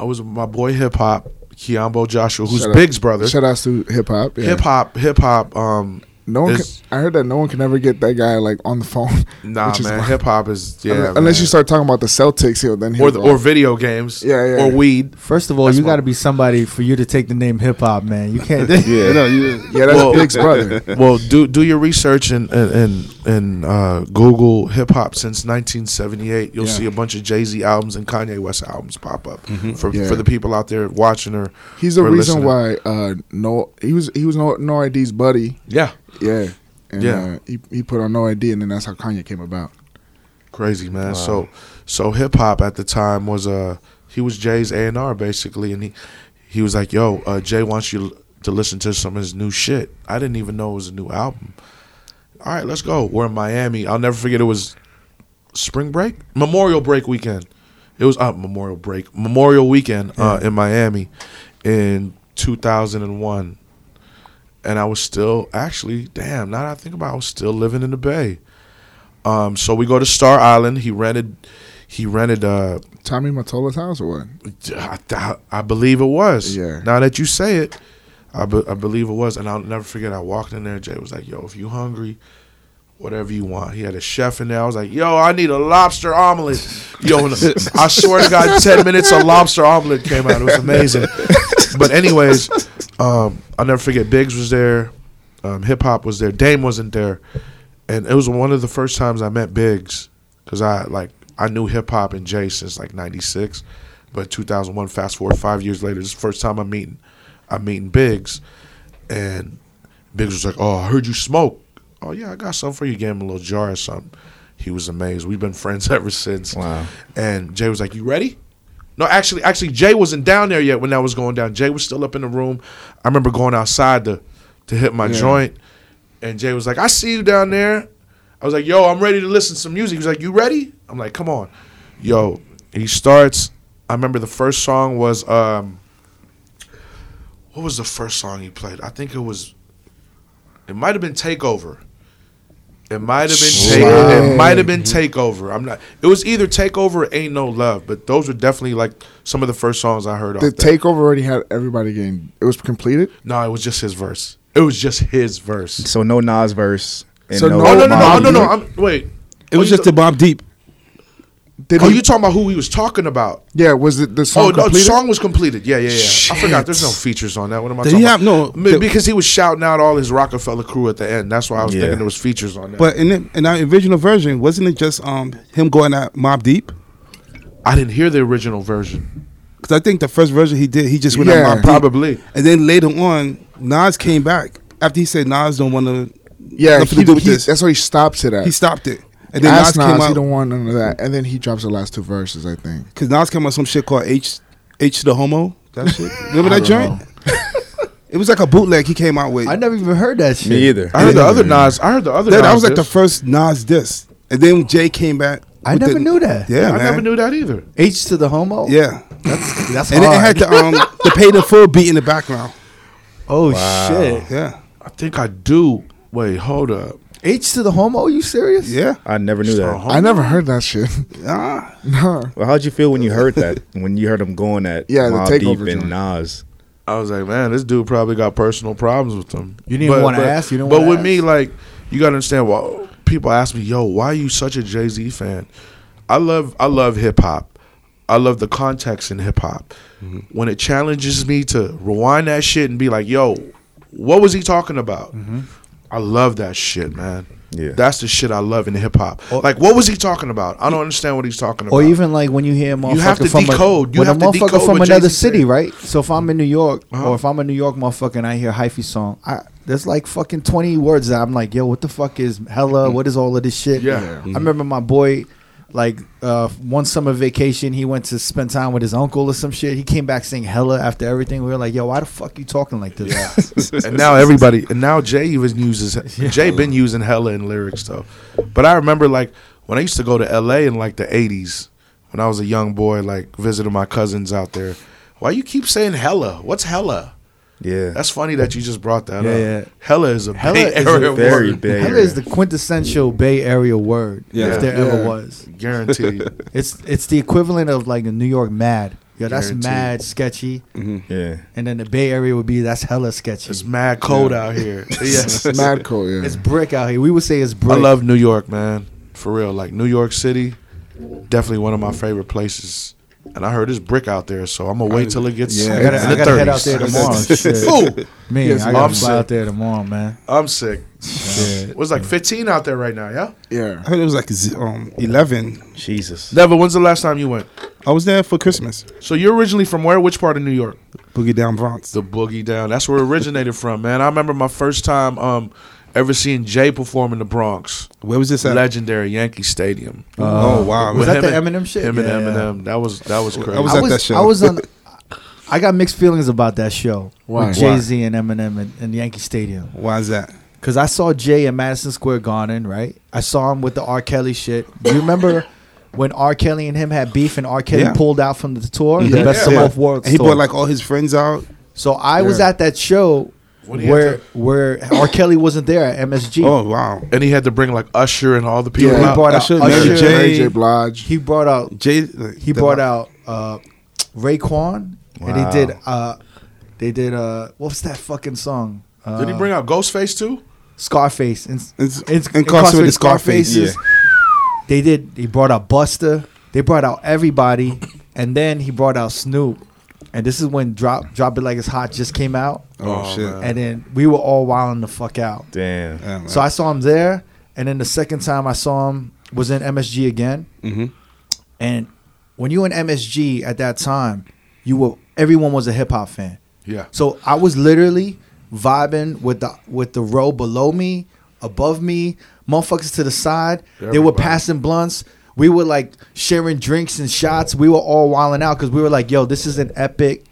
[SPEAKER 3] I was with my boy Hip Hop, Kiambo Joshua, who's
[SPEAKER 5] Shout out-
[SPEAKER 3] Big's brother.
[SPEAKER 5] Shout outs to hip hop. yeah.
[SPEAKER 3] Hip Hop, Hip Hop. Um,
[SPEAKER 5] No one. Can,
[SPEAKER 3] is-
[SPEAKER 5] I heard that no one can ever get that guy like on the phone.
[SPEAKER 3] nah,
[SPEAKER 5] which is
[SPEAKER 3] man,
[SPEAKER 5] wild.
[SPEAKER 3] Hip Hop is yeah.
[SPEAKER 5] Unless unless
[SPEAKER 3] man.
[SPEAKER 5] you start talking about the Celtics, he'll then he'll
[SPEAKER 3] or the,
[SPEAKER 5] go.
[SPEAKER 3] or video games,
[SPEAKER 5] Yeah, yeah, yeah.
[SPEAKER 3] or weed.
[SPEAKER 1] First of all,
[SPEAKER 3] That's
[SPEAKER 1] you
[SPEAKER 3] my-
[SPEAKER 1] got to be somebody for you to take the name hip hop, man. You can't.
[SPEAKER 6] yeah, no, you,
[SPEAKER 5] yeah, that's
[SPEAKER 3] Well-
[SPEAKER 5] Big's brother.
[SPEAKER 3] Well, do do your research and and and, and uh, Google hip hop since 1978. You'll
[SPEAKER 6] Yeah.
[SPEAKER 3] see a bunch of Jay Z albums and Kanye West albums pop up for
[SPEAKER 5] Mm-hmm. Yeah.
[SPEAKER 3] for the people out there watching or
[SPEAKER 5] He's the
[SPEAKER 3] or
[SPEAKER 5] reason
[SPEAKER 3] listening.
[SPEAKER 5] why uh, no he was he was no no ID's buddy.
[SPEAKER 3] Yeah,
[SPEAKER 5] Yeah, and
[SPEAKER 3] Yeah.
[SPEAKER 5] uh, he he put on No ID, and then that's how Kanye came about.
[SPEAKER 3] Crazy man. So so hip hop at the time was uh he was Jay's A and R basically, and he he was like, "Yo, uh, Jay wants you to listen to some of his new shit." I didn't even know it was a new album. All right, let's go. We're in Miami. I'll never forget. It was spring break, Memorial break weekend. It was uh, Memorial break, Memorial weekend uh, in Miami in 2001, and I was still actually damn. Now that I think about, it, I was still living in the Bay. Um, so we go to Star Island. He rented, he rented. Uh,
[SPEAKER 5] Tommy Mottola's house or what?
[SPEAKER 3] I, I- I believe it was.
[SPEAKER 5] Yeah.
[SPEAKER 3] Now that you say it, I, be- I believe it was, and I'll never forget. I walked in there. Jay was like, "Yo, if you hungry." Whatever you want. He had a chef in there. I was like, yo, I need a lobster omelet. Yo, and I swear to God, 10 minutes of lobster omelet came out. It was amazing. But, anyways, um, I'll never forget Biggs was there. Um, Hip hop was there. Dame wasn't there. And it was one of the first times I met Biggs because I, like, I knew hip hop and Jay since like 96. But 2001, fast forward five years later, this is the first time I'm meeting, I'm meeting Biggs. And Biggs was like, "Oh, I heard you smoke. Oh yeah, I got something for you. Gave him a little jar or something. He was amazed. We've been friends ever since.
[SPEAKER 2] Wow.
[SPEAKER 3] And Jay was like, "You ready?" No, actually, actually, Jay wasn't down there yet when that was going down. Jay was still up in the room. I remember going outside to to hit my joint, and Jay was like, "I see you down there." I was like, "Yo, I'm ready to listen to some music." He was like, "You ready?" I'm like, "Come on, yo." He starts. I remember the first song was um, what was the first song he played? I think it was. It might have been Takeover. It might have been take, It might have been Takeover. I'm not. It was either Takeover or Ain't No Love, but those were definitely like some of the first songs I heard.
[SPEAKER 5] The
[SPEAKER 3] off that.
[SPEAKER 5] takeover already had everybody getting. It was completed.
[SPEAKER 3] No, it was just his verse. It was just his verse.
[SPEAKER 2] So no Nas verse. and
[SPEAKER 5] So
[SPEAKER 3] Oh no no no no
[SPEAKER 2] Mobb
[SPEAKER 3] no! no
[SPEAKER 2] Deep.
[SPEAKER 3] I'm, wait.
[SPEAKER 4] It was
[SPEAKER 3] Oh, you
[SPEAKER 4] just the
[SPEAKER 3] ta-
[SPEAKER 4] Bob Deep.
[SPEAKER 5] Did
[SPEAKER 3] Oh,
[SPEAKER 5] he-
[SPEAKER 3] you talking about who he was talking about?
[SPEAKER 5] yeah, was it the song
[SPEAKER 3] Oh, no, the
[SPEAKER 5] completed?
[SPEAKER 3] song was completed. Yeah, yeah, yeah. I forgot. There's no
[SPEAKER 4] Shit.
[SPEAKER 3] features on that. What am I
[SPEAKER 4] Did
[SPEAKER 3] talking
[SPEAKER 4] he
[SPEAKER 3] about?
[SPEAKER 4] have- no,
[SPEAKER 3] Me-
[SPEAKER 4] the-
[SPEAKER 3] because he was shouting out all his Rockefeller crew at the end. That's why I was
[SPEAKER 2] Yeah.
[SPEAKER 3] thinking there was features on that.
[SPEAKER 4] But in the, in our original version, wasn't it just um him going at Mob Deep?
[SPEAKER 3] I didn't hear the original version.
[SPEAKER 4] Because I think the first version he did, he just went
[SPEAKER 5] Yeah.
[SPEAKER 4] at Mob Deep.
[SPEAKER 3] Probably.
[SPEAKER 4] And then later on, Nas came back after he said Nas don't want to.
[SPEAKER 5] yeah,
[SPEAKER 4] nothing
[SPEAKER 5] he,
[SPEAKER 4] to do with
[SPEAKER 5] he-
[SPEAKER 4] this.
[SPEAKER 5] that's what he stops it at.
[SPEAKER 4] He
[SPEAKER 5] He
[SPEAKER 4] stopped it, and then
[SPEAKER 5] asked
[SPEAKER 4] Nas,
[SPEAKER 5] Nas, he
[SPEAKER 4] came out
[SPEAKER 5] don't want none of that, and then he drops the last two verses. I think.
[SPEAKER 4] because Nas came out with some shit called H H to the homo. That shit. Remember that joint? it was like a bootleg he came out with.
[SPEAKER 1] I never even heard that shit.
[SPEAKER 2] Me either.
[SPEAKER 3] I heard the other Nas. I heard the other.
[SPEAKER 4] That, that
[SPEAKER 3] Nas
[SPEAKER 4] was like the
[SPEAKER 3] disc.
[SPEAKER 4] first Nas diss, and then Jay came back.
[SPEAKER 1] I
[SPEAKER 4] with
[SPEAKER 1] never
[SPEAKER 4] the-
[SPEAKER 1] knew that.
[SPEAKER 4] Yeah,
[SPEAKER 3] I
[SPEAKER 4] man.
[SPEAKER 3] never knew that either.
[SPEAKER 1] H to the homo.
[SPEAKER 4] Yeah,
[SPEAKER 1] that's that's
[SPEAKER 4] and
[SPEAKER 1] hard.
[SPEAKER 4] it had the um the paid in full beat in the background.
[SPEAKER 1] oh shit.
[SPEAKER 4] Yeah,
[SPEAKER 3] I think I do. Wait, hold up.
[SPEAKER 1] H to the homo. you serious?
[SPEAKER 4] yeah.
[SPEAKER 2] I never knew that.
[SPEAKER 3] Oh,
[SPEAKER 5] I never heard that shit.
[SPEAKER 4] Ah,
[SPEAKER 5] no.
[SPEAKER 2] Well, how'd you feel when you heard that? when you heard him going at
[SPEAKER 5] Yeah, the
[SPEAKER 2] Mobb
[SPEAKER 5] Takeover
[SPEAKER 2] Deep
[SPEAKER 5] joint.
[SPEAKER 2] and Nas?
[SPEAKER 3] I was like, man, this dude probably got personal problems with him.
[SPEAKER 1] You didn't
[SPEAKER 3] But-
[SPEAKER 1] wanna
[SPEAKER 3] but-
[SPEAKER 1] ask, you didn't
[SPEAKER 3] But
[SPEAKER 1] wanna
[SPEAKER 3] with
[SPEAKER 1] ask.
[SPEAKER 3] me, like, you gotta understand. Well, people ask me, yo, why are you such a Jay Z fan? I love, I love hip hop. I love the context in hip hop.
[SPEAKER 1] Mm-hmm.
[SPEAKER 3] When it challenges me to rewind that shit and be like, yo, what was he talking about?
[SPEAKER 1] Mm-hmm.
[SPEAKER 3] I love that shit, man.
[SPEAKER 2] Yeah.
[SPEAKER 3] That's the shit I love in hip hop. Like, what was he talking about? I don't understand what he's talking about.
[SPEAKER 1] Or even like when you hear a motherfucker
[SPEAKER 3] have to
[SPEAKER 1] from
[SPEAKER 3] decode.
[SPEAKER 1] A,
[SPEAKER 3] You
[SPEAKER 1] when
[SPEAKER 3] have
[SPEAKER 1] a
[SPEAKER 3] to
[SPEAKER 1] motherfucker
[SPEAKER 3] decode
[SPEAKER 1] from
[SPEAKER 3] what
[SPEAKER 1] another
[SPEAKER 3] Jay-Z
[SPEAKER 1] city,
[SPEAKER 3] said.
[SPEAKER 1] right? So if I'm in New York
[SPEAKER 3] Uh-huh.
[SPEAKER 1] or if I'm a New York motherfucker and I hear hyphy song, I there's like fucking twenty words that I'm like, yo, what the fuck is hella? What is all of this shit?
[SPEAKER 3] Mm-hmm. Yeah.
[SPEAKER 1] I remember my boy. Like uh, one summer vacation, he went to spend time with his uncle or some shit. He came back saying hella after everything. We were like, "Yo, why the fuck you talking like this?"
[SPEAKER 3] and now everybody and now Jay even uses Jay been using hella in lyrics though. But I remember like when I used to go to LA in like the eighties when I was a young boy, like visiting my cousins out there. Why you keep saying hella? What's hella?
[SPEAKER 2] Yeah,
[SPEAKER 3] That's funny that you just brought that
[SPEAKER 1] Yeah,
[SPEAKER 3] up.
[SPEAKER 1] yeah.
[SPEAKER 3] Hella is a
[SPEAKER 1] Hella
[SPEAKER 3] Bay
[SPEAKER 1] is a
[SPEAKER 3] Area
[SPEAKER 2] very
[SPEAKER 3] word,
[SPEAKER 2] big.
[SPEAKER 1] Hella is the quintessential Bay Area word,
[SPEAKER 3] Yeah.
[SPEAKER 1] if there
[SPEAKER 5] Yeah.
[SPEAKER 1] ever was.
[SPEAKER 3] guaranteed.
[SPEAKER 1] It's it's the equivalent of like a New York mad. Yeah, that's
[SPEAKER 3] Guaranteed.
[SPEAKER 1] mad sketchy.
[SPEAKER 2] yeah.
[SPEAKER 1] And then the Bay Area would be that's hella sketchy.
[SPEAKER 3] it's mad cold out here. Yes,
[SPEAKER 5] Mad cool, yeah.
[SPEAKER 1] It's brick out here. We would say it's
[SPEAKER 3] I
[SPEAKER 1] brick.
[SPEAKER 3] love New York, man. For real, like New York City, definitely one of my favorite places. And I heard it's brick out there, so I'm gonna wait till it gets
[SPEAKER 1] I gotta,
[SPEAKER 3] in
[SPEAKER 1] I
[SPEAKER 3] the
[SPEAKER 1] gotta head out
[SPEAKER 3] 30s.
[SPEAKER 1] there tomorrow. Shit.
[SPEAKER 3] Fool.
[SPEAKER 1] Man,
[SPEAKER 5] Yes,
[SPEAKER 1] I gotta
[SPEAKER 3] I'm
[SPEAKER 1] fly
[SPEAKER 3] sick.
[SPEAKER 1] out there tomorrow, man.
[SPEAKER 3] I'm sick.
[SPEAKER 1] Shit.
[SPEAKER 3] It was like 15 out there right now, yeah?
[SPEAKER 5] Yeah.
[SPEAKER 4] I heard it was like z- um eleven.
[SPEAKER 2] Jesus.
[SPEAKER 3] Never, when's the last time you went?
[SPEAKER 4] I was there for Christmas.
[SPEAKER 3] So you're originally from where? Which part of New York?
[SPEAKER 4] Boogie Down Bronx.
[SPEAKER 3] The Boogie Down. That's where it originated from, man. I remember my first time um, ever seen Jay perform in the Bronx.
[SPEAKER 4] Where was this at?
[SPEAKER 3] Legendary Yankee Stadium.
[SPEAKER 4] oh wow,
[SPEAKER 1] Uh, Was
[SPEAKER 3] With
[SPEAKER 1] that the
[SPEAKER 3] him
[SPEAKER 1] Eminem shit?
[SPEAKER 3] Him and
[SPEAKER 1] Yeah,
[SPEAKER 3] Eminem. That was that was crazy.
[SPEAKER 4] I was
[SPEAKER 1] I
[SPEAKER 4] at
[SPEAKER 1] was,
[SPEAKER 4] that show.
[SPEAKER 1] I was on. I got mixed feelings about that show
[SPEAKER 3] Why?
[SPEAKER 1] with Jay Z and Eminem and, and Yankee Stadium
[SPEAKER 4] Why is that?
[SPEAKER 1] because I saw Jay in Madison Square Garden. Right, I saw him with the R. Kelly shit. Do you remember when R. Kelly and him had beef and R. Kelly
[SPEAKER 4] Yeah. Mm-hmm.
[SPEAKER 1] pulled out from the tour, the best of
[SPEAKER 4] Yeah.
[SPEAKER 1] both worlds?
[SPEAKER 4] And he
[SPEAKER 1] tour?
[SPEAKER 4] brought like all his friends out.
[SPEAKER 1] so I was at that show
[SPEAKER 3] do you
[SPEAKER 1] where where R. Kelly wasn't there at MSG.
[SPEAKER 4] Oh wow,
[SPEAKER 3] and he had to bring like Usher and all the people.
[SPEAKER 1] he
[SPEAKER 5] Yeah.
[SPEAKER 3] out.
[SPEAKER 1] brought out
[SPEAKER 4] Usher,
[SPEAKER 1] Usher.
[SPEAKER 4] Mary J.
[SPEAKER 5] Mary J. Blige.
[SPEAKER 1] He brought out
[SPEAKER 4] Jay.
[SPEAKER 1] He brought out uh, Raekwon, and
[SPEAKER 2] Wow.
[SPEAKER 1] they did. Uh, they did. Uh, what's that fucking song? Uh,
[SPEAKER 3] Did he bring out Ghostface too?
[SPEAKER 1] Scarface? In,
[SPEAKER 4] It's-
[SPEAKER 1] in-
[SPEAKER 4] Incarcerated Scarface,
[SPEAKER 1] Scarfaces. They did. They brought out Buster. They brought out everybody, and then he brought out Snoop. And this is when Drop Drop It Like It's Hot just came out,
[SPEAKER 4] Oh, shit.
[SPEAKER 1] and then we were all wilding the fuck out.
[SPEAKER 2] Damn.
[SPEAKER 4] Yeah, man.
[SPEAKER 1] So I saw him there, and then the second time I saw him was in MSG again.
[SPEAKER 3] Mm-hmm.
[SPEAKER 4] Mhm.
[SPEAKER 1] And when you were in MSG at that time, you were everyone was a hip hop fan.
[SPEAKER 3] Yeah.
[SPEAKER 1] So I was literally vibing with the with the row below me, above me, motherfuckers to the side. They were
[SPEAKER 3] Everybody.
[SPEAKER 1] passing blunts. We were like sharing drinks and shots. We were all wilding out because we were like, "Yo, this is an epic,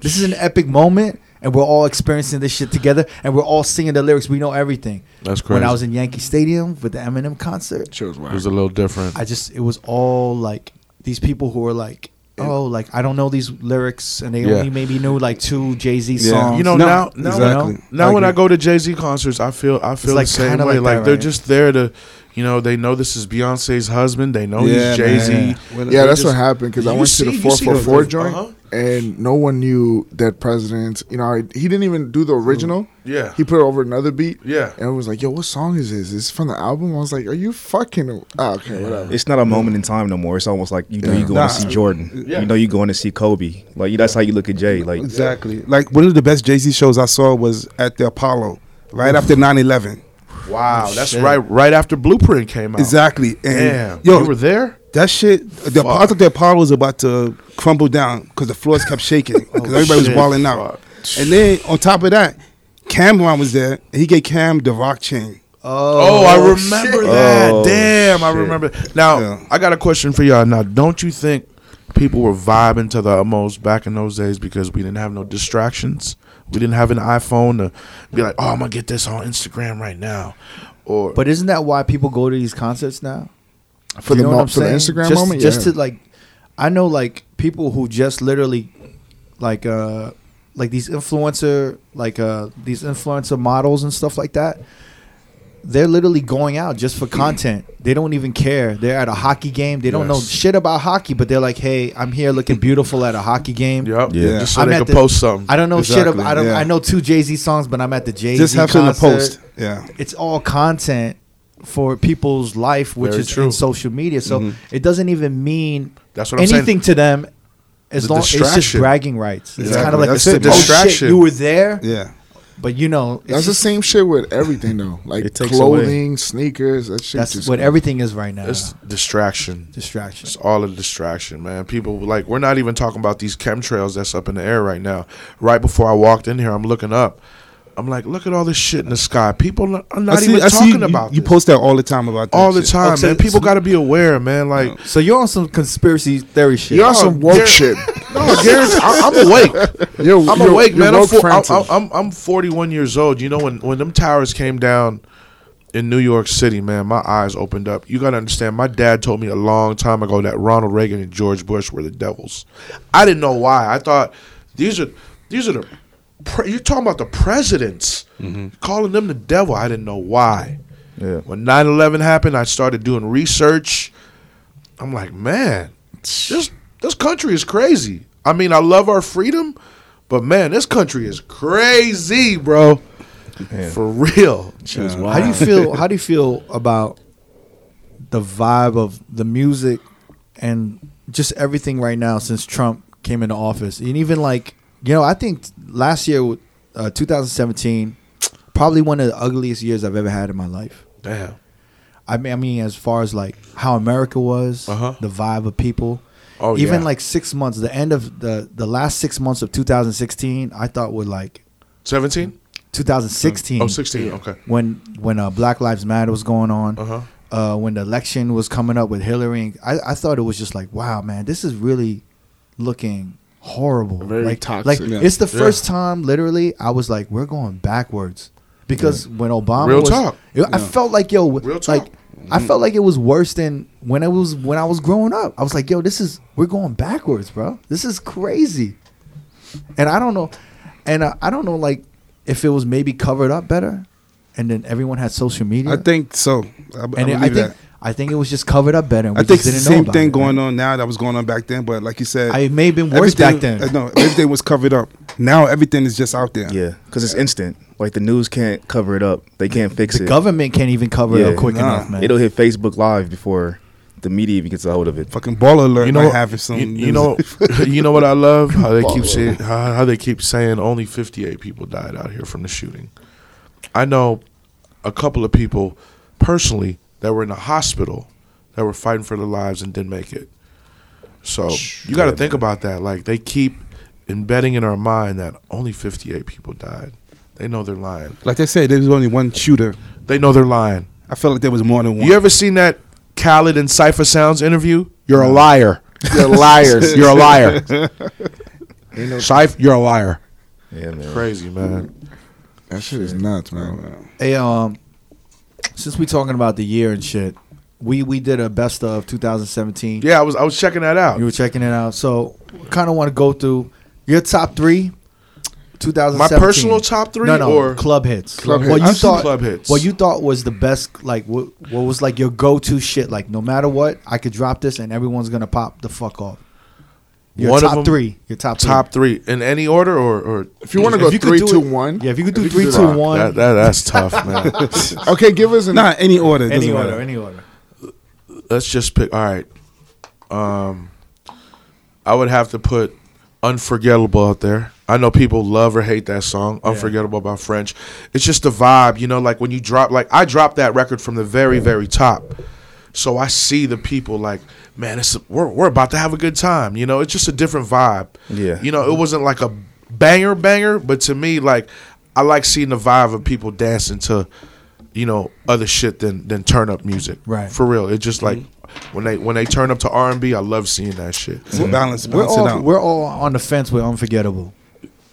[SPEAKER 1] this is an epic moment." And we're all experiencing this shit together, and we're all singing the lyrics. We know everything.
[SPEAKER 3] That's
[SPEAKER 1] When I
[SPEAKER 3] crazy.
[SPEAKER 1] was in Yankee Stadium with the Eminem concert,
[SPEAKER 3] It was a little different.
[SPEAKER 1] I just it was all like these people who were like, oh, like I don't know these lyrics, and they
[SPEAKER 3] Yeah.
[SPEAKER 1] only maybe knew like two Jay Z songs.
[SPEAKER 3] you know
[SPEAKER 4] No,
[SPEAKER 3] now now,
[SPEAKER 4] exactly.
[SPEAKER 3] now, now when
[SPEAKER 4] I
[SPEAKER 3] I go to Jay Z concerts, I feel I feel
[SPEAKER 1] like
[SPEAKER 3] the same
[SPEAKER 1] kinda
[SPEAKER 3] way.
[SPEAKER 1] like
[SPEAKER 3] Like,
[SPEAKER 1] that,
[SPEAKER 3] they're
[SPEAKER 1] right?
[SPEAKER 3] just there to, you know, they know this is Beyonce's husband. They know
[SPEAKER 4] Yeah,
[SPEAKER 3] he's Jay Z.
[SPEAKER 4] man.
[SPEAKER 5] Yeah, that's what happened because I
[SPEAKER 3] You
[SPEAKER 5] went
[SPEAKER 3] see-
[SPEAKER 5] to the
[SPEAKER 3] you see
[SPEAKER 5] four four
[SPEAKER 3] those-
[SPEAKER 5] four joint,
[SPEAKER 3] uh-huh.
[SPEAKER 5] and no one knew that President. You know, he didn't even do the original.
[SPEAKER 3] Yeah.
[SPEAKER 5] he put it over another beat.
[SPEAKER 3] Yeah.
[SPEAKER 5] and it was like, "Yo, what song is this? Is this from the album?" I was like, "Are you fucking ah, okay, whatever."
[SPEAKER 2] It's not a moment in time no more. It's almost like you know you're going
[SPEAKER 4] Nah.
[SPEAKER 2] to see Jordan.
[SPEAKER 3] Yeah.
[SPEAKER 2] You know you're going to see Kobe. Like you- that's how you look at Jay. Like
[SPEAKER 4] Exactly. Like one of the best Jay Z shows I saw was at the Apollo, right after 9-11.
[SPEAKER 3] Wow, that's right. Right after Blueprint came out.
[SPEAKER 4] Exactly. And
[SPEAKER 3] Damn,
[SPEAKER 4] yo,
[SPEAKER 3] you were there.
[SPEAKER 4] that shit. The I thought the Apollo was about to crumble down because the floors kept shaking
[SPEAKER 1] Oh,
[SPEAKER 4] because everybody was
[SPEAKER 3] shit.
[SPEAKER 4] walling out. And then on top of that, Cameron was there. And he gave Cam the rock chain.
[SPEAKER 3] Oh, I remember that.
[SPEAKER 2] Oh,
[SPEAKER 3] Damn, I
[SPEAKER 2] shit.
[SPEAKER 3] remember. Now,
[SPEAKER 4] Yeah.
[SPEAKER 3] I got a question for y'all. Now, don't you think people were vibing to the utmost back in those days because we didn't have no distractions? We didn't have an iPhone to be like, oh, I'm gonna get this on Instagram right now, or
[SPEAKER 1] But isn't that why people go to these concerts now?
[SPEAKER 5] For
[SPEAKER 1] You
[SPEAKER 5] the
[SPEAKER 1] know
[SPEAKER 5] mo-
[SPEAKER 1] what I'm
[SPEAKER 5] for the
[SPEAKER 1] saying?
[SPEAKER 5] Instagram
[SPEAKER 1] just,
[SPEAKER 5] moment,
[SPEAKER 1] just
[SPEAKER 5] yeah.
[SPEAKER 1] to like, I know like people who just literally, like uh, like these influencer, like uh, these influencer models and stuff like that. They're literally going out just for content. They don't even care. They're at a hockey game. They don't know
[SPEAKER 3] Yes.
[SPEAKER 1] shit about hockey, but they're like, "Hey, I'm here looking beautiful at a hockey game."
[SPEAKER 3] yep,
[SPEAKER 2] Yeah.
[SPEAKER 3] just so
[SPEAKER 1] I'm
[SPEAKER 3] they
[SPEAKER 1] at
[SPEAKER 3] could
[SPEAKER 1] the-
[SPEAKER 3] post something.
[SPEAKER 1] I don't know shit
[SPEAKER 4] Exactly,
[SPEAKER 1] about. I don't.
[SPEAKER 4] yeah.
[SPEAKER 1] I know two Jay Z songs, but I'm at the Jay Z.
[SPEAKER 4] Just have something to
[SPEAKER 1] concert
[SPEAKER 4] post. Yeah.
[SPEAKER 1] it's all content for people's life, which
[SPEAKER 3] Very
[SPEAKER 1] is
[SPEAKER 3] true. Mm-hmm.
[SPEAKER 1] in social media. So it doesn't even mean
[SPEAKER 3] That's what I'm saying.
[SPEAKER 1] anything to them. As
[SPEAKER 3] The
[SPEAKER 1] long it's just
[SPEAKER 3] distraction.
[SPEAKER 1] bragging rights. It's
[SPEAKER 4] Exactly.
[SPEAKER 1] kind of like
[SPEAKER 4] That's
[SPEAKER 1] oh,
[SPEAKER 4] it, bro.
[SPEAKER 1] shit,
[SPEAKER 3] Distraction.
[SPEAKER 1] you were there,
[SPEAKER 4] Yeah.
[SPEAKER 1] but you know it's
[SPEAKER 5] That's the
[SPEAKER 1] just-
[SPEAKER 5] same shit with everything though, like
[SPEAKER 2] It takes
[SPEAKER 5] clothing, sneakers. That shit.
[SPEAKER 1] That's
[SPEAKER 5] just-
[SPEAKER 1] what everything is right now.
[SPEAKER 3] It's distraction.
[SPEAKER 1] distraction.
[SPEAKER 3] It's all a distraction, man. People like we're not even talking about these chemtrails that's up in the air right now. Right before I walked in here, I'm looking up. I'm like, look at all this shit in the sky. People are not even talking
[SPEAKER 4] you,
[SPEAKER 3] about
[SPEAKER 4] you
[SPEAKER 3] this.
[SPEAKER 4] post that all the time about that
[SPEAKER 3] all the
[SPEAKER 4] shit.
[SPEAKER 3] time,
[SPEAKER 1] Okay,
[SPEAKER 3] man.
[SPEAKER 1] so-
[SPEAKER 3] People got to be aware, man. Like,
[SPEAKER 1] So you're on some conspiracy theory shit.
[SPEAKER 5] You're on
[SPEAKER 3] Oh,
[SPEAKER 5] some woke
[SPEAKER 3] Derek-
[SPEAKER 5] shit.
[SPEAKER 3] no, I guarantee- I, am awake.
[SPEAKER 5] You're,
[SPEAKER 3] I'm
[SPEAKER 5] you're-
[SPEAKER 3] awake,
[SPEAKER 5] you're
[SPEAKER 3] man. I'm,
[SPEAKER 5] woke
[SPEAKER 3] fo- I'm,
[SPEAKER 5] frantic.
[SPEAKER 3] I'm, I'm I'm 41 years old. You know when when them towers came down in New York City, man, my eyes opened up. You got to understand. My dad told me a long time ago that Ronald Reagan and George Bush were the devils. I didn't know why. I thought these are these are the pre- you're talking about the presidents
[SPEAKER 5] Mm-hmm.
[SPEAKER 3] calling them the devil. I didn't know why.
[SPEAKER 2] Yeah.
[SPEAKER 3] When 9/11 happened, I started doing research. I'm like, man, this this country is crazy. I mean, I love our freedom, but man, this country is crazy, bro. For real.
[SPEAKER 1] How do you feel? How do you feel about the vibe of the music and just everything right now since Trump came into office? And even like you know, I think last year, uh, 2017, probably one of the ugliest years I've ever had in my life.
[SPEAKER 3] Damn.
[SPEAKER 1] I mean, I mean, as far as like how America was,
[SPEAKER 3] Uh-huh.
[SPEAKER 1] the vibe of people.
[SPEAKER 3] Oh,
[SPEAKER 1] even
[SPEAKER 3] yeah.
[SPEAKER 1] like six months, the end of the the last six months of 2016, I thought were like
[SPEAKER 3] 17?
[SPEAKER 1] 2016.
[SPEAKER 3] Oh, 16, okay.
[SPEAKER 1] When when uh, Black Lives Matter was going on,
[SPEAKER 3] Uh-huh.
[SPEAKER 1] uh, when the election was coming up with Hillary, and I, I thought it was just like, wow, man, this is really looking horrible.
[SPEAKER 5] Very
[SPEAKER 1] like,
[SPEAKER 5] toxic.
[SPEAKER 1] Like
[SPEAKER 5] Yeah.
[SPEAKER 1] it's the first time, literally, I was like, we're going backwards because when Obama
[SPEAKER 3] Real
[SPEAKER 1] was-
[SPEAKER 3] talk.
[SPEAKER 1] I felt like yo,
[SPEAKER 3] Real talk.
[SPEAKER 1] like I felt like it was worse than when it was when I was growing up. I was like, yo, this is we're going backwards, bro. This is crazy. And I don't know, and I, I don't know like if it was maybe covered up better, and then everyone had social media.
[SPEAKER 4] I think so. I, I
[SPEAKER 1] and
[SPEAKER 4] believe
[SPEAKER 1] it- I think
[SPEAKER 4] that.
[SPEAKER 1] I think it was just covered up better. And we
[SPEAKER 4] I think
[SPEAKER 1] just
[SPEAKER 4] it's the
[SPEAKER 1] didn't know
[SPEAKER 4] same
[SPEAKER 1] about
[SPEAKER 4] thing
[SPEAKER 1] it,
[SPEAKER 4] going
[SPEAKER 1] man.
[SPEAKER 4] on now that was going on back then. But like you said,
[SPEAKER 1] I- It may have been worse back then.
[SPEAKER 4] uh, No, everything was covered up. Now everything is just out there.
[SPEAKER 2] Yeah, because it's instant. Like the news can't cover it up. They can't fix
[SPEAKER 1] the
[SPEAKER 2] it.
[SPEAKER 1] government can't even cover it
[SPEAKER 2] Yeah.
[SPEAKER 1] up quick
[SPEAKER 4] Nah.
[SPEAKER 1] enough, man.
[SPEAKER 2] It'll hit Facebook Live before the media even gets a hold of it.
[SPEAKER 4] Fucking baller alert.
[SPEAKER 3] You
[SPEAKER 4] You
[SPEAKER 3] know,
[SPEAKER 4] know, having some.
[SPEAKER 3] you, you
[SPEAKER 4] news.
[SPEAKER 3] know, you know what I love how they keep saying how, how they keep saying only 58 people died out here from the shooting. I know a couple of people personally that were in the hospital that were fighting for their lives and didn't make it. So you got to think about that. Like they keep embedding in our mind that only 58 people died. They know they're lying.
[SPEAKER 4] like they said, there was only one shooter.
[SPEAKER 3] They know they're lying.
[SPEAKER 4] I felt like there was more than one.
[SPEAKER 3] You ever seen that Khaled and Cypher Sounds interview? You're a liar.
[SPEAKER 5] They're liars.
[SPEAKER 3] You're a liar. Cypher, you're a liar.
[SPEAKER 2] Yeah, man.
[SPEAKER 3] Crazy, man.
[SPEAKER 6] That shit is nuts, man.
[SPEAKER 1] Hey, um, since we talking about the year and shit, we we did a best of 2017.
[SPEAKER 3] Yeah, I was I was checking that out.
[SPEAKER 1] You were checking it out, so kind of want to go through your top three. 2017.
[SPEAKER 3] personal top three
[SPEAKER 1] no, no,
[SPEAKER 3] or-
[SPEAKER 1] club hits.
[SPEAKER 3] Club
[SPEAKER 1] what
[SPEAKER 3] hits.
[SPEAKER 1] you
[SPEAKER 3] I've seen
[SPEAKER 1] thought?
[SPEAKER 3] club hits.
[SPEAKER 1] What you thought was the best? Like what? What was like your go-to shit? Like no matter what, I could drop this and everyone's gonna pop the fuck off. Your
[SPEAKER 3] One of
[SPEAKER 1] top
[SPEAKER 3] them-
[SPEAKER 1] three. Your top three.
[SPEAKER 3] Top three in any order, or or
[SPEAKER 5] If you want to go
[SPEAKER 1] could
[SPEAKER 5] three,
[SPEAKER 1] do
[SPEAKER 5] two,
[SPEAKER 1] it-
[SPEAKER 5] one.
[SPEAKER 1] Yeah, if you could do
[SPEAKER 5] If you
[SPEAKER 1] three,
[SPEAKER 5] could
[SPEAKER 1] two,
[SPEAKER 5] do
[SPEAKER 1] one.
[SPEAKER 5] that,
[SPEAKER 3] that, that that's tough, man.
[SPEAKER 5] Okay, give us an.
[SPEAKER 4] Nah, any order. it
[SPEAKER 1] any
[SPEAKER 4] doesn't
[SPEAKER 1] order,
[SPEAKER 4] matter.
[SPEAKER 1] any order.
[SPEAKER 3] Let's just pick. All right, um, I would have to put "Unforgettable" out there. I know people love or hate that song, "Unforgettable" by French. It's just the vibe, you know. Like when you drop, like I dropped that record from the very, very top. So I see the people like, man, it's we're we're about to have a good time. You know, it's just a different vibe.
[SPEAKER 2] Yeah.
[SPEAKER 3] You
[SPEAKER 1] Mm-hmm.
[SPEAKER 3] know, it wasn't like a banger banger, but to me, like I like seeing the vibe of people dancing to, you know, other shit than than turn up music.
[SPEAKER 1] Right. Mm-hmm.
[SPEAKER 3] For real. It's just like when they when they turn up to R and B, I love seeing that shit.
[SPEAKER 4] It's a balance.
[SPEAKER 1] We're
[SPEAKER 4] Balance it
[SPEAKER 1] all
[SPEAKER 4] out.
[SPEAKER 1] we're all on the fence with unforgettable.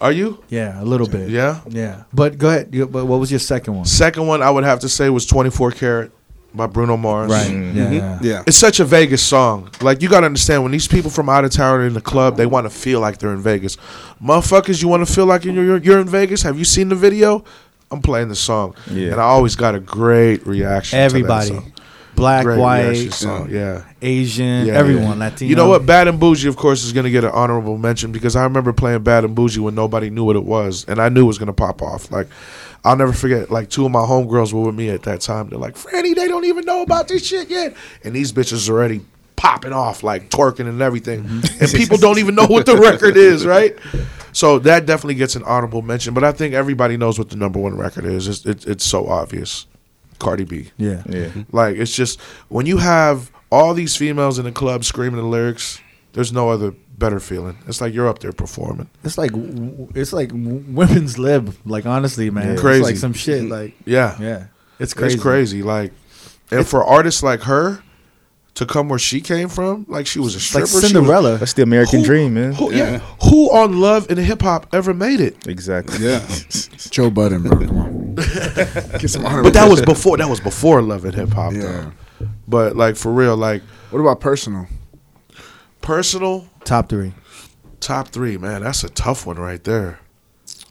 [SPEAKER 3] Are you?
[SPEAKER 1] Yeah, a little bit.
[SPEAKER 3] Yeah?
[SPEAKER 1] yeah. But go ahead. you- But what was your second one?
[SPEAKER 3] Second one I would have to say was Twenty Four Karat by Bruno Mars.
[SPEAKER 1] Right. Yeah.
[SPEAKER 4] yeah.
[SPEAKER 3] It's such a Vegas song. Like you gotta understand when these people from out of town are in the club, they want to feel like they're in Vegas. Motherfuckers, you want to feel like you're, you're you're in Vegas? Have you seen the video? I'm playing the song,
[SPEAKER 2] Yeah.
[SPEAKER 3] and I always got a great reaction.
[SPEAKER 1] Everybody,
[SPEAKER 3] to that song.
[SPEAKER 1] black,
[SPEAKER 3] Great reaction
[SPEAKER 1] white,
[SPEAKER 3] song. yeah.
[SPEAKER 1] Asian,
[SPEAKER 3] Yeah,
[SPEAKER 1] everyone,
[SPEAKER 3] yeah.
[SPEAKER 1] Latino.
[SPEAKER 3] You know what? Bad and Bougie, of course, is going to get an honorable mention because I remember playing Bad and Bougie when nobody knew what it was, and I knew it was going to pop off. Like, I'll never forget. Like, two of my homegirls were with me at that time. They're like, "Franny, they don't even know about this shit yet," and these bitches already popping off, like twerking and everything, and people don't even know what the record is, right? So that definitely gets an honorable mention. But I think everybody knows what the number one record is. It's it's, it's so obvious. Cardi B.
[SPEAKER 1] Yeah.
[SPEAKER 2] Yeah.
[SPEAKER 3] Like it's just when you have all these females in the club screaming the lyrics, there's no other better feeling. It's like you're up there performing.
[SPEAKER 1] It's like w- w- it's like w- women's lib. Like honestly, man, it's
[SPEAKER 3] Crazy.
[SPEAKER 1] like some shit. Like
[SPEAKER 3] Yeah.
[SPEAKER 1] yeah, it's crazy.
[SPEAKER 3] It's crazy. Like and for artists like her to come where she came from, like she was a
[SPEAKER 1] It's
[SPEAKER 3] stripper.
[SPEAKER 1] like
[SPEAKER 3] she was-
[SPEAKER 1] Cinderella.
[SPEAKER 2] That's the American
[SPEAKER 3] Who-
[SPEAKER 2] dream, man.
[SPEAKER 3] Who, yeah. Who on Love and Hip Hop ever made it?
[SPEAKER 2] Exactly.
[SPEAKER 6] Yeah. Joe Budden, bro. Come on.
[SPEAKER 5] Get some honorable
[SPEAKER 3] But that was before that was before Love and Hip Hop
[SPEAKER 6] Yeah.
[SPEAKER 3] though. But like for real, like
[SPEAKER 5] What about personal?
[SPEAKER 3] personal
[SPEAKER 1] Top three.
[SPEAKER 3] top three, man, that's a tough one right there.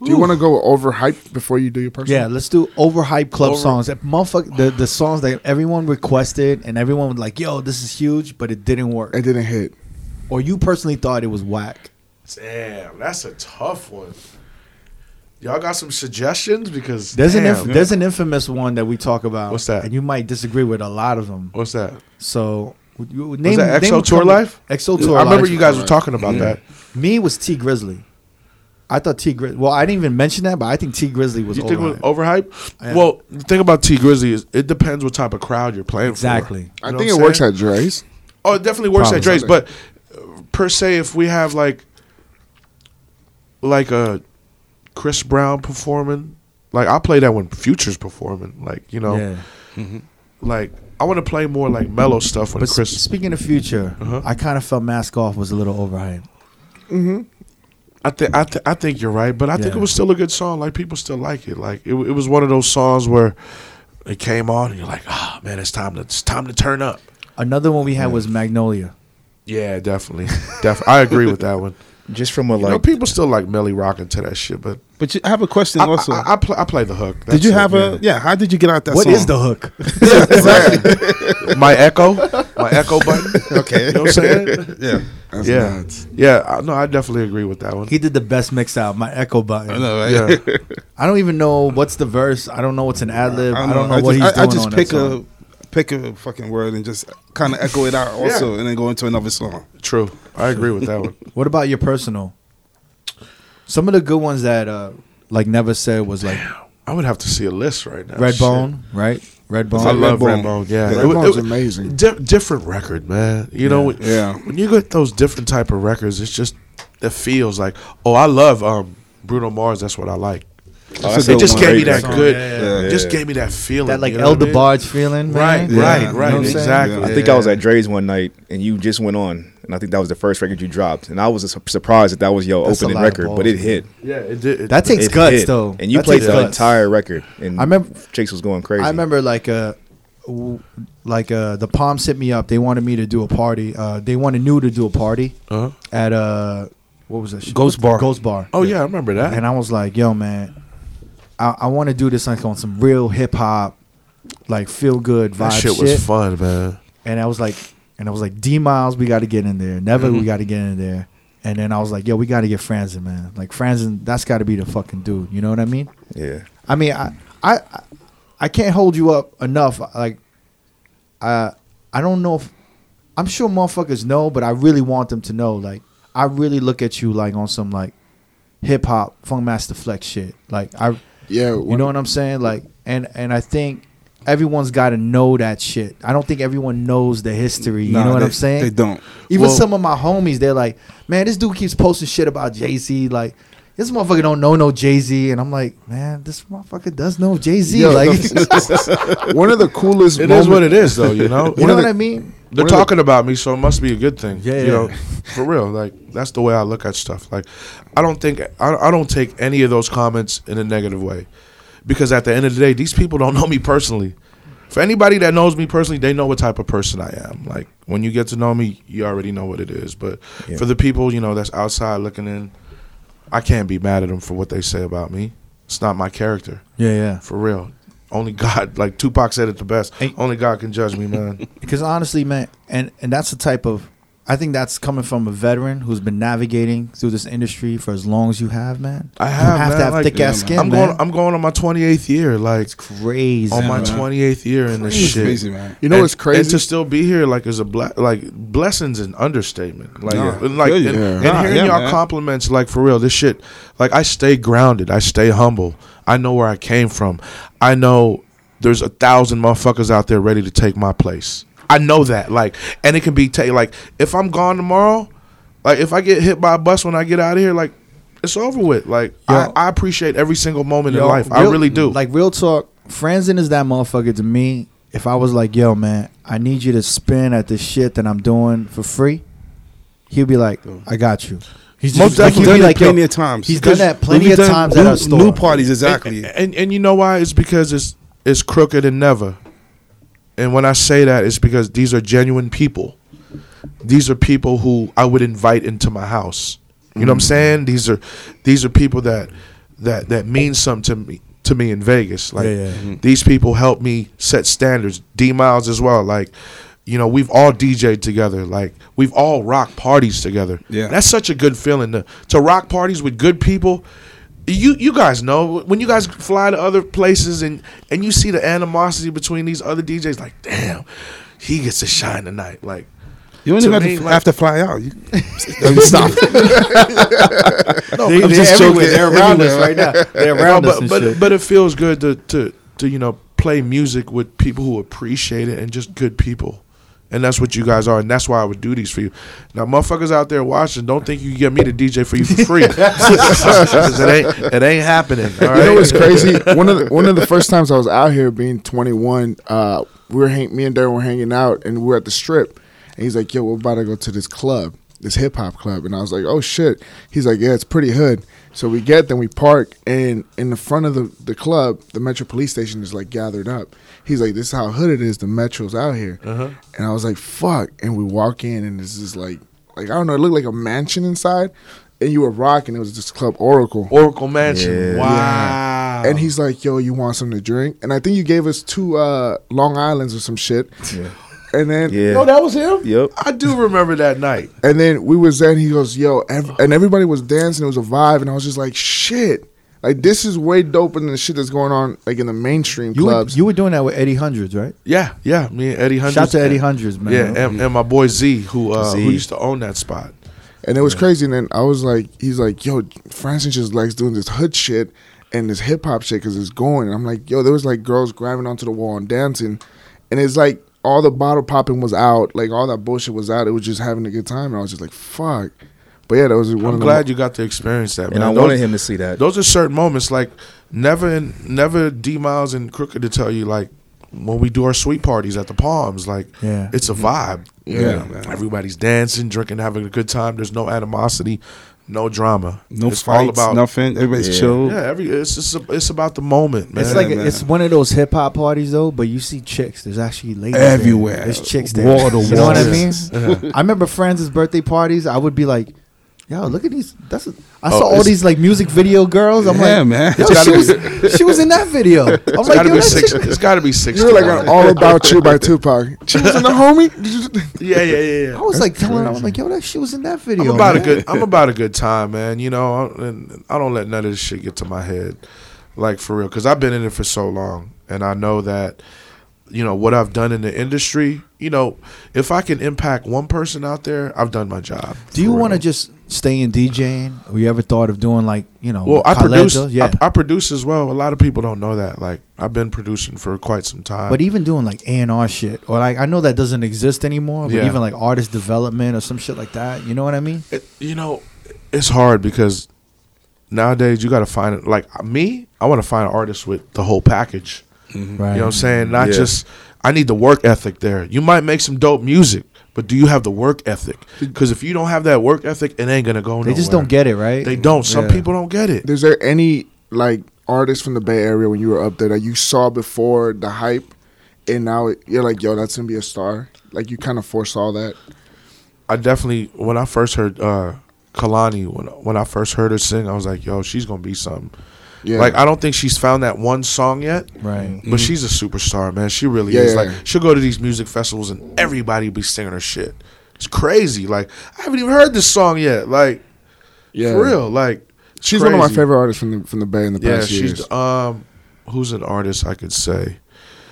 [SPEAKER 5] Do you want to go overhyped before you do your personal?
[SPEAKER 1] Yeah, let's do overhyped club
[SPEAKER 3] Over-
[SPEAKER 1] songs. That motherfuck- the the songs that everyone requested and everyone was like, "Yo, this is huge," but it didn't work.
[SPEAKER 5] It didn't hit.
[SPEAKER 1] Or you personally thought it was whack.
[SPEAKER 3] Damn, that's a tough one. Y'all got some suggestions because
[SPEAKER 1] There's an
[SPEAKER 3] damn,
[SPEAKER 1] inf- there's an infamous one that we talk about.
[SPEAKER 3] What's that?
[SPEAKER 1] And you might disagree with a lot of them.
[SPEAKER 3] what's that?
[SPEAKER 1] So w- w- name
[SPEAKER 3] Was that
[SPEAKER 1] name
[SPEAKER 3] XO
[SPEAKER 1] a
[SPEAKER 3] Tour
[SPEAKER 1] couple-
[SPEAKER 3] Life?
[SPEAKER 1] XO
[SPEAKER 3] I
[SPEAKER 1] Tour
[SPEAKER 3] remember
[SPEAKER 1] Life.
[SPEAKER 3] you guys were talking about that.
[SPEAKER 1] Me was T Grizzly. I thought T Grizzly. Well, I didn't even mention that, but I think T Grizzly was.
[SPEAKER 3] You think it was
[SPEAKER 1] overhyped.
[SPEAKER 3] overhyped?
[SPEAKER 1] Yeah.
[SPEAKER 3] Well, the thing about T Grizzly is it depends what type of crowd you're playing for.
[SPEAKER 1] Exactly.
[SPEAKER 5] I
[SPEAKER 3] know
[SPEAKER 5] think
[SPEAKER 3] what
[SPEAKER 5] it
[SPEAKER 3] I'm
[SPEAKER 5] works
[SPEAKER 3] saying?
[SPEAKER 5] at Dre's.
[SPEAKER 3] Oh, it definitely works at
[SPEAKER 1] Probably.
[SPEAKER 3] Dre's, but uh, per se, if we have like like a Chris Brown performing Like I play that when Future's performing. Like you know,
[SPEAKER 1] Yeah.
[SPEAKER 3] like I want to play more like mellow stuff when
[SPEAKER 1] But s-
[SPEAKER 3] Chris.
[SPEAKER 1] speaking of future, I kind of felt Mask Off was a little overhyped.
[SPEAKER 3] I think I, th- I think you're right, but I think
[SPEAKER 1] Yeah.
[SPEAKER 3] it was still a good song. Like people still like it. Like it, w- it was one of those songs where it came on and you're like, ah, man, it's time to it's time to turn up.
[SPEAKER 1] Another one we had was Magnolia.
[SPEAKER 3] Yeah, definitely, definitely. I agree with that one.
[SPEAKER 2] Just from a
[SPEAKER 3] You know,
[SPEAKER 2] like,
[SPEAKER 3] people still like Melly rocking to that shit, but
[SPEAKER 6] But you, I have a question
[SPEAKER 3] I,
[SPEAKER 6] also.
[SPEAKER 3] I, I, play, I play the hook. That's
[SPEAKER 6] did you
[SPEAKER 3] it,
[SPEAKER 6] have
[SPEAKER 3] yeah.
[SPEAKER 6] a yeah? How did you get out that
[SPEAKER 1] What
[SPEAKER 6] song?
[SPEAKER 1] is the hook?
[SPEAKER 3] my echo, my echo button.
[SPEAKER 6] Okay.
[SPEAKER 3] you know what I'm saying?
[SPEAKER 6] yeah.
[SPEAKER 3] yeah, yeah. I, no, I definitely agree with that one.
[SPEAKER 1] He did the best mix out. My echo button. I,
[SPEAKER 6] know, right?
[SPEAKER 3] Yeah,
[SPEAKER 1] don't even know what's the verse. I don't know what's an ad lib. I don't know,
[SPEAKER 6] I
[SPEAKER 1] what
[SPEAKER 6] just,
[SPEAKER 1] he's
[SPEAKER 6] I,
[SPEAKER 1] doing
[SPEAKER 6] I just
[SPEAKER 1] on
[SPEAKER 6] pick
[SPEAKER 1] that song.
[SPEAKER 6] a pick a fucking word and just kind of echo it out also, and then go into another song.
[SPEAKER 3] true. I agree with that one.
[SPEAKER 1] What about your personal? Some of the good ones that uh, like never said was like
[SPEAKER 3] I would have to see a list right now. Shit.
[SPEAKER 1] Redbone, right? Redbone.
[SPEAKER 3] I love
[SPEAKER 6] Redbone.
[SPEAKER 3] Redbone. Yeah,
[SPEAKER 5] That
[SPEAKER 3] It wa-
[SPEAKER 5] one's
[SPEAKER 3] it wa-
[SPEAKER 5] amazing.
[SPEAKER 3] di- different record, man. You know, when-
[SPEAKER 6] Yeah.
[SPEAKER 3] When you get those different type of records, it's just it feels like. Oh, I love um, Bruno Mars. That's what I like.
[SPEAKER 6] That's a
[SPEAKER 3] it
[SPEAKER 6] dope
[SPEAKER 3] just
[SPEAKER 6] one.
[SPEAKER 3] gave me
[SPEAKER 6] Great
[SPEAKER 3] that
[SPEAKER 1] song.
[SPEAKER 3] good.
[SPEAKER 1] Yeah,
[SPEAKER 6] yeah,
[SPEAKER 3] it
[SPEAKER 2] yeah.
[SPEAKER 3] Just gave me that feeling.
[SPEAKER 1] that like
[SPEAKER 3] you know what I
[SPEAKER 1] Elder
[SPEAKER 3] mean?
[SPEAKER 1] Barge feeling,
[SPEAKER 3] Right,
[SPEAKER 1] man.
[SPEAKER 6] Yeah.
[SPEAKER 3] right,
[SPEAKER 6] You know
[SPEAKER 3] right.
[SPEAKER 1] what I'm saying?
[SPEAKER 3] exactly.
[SPEAKER 2] I think I was at Dre's one night and you just went on, and I think that was the first record you dropped, and I was su- surprised that that was your
[SPEAKER 1] That's a
[SPEAKER 2] opening
[SPEAKER 1] lot of
[SPEAKER 2] record,
[SPEAKER 1] balls,
[SPEAKER 2] but it
[SPEAKER 1] man.
[SPEAKER 2] hit.
[SPEAKER 3] Yeah, it did. It,
[SPEAKER 1] That takes
[SPEAKER 2] It
[SPEAKER 1] guts
[SPEAKER 2] hit.
[SPEAKER 1] though.
[SPEAKER 2] and you
[SPEAKER 1] That
[SPEAKER 2] played
[SPEAKER 1] takes
[SPEAKER 2] the
[SPEAKER 1] guts.
[SPEAKER 2] entire record. And
[SPEAKER 1] I remember-
[SPEAKER 2] Chase was going crazy.
[SPEAKER 1] I remember like uh w- like uh the Palms hit me up. They wanted me to do a party. Uh they wanted new to do a party
[SPEAKER 3] Uh-huh.
[SPEAKER 1] at uh what was that? shit?
[SPEAKER 6] Ghost Bar.
[SPEAKER 1] Ghost Bar.
[SPEAKER 3] Oh yeah, I remember that.
[SPEAKER 1] And I was like, yo man, I, I wanna do this like on some real hip hop, like feel good vibe.
[SPEAKER 3] that shit, was fun, man.
[SPEAKER 1] and I was like, and I was like, D Miles, we got to get in there. Never, we got to get in there. And then I was like, yo, we got to get Franzen, man. Like Franzen, that's got to be the fucking dude. You know what I mean?
[SPEAKER 2] yeah.
[SPEAKER 1] I mean, I, I, I- I can't hold you up enough. Like, I, I don't know if, I'm sure motherfuckers know, but I really want them to know. Like, I really look at you like on some like hip hop, funk master flex shit. Like, I,
[SPEAKER 5] Yeah,
[SPEAKER 1] you know what I'm saying? Like, and and I think everyone's got to know that shit. I don't think everyone knows the history.
[SPEAKER 6] Nah,
[SPEAKER 1] you know what
[SPEAKER 6] they-
[SPEAKER 1] I'm saying?
[SPEAKER 6] They don't.
[SPEAKER 1] Even
[SPEAKER 3] Well-
[SPEAKER 1] some of my homies, they're like, "Man, this dude keeps posting shit about Jay Z. Like, this motherfucker don't know no Jay Z." And I'm like, "Man, this motherfucker does know Jay Z.
[SPEAKER 5] Yo,
[SPEAKER 1] Like,
[SPEAKER 5] one of the coolest.
[SPEAKER 3] It
[SPEAKER 5] moments,
[SPEAKER 3] is what it is, though. You know.
[SPEAKER 1] you know what I mean?"
[SPEAKER 3] They're talking about me, so it must be a good thing.
[SPEAKER 1] Yeah,
[SPEAKER 3] you
[SPEAKER 1] yeah.
[SPEAKER 3] know, for real. Like that's the way I look at stuff. Like I don't think I, I don't take any of those comments in a negative way, because at the end of the day, these people don't know me personally. For anybody that knows me personally, they know what type of person I am. Like when you get to know me, you already know what it is. But
[SPEAKER 2] Yeah.
[SPEAKER 3] for the people you know that's outside looking in, I can't be mad at them for what they say about me. It's not my character,
[SPEAKER 1] Yeah, yeah.
[SPEAKER 3] for real. Only God, like Tupac said it the best.
[SPEAKER 1] Hey.
[SPEAKER 3] Only God can judge me, man.
[SPEAKER 1] Because honestly, man, and and that's the type of I think that's coming from a veteran who's been navigating through this industry for as long as you have, man.
[SPEAKER 3] I
[SPEAKER 1] You
[SPEAKER 3] have,
[SPEAKER 1] have
[SPEAKER 3] man.
[SPEAKER 1] to have
[SPEAKER 3] Like,
[SPEAKER 1] thick ass skin,
[SPEAKER 3] I'm
[SPEAKER 1] man.
[SPEAKER 3] going. I'm going on my 28th year. Like
[SPEAKER 1] crazy.
[SPEAKER 3] on my
[SPEAKER 6] man.
[SPEAKER 3] 28th year in this
[SPEAKER 6] It's
[SPEAKER 3] shit.
[SPEAKER 6] crazy, man.
[SPEAKER 5] You know
[SPEAKER 3] And-
[SPEAKER 5] what's crazy?
[SPEAKER 3] And to still be here, like, is a ble- like blessings and understatement. Like,
[SPEAKER 6] Yeah.
[SPEAKER 3] and, like,
[SPEAKER 6] Yeah.
[SPEAKER 3] and, and
[SPEAKER 6] Nah,
[SPEAKER 3] hearing
[SPEAKER 6] yeah,
[SPEAKER 3] y'all
[SPEAKER 6] man.
[SPEAKER 3] compliments, like for real, this shit. Like, I stay grounded. I stay humble. I know where I came from. I know there's a thousand motherfuckers out there ready to take my place. I know that. Like, and it can be ta- like if I'm gone tomorrow, like if I get hit by a bus when I get out of here, like. It's over with. Like
[SPEAKER 1] Yo.
[SPEAKER 3] I, I appreciate every single moment
[SPEAKER 1] Yo,
[SPEAKER 3] in life. I
[SPEAKER 1] real-
[SPEAKER 3] really do.
[SPEAKER 1] Like real talk, Franzen is that motherfucker to me. If I was like, yo, man, I need you to spin at the shit that I'm doing for free, he'd be like, I got you. He's
[SPEAKER 6] Most
[SPEAKER 1] he'd
[SPEAKER 6] definitely
[SPEAKER 1] be
[SPEAKER 6] done
[SPEAKER 1] like,
[SPEAKER 6] it plenty
[SPEAKER 1] yo,
[SPEAKER 6] of times.
[SPEAKER 1] He's done that plenty of times
[SPEAKER 6] new,
[SPEAKER 1] at our store.
[SPEAKER 6] New parties, exactly.
[SPEAKER 3] And, and and you know why? It's because it's it's crooked and never. And when I say that, it's because these are genuine people. These are people who I would invite into my house. You
[SPEAKER 1] Mm.
[SPEAKER 3] know what I'm saying? These are these are people that that that mean something to me to me in Vegas. Like
[SPEAKER 1] Yeah, yeah.
[SPEAKER 3] Mm-hmm. these people help me set standards. D Miles as well. Like you know, we've all DJ'd together. Like we've all rock parties together.
[SPEAKER 6] Yeah.
[SPEAKER 3] that's such a good feeling to to rock parties with good people. You you guys know when you guys fly to other places and and you see the animosity between these other DJs. Like damn, he gets to shine tonight. Like
[SPEAKER 6] You don't
[SPEAKER 3] to
[SPEAKER 6] even have to,
[SPEAKER 3] me,
[SPEAKER 6] f-
[SPEAKER 3] like-
[SPEAKER 6] have to fly out. You, stop.
[SPEAKER 1] no,
[SPEAKER 6] I'm
[SPEAKER 1] they're
[SPEAKER 6] just
[SPEAKER 1] everywhere.
[SPEAKER 6] joking.
[SPEAKER 1] They're around us right now. They're around
[SPEAKER 3] No,
[SPEAKER 1] us
[SPEAKER 3] but
[SPEAKER 1] and
[SPEAKER 3] but
[SPEAKER 1] shit.
[SPEAKER 3] but it feels good to to to you know play music with people who appreciate it and just good people. and that's what you guys are, and that's why I would do these for you. Now, motherfuckers out there watching, don't think you can get me to DJ for you for free. 'Cause it ain't it ain't happening.
[SPEAKER 5] You
[SPEAKER 3] all
[SPEAKER 5] know
[SPEAKER 3] right?
[SPEAKER 5] what's crazy? One of the, one of the first times I was out here being 21, uh, we were hang, me and Darren were hanging out and we were at the strip, and he's like, "Yo, we're about to go to this club, this hip hop club," and I was like, "Oh shit!" He's like, "Yeah, it's pretty hood." So we get there, we park, and in the front of the, the club, the Metro Police Station is like gathered up. He's like, "This is how hood it is. The Metro's out here,"
[SPEAKER 3] Uh-huh.
[SPEAKER 5] and I was like, "Fuck!" And we walk in, and this is like, like I don't know, it looked like a mansion inside. And you were rocking. It was this club Oracle.
[SPEAKER 3] Oracle Mansion.
[SPEAKER 2] Yeah.
[SPEAKER 3] Wow.
[SPEAKER 5] And he's like, "Yo, you want something to drink?" And I think you gave us two uh, Long Island's or some shit. And then,
[SPEAKER 2] Yeah.
[SPEAKER 3] No, that was him.
[SPEAKER 2] Yep.
[SPEAKER 3] I do remember that night.
[SPEAKER 5] and then we was there. And he goes, "Yo," ev- and everybody was dancing. It was a vibe, and I was just like, "Shit!" Like this is way doper than the shit that's going on like in the mainstream
[SPEAKER 1] You were,
[SPEAKER 5] clubs.
[SPEAKER 1] you were doing that with Eddie Hundreds, right?
[SPEAKER 3] Yeah, yeah. Me and Eddie Hundreds.
[SPEAKER 1] Shout to Eddie Hundreds, man.
[SPEAKER 3] Yeah, and, and my boy Z, who uh,
[SPEAKER 2] Z.
[SPEAKER 3] who used to own that spot.
[SPEAKER 5] and it was crazy. And then I was like, "He's like, yo, Francis just likes doing this hood shit and this hip hop shit because it's going." And I'm like, "Yo, there was like girls grabbing onto the wall and dancing," and it's like all the bottle popping was out, like all that bullshit was out. It was just having a good time, and I was just like, "Fuck." But yeah, that was one
[SPEAKER 3] I'm
[SPEAKER 5] of
[SPEAKER 3] glad
[SPEAKER 5] the
[SPEAKER 3] you got to experience that.
[SPEAKER 2] And
[SPEAKER 3] man.
[SPEAKER 2] I
[SPEAKER 3] Those-
[SPEAKER 2] wanted him to see that.
[SPEAKER 3] Those are certain moments. Like never, never D Miles and Crooked to tell you like when we do our sweet parties at the Palms. Like
[SPEAKER 1] Yeah.
[SPEAKER 3] it's a vibe.
[SPEAKER 4] Yeah.
[SPEAKER 3] everybody's dancing, drinking, having a good time. There's no animosity, no drama.
[SPEAKER 4] No
[SPEAKER 3] it's
[SPEAKER 4] fights,
[SPEAKER 3] all about
[SPEAKER 4] nothing. Everybody's
[SPEAKER 2] Yeah.
[SPEAKER 4] chill.
[SPEAKER 3] yeah. Every it's it's, it's about the moment, man.
[SPEAKER 1] It's like
[SPEAKER 4] man.
[SPEAKER 1] it's one of those hip hop parties though, but you see chicks. There's actually ladies there.
[SPEAKER 4] Everywhere.
[SPEAKER 1] There's chicks there.
[SPEAKER 4] Wall to
[SPEAKER 1] You know what I
[SPEAKER 4] wall.
[SPEAKER 1] mean? I remember Franz's birthday parties. I would be like, "Yo, look at these." That's a, I saw all
[SPEAKER 3] Oh, it's-
[SPEAKER 1] these like music video girls. I'm
[SPEAKER 4] Yeah,
[SPEAKER 1] like,
[SPEAKER 4] man.
[SPEAKER 1] Yo,
[SPEAKER 4] It's
[SPEAKER 1] she
[SPEAKER 4] gotta
[SPEAKER 1] was she was in that video. I'm
[SPEAKER 3] it's
[SPEAKER 1] like,
[SPEAKER 3] gotta
[SPEAKER 1] yo,
[SPEAKER 3] be
[SPEAKER 1] that
[SPEAKER 3] six.
[SPEAKER 1] chick-
[SPEAKER 3] It's gotta be six.
[SPEAKER 5] you were like
[SPEAKER 3] to one.
[SPEAKER 5] on All About You by Tupac. She was in the homie. Did you-
[SPEAKER 3] yeah, yeah, yeah. yeah.
[SPEAKER 1] I was like telling her, I'm like, "Yo, that she was in that video."
[SPEAKER 3] I'm about
[SPEAKER 1] man.
[SPEAKER 3] a good. I'm about a good time, man. You know, I, and I don't let none of this shit get to my head, like for real, because I've been in it for so long, and I know that, you know, what I've done in the industry. You know, if I can impact one person out there, I've done my job.
[SPEAKER 1] Do you
[SPEAKER 3] for
[SPEAKER 1] want to
[SPEAKER 3] real.
[SPEAKER 1] just stay in DJing? Or you ever thought of doing like you know?
[SPEAKER 3] Well, I produce.
[SPEAKER 1] colegial? Yeah.
[SPEAKER 3] I, I produce as well. A lot of people don't know that. Like, I've been producing for quite some time.
[SPEAKER 1] but even doing like A and R shit, or like I know that doesn't exist anymore. But
[SPEAKER 3] Yeah.
[SPEAKER 1] even like artist development or some shit like that, you know what I mean?
[SPEAKER 3] it, you know, it's hard because nowadays you got to find it. Like me, I want to find artists with the whole package.
[SPEAKER 1] Right.
[SPEAKER 3] Mm-hmm. You know what I'm saying? Not
[SPEAKER 2] Yeah.
[SPEAKER 3] just I need the work ethic there. You might make some dope music, but do you have the work ethic? Because if you don't have that work ethic, it ain't gonna go
[SPEAKER 1] They
[SPEAKER 3] nowhere.
[SPEAKER 1] just don't get it, right?
[SPEAKER 3] They don't. Some
[SPEAKER 1] Yeah.
[SPEAKER 3] people don't get it.
[SPEAKER 5] Is there any like artists from the Bay Area when you were up there that you saw before the hype, and now it- you're like, yo, that's gonna be a star? Like you kind of foresaw that.
[SPEAKER 3] I definitely when I first heard uh, Kalani when when I first heard her sing, I was like, yo, she's gonna be something.
[SPEAKER 5] Yeah.
[SPEAKER 3] Like I don't think she's found that one song yet.
[SPEAKER 1] Right. Mm-hmm.
[SPEAKER 3] But she's a superstar, man. She really
[SPEAKER 5] Yeah,
[SPEAKER 3] is.
[SPEAKER 5] yeah,
[SPEAKER 3] like
[SPEAKER 5] yeah.
[SPEAKER 3] she'll go to these music festivals and everybody be singing her shit. It's crazy. Like I haven't even heard this song yet. Like for real. Like it's
[SPEAKER 5] She's one of my
[SPEAKER 3] crazy.
[SPEAKER 5] favorite artists from the from the Bay in the
[SPEAKER 3] Yeah,
[SPEAKER 5] past years.
[SPEAKER 3] she's um, who's an artist I could say.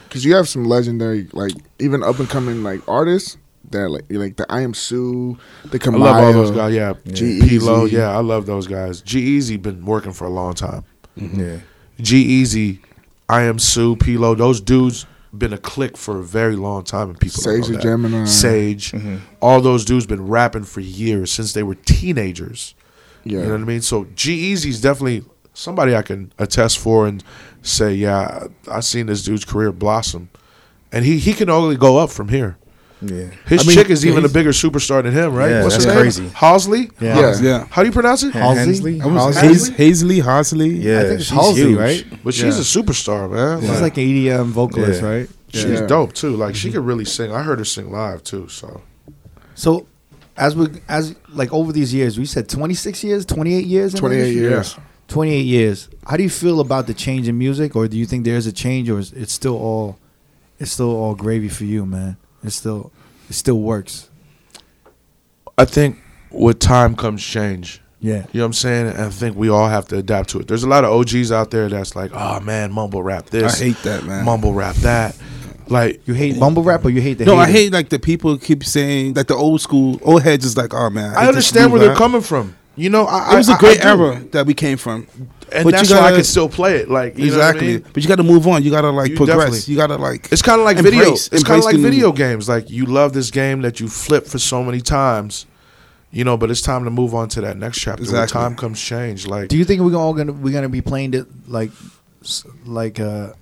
[SPEAKER 5] Because you have some legendary, like even up and coming like artists that like like the I Am Sue, the E
[SPEAKER 3] I
[SPEAKER 5] Kamaya.
[SPEAKER 3] love all those guys. Yeah,
[SPEAKER 5] G-Eazy.
[SPEAKER 3] P Lo. Yeah, I love those guys. G Easy been working for a long time.
[SPEAKER 2] Yeah.
[SPEAKER 3] G Easy, I am Sue, P Lo. Those dudes been a clique for a very long time, and people don't
[SPEAKER 5] Sage
[SPEAKER 3] know
[SPEAKER 5] the
[SPEAKER 3] that.
[SPEAKER 5] Gemini.
[SPEAKER 3] Sage, all those dudes been rapping for years since they were teenagers. You
[SPEAKER 5] Yeah.
[SPEAKER 3] know what I mean? So G Easy's definitely somebody I can attest for and say, yeah, I, I seen this dude's career blossom, and he he can only go up from here.
[SPEAKER 2] Yeah.
[SPEAKER 3] His
[SPEAKER 1] I mean,
[SPEAKER 3] chick is
[SPEAKER 1] yeah,
[SPEAKER 3] even a
[SPEAKER 1] he's-
[SPEAKER 3] bigger superstar than him, right?
[SPEAKER 2] Yeah,
[SPEAKER 3] What's
[SPEAKER 2] that's
[SPEAKER 3] his name?
[SPEAKER 2] crazy.
[SPEAKER 3] Halsley?
[SPEAKER 1] Yeah.
[SPEAKER 5] Yeah.
[SPEAKER 4] Yeah.
[SPEAKER 3] How do you pronounce it?
[SPEAKER 1] Halsey?
[SPEAKER 2] Hensley?
[SPEAKER 4] I was
[SPEAKER 1] Halsey?
[SPEAKER 4] Haz- Hazley, Hosley.
[SPEAKER 2] Yeah.
[SPEAKER 1] I think it's
[SPEAKER 2] she's
[SPEAKER 1] Halsey,
[SPEAKER 2] huge.
[SPEAKER 1] right?
[SPEAKER 3] But she's a superstar, man.
[SPEAKER 1] She's like an EDM vocalist,
[SPEAKER 2] Yeah.
[SPEAKER 1] right?
[SPEAKER 3] she's
[SPEAKER 5] Yeah.
[SPEAKER 3] dope too. Like she could really sing. I heard her sing live too. So
[SPEAKER 1] So, as we as like over these years, we said twenty six years, twenty eight years, in the
[SPEAKER 5] 28
[SPEAKER 1] industry?
[SPEAKER 5] years.
[SPEAKER 1] twenty eight years. How do you feel about the change in music, or do you think there's a change, or is it's still all it's still all gravy for you, man? It's still it still works.
[SPEAKER 3] I think with time comes change.
[SPEAKER 1] Yeah,
[SPEAKER 3] You know what I'm saying? And I think we all have to adapt to it. There's a lot of OGs out there that's like, oh man, mumble rap this,
[SPEAKER 4] I hate that, man.
[SPEAKER 3] mumble rap that. Like
[SPEAKER 1] you hate mumble rap, or you hate the
[SPEAKER 4] No, I
[SPEAKER 1] haters?
[SPEAKER 4] hate like the people keep saying like the old school old heads is like, oh man.
[SPEAKER 3] I
[SPEAKER 4] just
[SPEAKER 3] understand
[SPEAKER 4] do
[SPEAKER 3] where they're
[SPEAKER 4] rap."
[SPEAKER 3] coming from. You know, I,
[SPEAKER 6] it was
[SPEAKER 3] a
[SPEAKER 6] a great era that we came from.
[SPEAKER 3] and
[SPEAKER 6] but
[SPEAKER 3] that's
[SPEAKER 6] you
[SPEAKER 3] why I
[SPEAKER 6] gotta-
[SPEAKER 3] can still play it. Like you know what I
[SPEAKER 6] exactly.
[SPEAKER 3] mean?
[SPEAKER 6] But you got to move on. You got to like
[SPEAKER 3] You
[SPEAKER 6] progress.
[SPEAKER 3] definitely-
[SPEAKER 6] You got to like.
[SPEAKER 3] It's kind of like
[SPEAKER 6] Embrace-
[SPEAKER 3] video. It's kind
[SPEAKER 6] embrace
[SPEAKER 3] of like
[SPEAKER 6] the new-
[SPEAKER 3] video games. Like you love this game that you flip for so many times, you know. But it's time to move on to that next chapter. When
[SPEAKER 6] Exactly.
[SPEAKER 3] time comes change. Like
[SPEAKER 1] Do you think we're all gonna we're gonna be playing it like s- like uh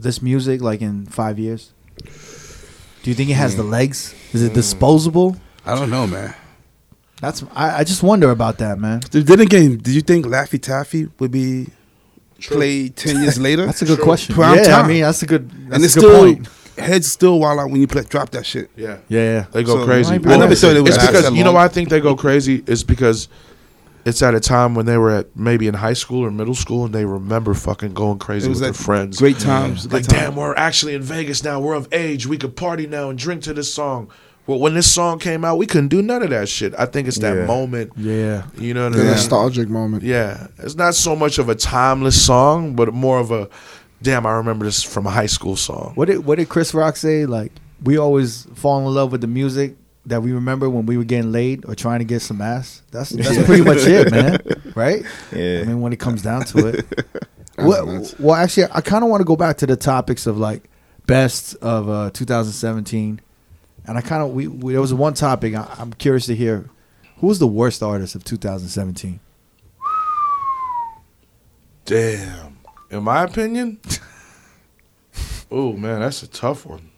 [SPEAKER 1] this music like in five years? Do you think it has the legs? Is it disposable?
[SPEAKER 6] I don't know, man.
[SPEAKER 1] That's I, I just wonder about that, man.
[SPEAKER 6] Th- Then again, do you think Laffy Taffy would be played ten years later?
[SPEAKER 1] That's a good question.
[SPEAKER 6] Prime
[SPEAKER 1] yeah,
[SPEAKER 6] time.
[SPEAKER 1] I mean that's a good that's
[SPEAKER 6] and
[SPEAKER 1] a
[SPEAKER 6] it's
[SPEAKER 1] good
[SPEAKER 6] still
[SPEAKER 1] point.
[SPEAKER 6] heads still wild out when you play, drop that shit.
[SPEAKER 3] yeah,
[SPEAKER 1] Yeah, yeah.
[SPEAKER 3] they go
[SPEAKER 6] So-
[SPEAKER 3] crazy.
[SPEAKER 1] Might be. I never
[SPEAKER 6] thought it was
[SPEAKER 3] It's
[SPEAKER 6] that
[SPEAKER 3] because you know
[SPEAKER 6] long.
[SPEAKER 3] why I think they go crazy. It's because it's at a time when they were at maybe in high school or middle school, and they remember fucking going crazy
[SPEAKER 6] It was
[SPEAKER 3] with their
[SPEAKER 6] like
[SPEAKER 3] friends.
[SPEAKER 6] great times.
[SPEAKER 3] like
[SPEAKER 6] Good time.
[SPEAKER 3] damn, we're actually in Vegas now. We're of age. We could party now and drink to this song. Well, when this song came out, we couldn't do none of that shit. I think it's that
[SPEAKER 2] Yeah.
[SPEAKER 3] moment.
[SPEAKER 1] Yeah.
[SPEAKER 3] You know what
[SPEAKER 5] The
[SPEAKER 3] I mean?
[SPEAKER 5] nostalgic moment.
[SPEAKER 3] Yeah, it's not so much of a timeless song, but more of a damn. I remember this from a high school song.
[SPEAKER 1] What did what did Chris Rock say? Like we always fall in love with the music that we remember when we were getting laid or trying to get some ass. That's that's pretty much it, man. Right?
[SPEAKER 2] Yeah.
[SPEAKER 1] I mean, when it comes down to it.
[SPEAKER 5] That's
[SPEAKER 1] well,
[SPEAKER 5] nuts.
[SPEAKER 1] well, actually, I kind of want to go back to the topics of like best of uh, 2017, and I kind of we, we there was one topic I, I'm curious to hear. Who was the worst artist of 2017?
[SPEAKER 3] Damn, in my opinion. oh man, that's a tough one.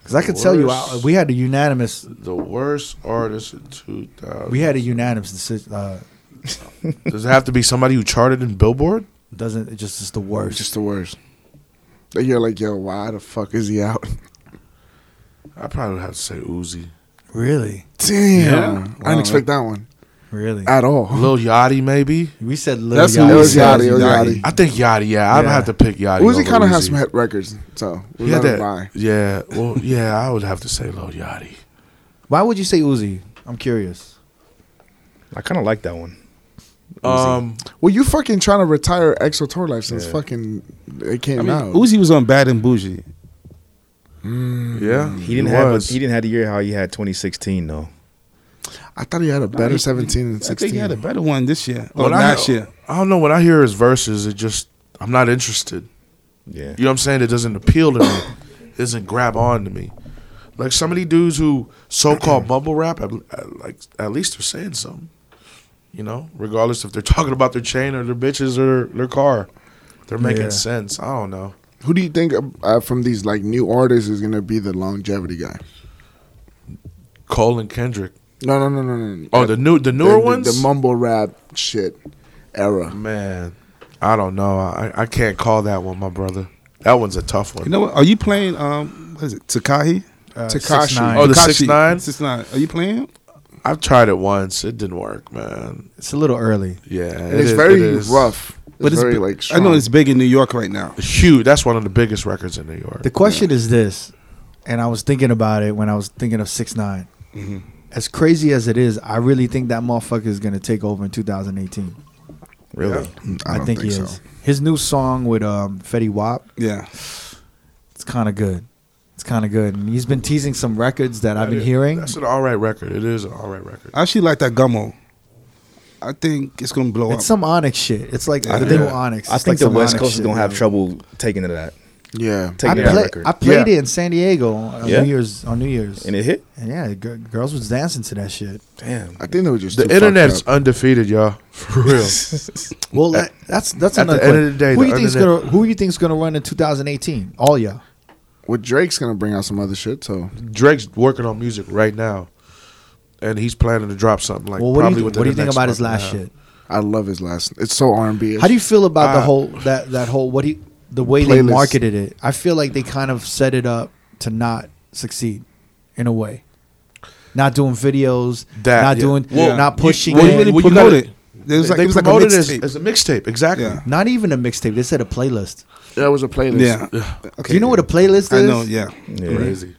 [SPEAKER 1] Because I could tell you, I,
[SPEAKER 3] Worst.
[SPEAKER 1] we had a unanimous.
[SPEAKER 3] The worst artist in 2000.
[SPEAKER 1] We had a unanimous decision. Uh,
[SPEAKER 3] Does it have to be somebody who charted in Billboard?
[SPEAKER 1] doesn't it just is the
[SPEAKER 5] It's
[SPEAKER 1] worst?
[SPEAKER 5] just the worst. Like, You're like, yo, why the fuck is he out?
[SPEAKER 3] I probably would have to say Uzi.
[SPEAKER 1] really,
[SPEAKER 5] Damn. I
[SPEAKER 6] Wow.
[SPEAKER 5] didn't expect that one
[SPEAKER 1] really.
[SPEAKER 5] at all.
[SPEAKER 3] Lil Yachty, maybe.
[SPEAKER 1] we said Lil
[SPEAKER 6] That's
[SPEAKER 1] Yachty.
[SPEAKER 5] It was
[SPEAKER 6] Yachty.
[SPEAKER 5] Yachty. It was Yachty.
[SPEAKER 3] I think Yachty. Yeah, I'd
[SPEAKER 1] Yeah.
[SPEAKER 3] have to pick Yachty. over
[SPEAKER 5] Uzi kind of has
[SPEAKER 3] Uzi.
[SPEAKER 5] some hit records, so
[SPEAKER 3] He
[SPEAKER 5] we
[SPEAKER 3] had
[SPEAKER 5] let him by.
[SPEAKER 3] that- Yeah, well, yeah, I would have to say Lil Yachty.
[SPEAKER 1] Why would you say Uzi? I'm curious.
[SPEAKER 2] I kind of like that one.
[SPEAKER 3] Um,
[SPEAKER 5] Well, you fucking trying to retire EXO tour life since fucking it came
[SPEAKER 6] I mean,
[SPEAKER 5] out.
[SPEAKER 6] Uzi was on Bad and Bougie.
[SPEAKER 3] yeah,
[SPEAKER 2] He didn't have a, he didn't have the year how he had 2016 though.
[SPEAKER 5] I thought he had a better
[SPEAKER 6] he-
[SPEAKER 5] 17 and
[SPEAKER 6] I think he had a
[SPEAKER 5] 16.
[SPEAKER 6] better one this year or
[SPEAKER 3] When I-
[SPEAKER 6] last year.
[SPEAKER 3] I don't know. When I hear his verses, it just I'm not interested.
[SPEAKER 2] Yeah.
[SPEAKER 3] You know what I'm saying? It doesn't appeal to me. It doesn't grab on to me. Like some of these dudes who so-called mumble rap, at, at- like at least they're saying something. You know, regardless if they're talking about their chain or their bitches or their car, they're making
[SPEAKER 1] Yeah.
[SPEAKER 3] sense. I don't know.
[SPEAKER 5] Who do you think uh, from these like new artists is gonna be the longevity guy?
[SPEAKER 3] Cole and Kendrick.
[SPEAKER 5] No, no, no, no, no.
[SPEAKER 3] Oh, the new the
[SPEAKER 5] The-
[SPEAKER 3] newer
[SPEAKER 5] the-
[SPEAKER 3] ones. Mm,
[SPEAKER 5] the mumble rap shit era.
[SPEAKER 3] Man, I don't know. I I can't call that one, my brother. That one's a tough one.
[SPEAKER 6] You know what? Are you playing? Um, what is it? Takahi?
[SPEAKER 1] Uh,
[SPEAKER 5] Tekashi.
[SPEAKER 1] 6ix9ine.
[SPEAKER 3] Oh, the
[SPEAKER 6] Tekashi.
[SPEAKER 3] 6ix9ine?
[SPEAKER 6] 6ix9ine. Are you playing? him?
[SPEAKER 3] I've tried it once. It didn't work, man.
[SPEAKER 1] it's a little early.
[SPEAKER 3] Yeah, it
[SPEAKER 5] And it's
[SPEAKER 3] is-
[SPEAKER 5] very
[SPEAKER 3] it is
[SPEAKER 5] rough. It's
[SPEAKER 6] But it's
[SPEAKER 5] very
[SPEAKER 6] bi-
[SPEAKER 5] like
[SPEAKER 6] I
[SPEAKER 5] strong.
[SPEAKER 6] know it's big in New York right now.
[SPEAKER 3] Huge. That's one of the biggest records in New York.
[SPEAKER 1] The question is this, and I was thinking about it when I was thinking of six nine.
[SPEAKER 2] Mm-hmm.
[SPEAKER 1] As crazy as it is, I really think that motherfucker is gonna take over in 2018.
[SPEAKER 2] Really?
[SPEAKER 1] I,
[SPEAKER 5] don't
[SPEAKER 1] think, he
[SPEAKER 5] think
[SPEAKER 1] is.
[SPEAKER 5] so.
[SPEAKER 1] His new song with um, Fetty Wap,
[SPEAKER 6] Yeah.
[SPEAKER 1] it's kind of good. It's kind of good, and he's been teasing some records that, I've
[SPEAKER 3] That
[SPEAKER 1] been
[SPEAKER 3] is-
[SPEAKER 1] hearing.
[SPEAKER 3] That's an all right record. It is an all right record.
[SPEAKER 6] I actually like that gummo. I think it's gonna blow
[SPEAKER 1] It's
[SPEAKER 6] up.
[SPEAKER 1] some Onyx shit. It's like
[SPEAKER 3] I
[SPEAKER 1] the
[SPEAKER 3] think-
[SPEAKER 1] new Onyx.
[SPEAKER 2] I
[SPEAKER 1] It's
[SPEAKER 2] think
[SPEAKER 1] like
[SPEAKER 2] the
[SPEAKER 1] some
[SPEAKER 2] West
[SPEAKER 1] Onyx
[SPEAKER 2] Coast is
[SPEAKER 1] shit.
[SPEAKER 2] gonna have trouble taking to that,
[SPEAKER 5] yeah.
[SPEAKER 1] I,
[SPEAKER 2] taking to
[SPEAKER 1] play-
[SPEAKER 2] that record,
[SPEAKER 1] I played
[SPEAKER 5] Yeah.
[SPEAKER 1] it in San Diego on
[SPEAKER 2] Yeah.
[SPEAKER 1] New Year's. On New Year's,
[SPEAKER 2] and it hit.
[SPEAKER 1] and yeah, the gir- girls was dancing to that shit.
[SPEAKER 2] Damn.
[SPEAKER 5] I think they were just too
[SPEAKER 3] The
[SPEAKER 5] fucked
[SPEAKER 3] internet's
[SPEAKER 5] up.
[SPEAKER 3] undefeated, y'all. For real.
[SPEAKER 1] Well, that, that's that's
[SPEAKER 3] at the
[SPEAKER 1] another
[SPEAKER 3] end
[SPEAKER 1] question.
[SPEAKER 3] of the day,
[SPEAKER 1] who
[SPEAKER 3] the
[SPEAKER 1] you think's
[SPEAKER 3] internet-
[SPEAKER 1] gonna who you think's gonna run in 2018? All y'all.
[SPEAKER 5] Well, Drake's gonna bring out some other shit. So
[SPEAKER 3] Drake's working on music right now, and he's planning to drop something like.
[SPEAKER 1] well, what do
[SPEAKER 3] probably
[SPEAKER 1] you, what
[SPEAKER 3] within
[SPEAKER 1] do you
[SPEAKER 3] the
[SPEAKER 1] think
[SPEAKER 3] next
[SPEAKER 1] about his
[SPEAKER 3] month and a
[SPEAKER 1] last
[SPEAKER 3] half.
[SPEAKER 1] shit?
[SPEAKER 5] I love his last. It's so R and B.
[SPEAKER 1] How do you feel about the
[SPEAKER 3] Uh,
[SPEAKER 1] whole that that whole what he the way they
[SPEAKER 5] Playlist.
[SPEAKER 1] marketed it? I feel like they kind of set it up to not succeed, in a way. Not doing videos,
[SPEAKER 3] That
[SPEAKER 1] not
[SPEAKER 3] yeah.
[SPEAKER 1] doing,
[SPEAKER 3] Well,
[SPEAKER 1] not pushing
[SPEAKER 6] Well,
[SPEAKER 1] it,
[SPEAKER 6] you didn't
[SPEAKER 3] Well, you
[SPEAKER 6] promote
[SPEAKER 3] gotta-
[SPEAKER 6] it. It was like,
[SPEAKER 3] they
[SPEAKER 6] it was like a
[SPEAKER 3] promoted it as,
[SPEAKER 6] mixtape.
[SPEAKER 3] as a mixtape, exactly.
[SPEAKER 6] Yeah.
[SPEAKER 1] not even a mixtape. They said a playlist.
[SPEAKER 5] That was a playlist.
[SPEAKER 6] yeah.
[SPEAKER 1] do you know what a playlist is?
[SPEAKER 6] I know. Yeah.
[SPEAKER 2] Yeah.
[SPEAKER 3] Crazy.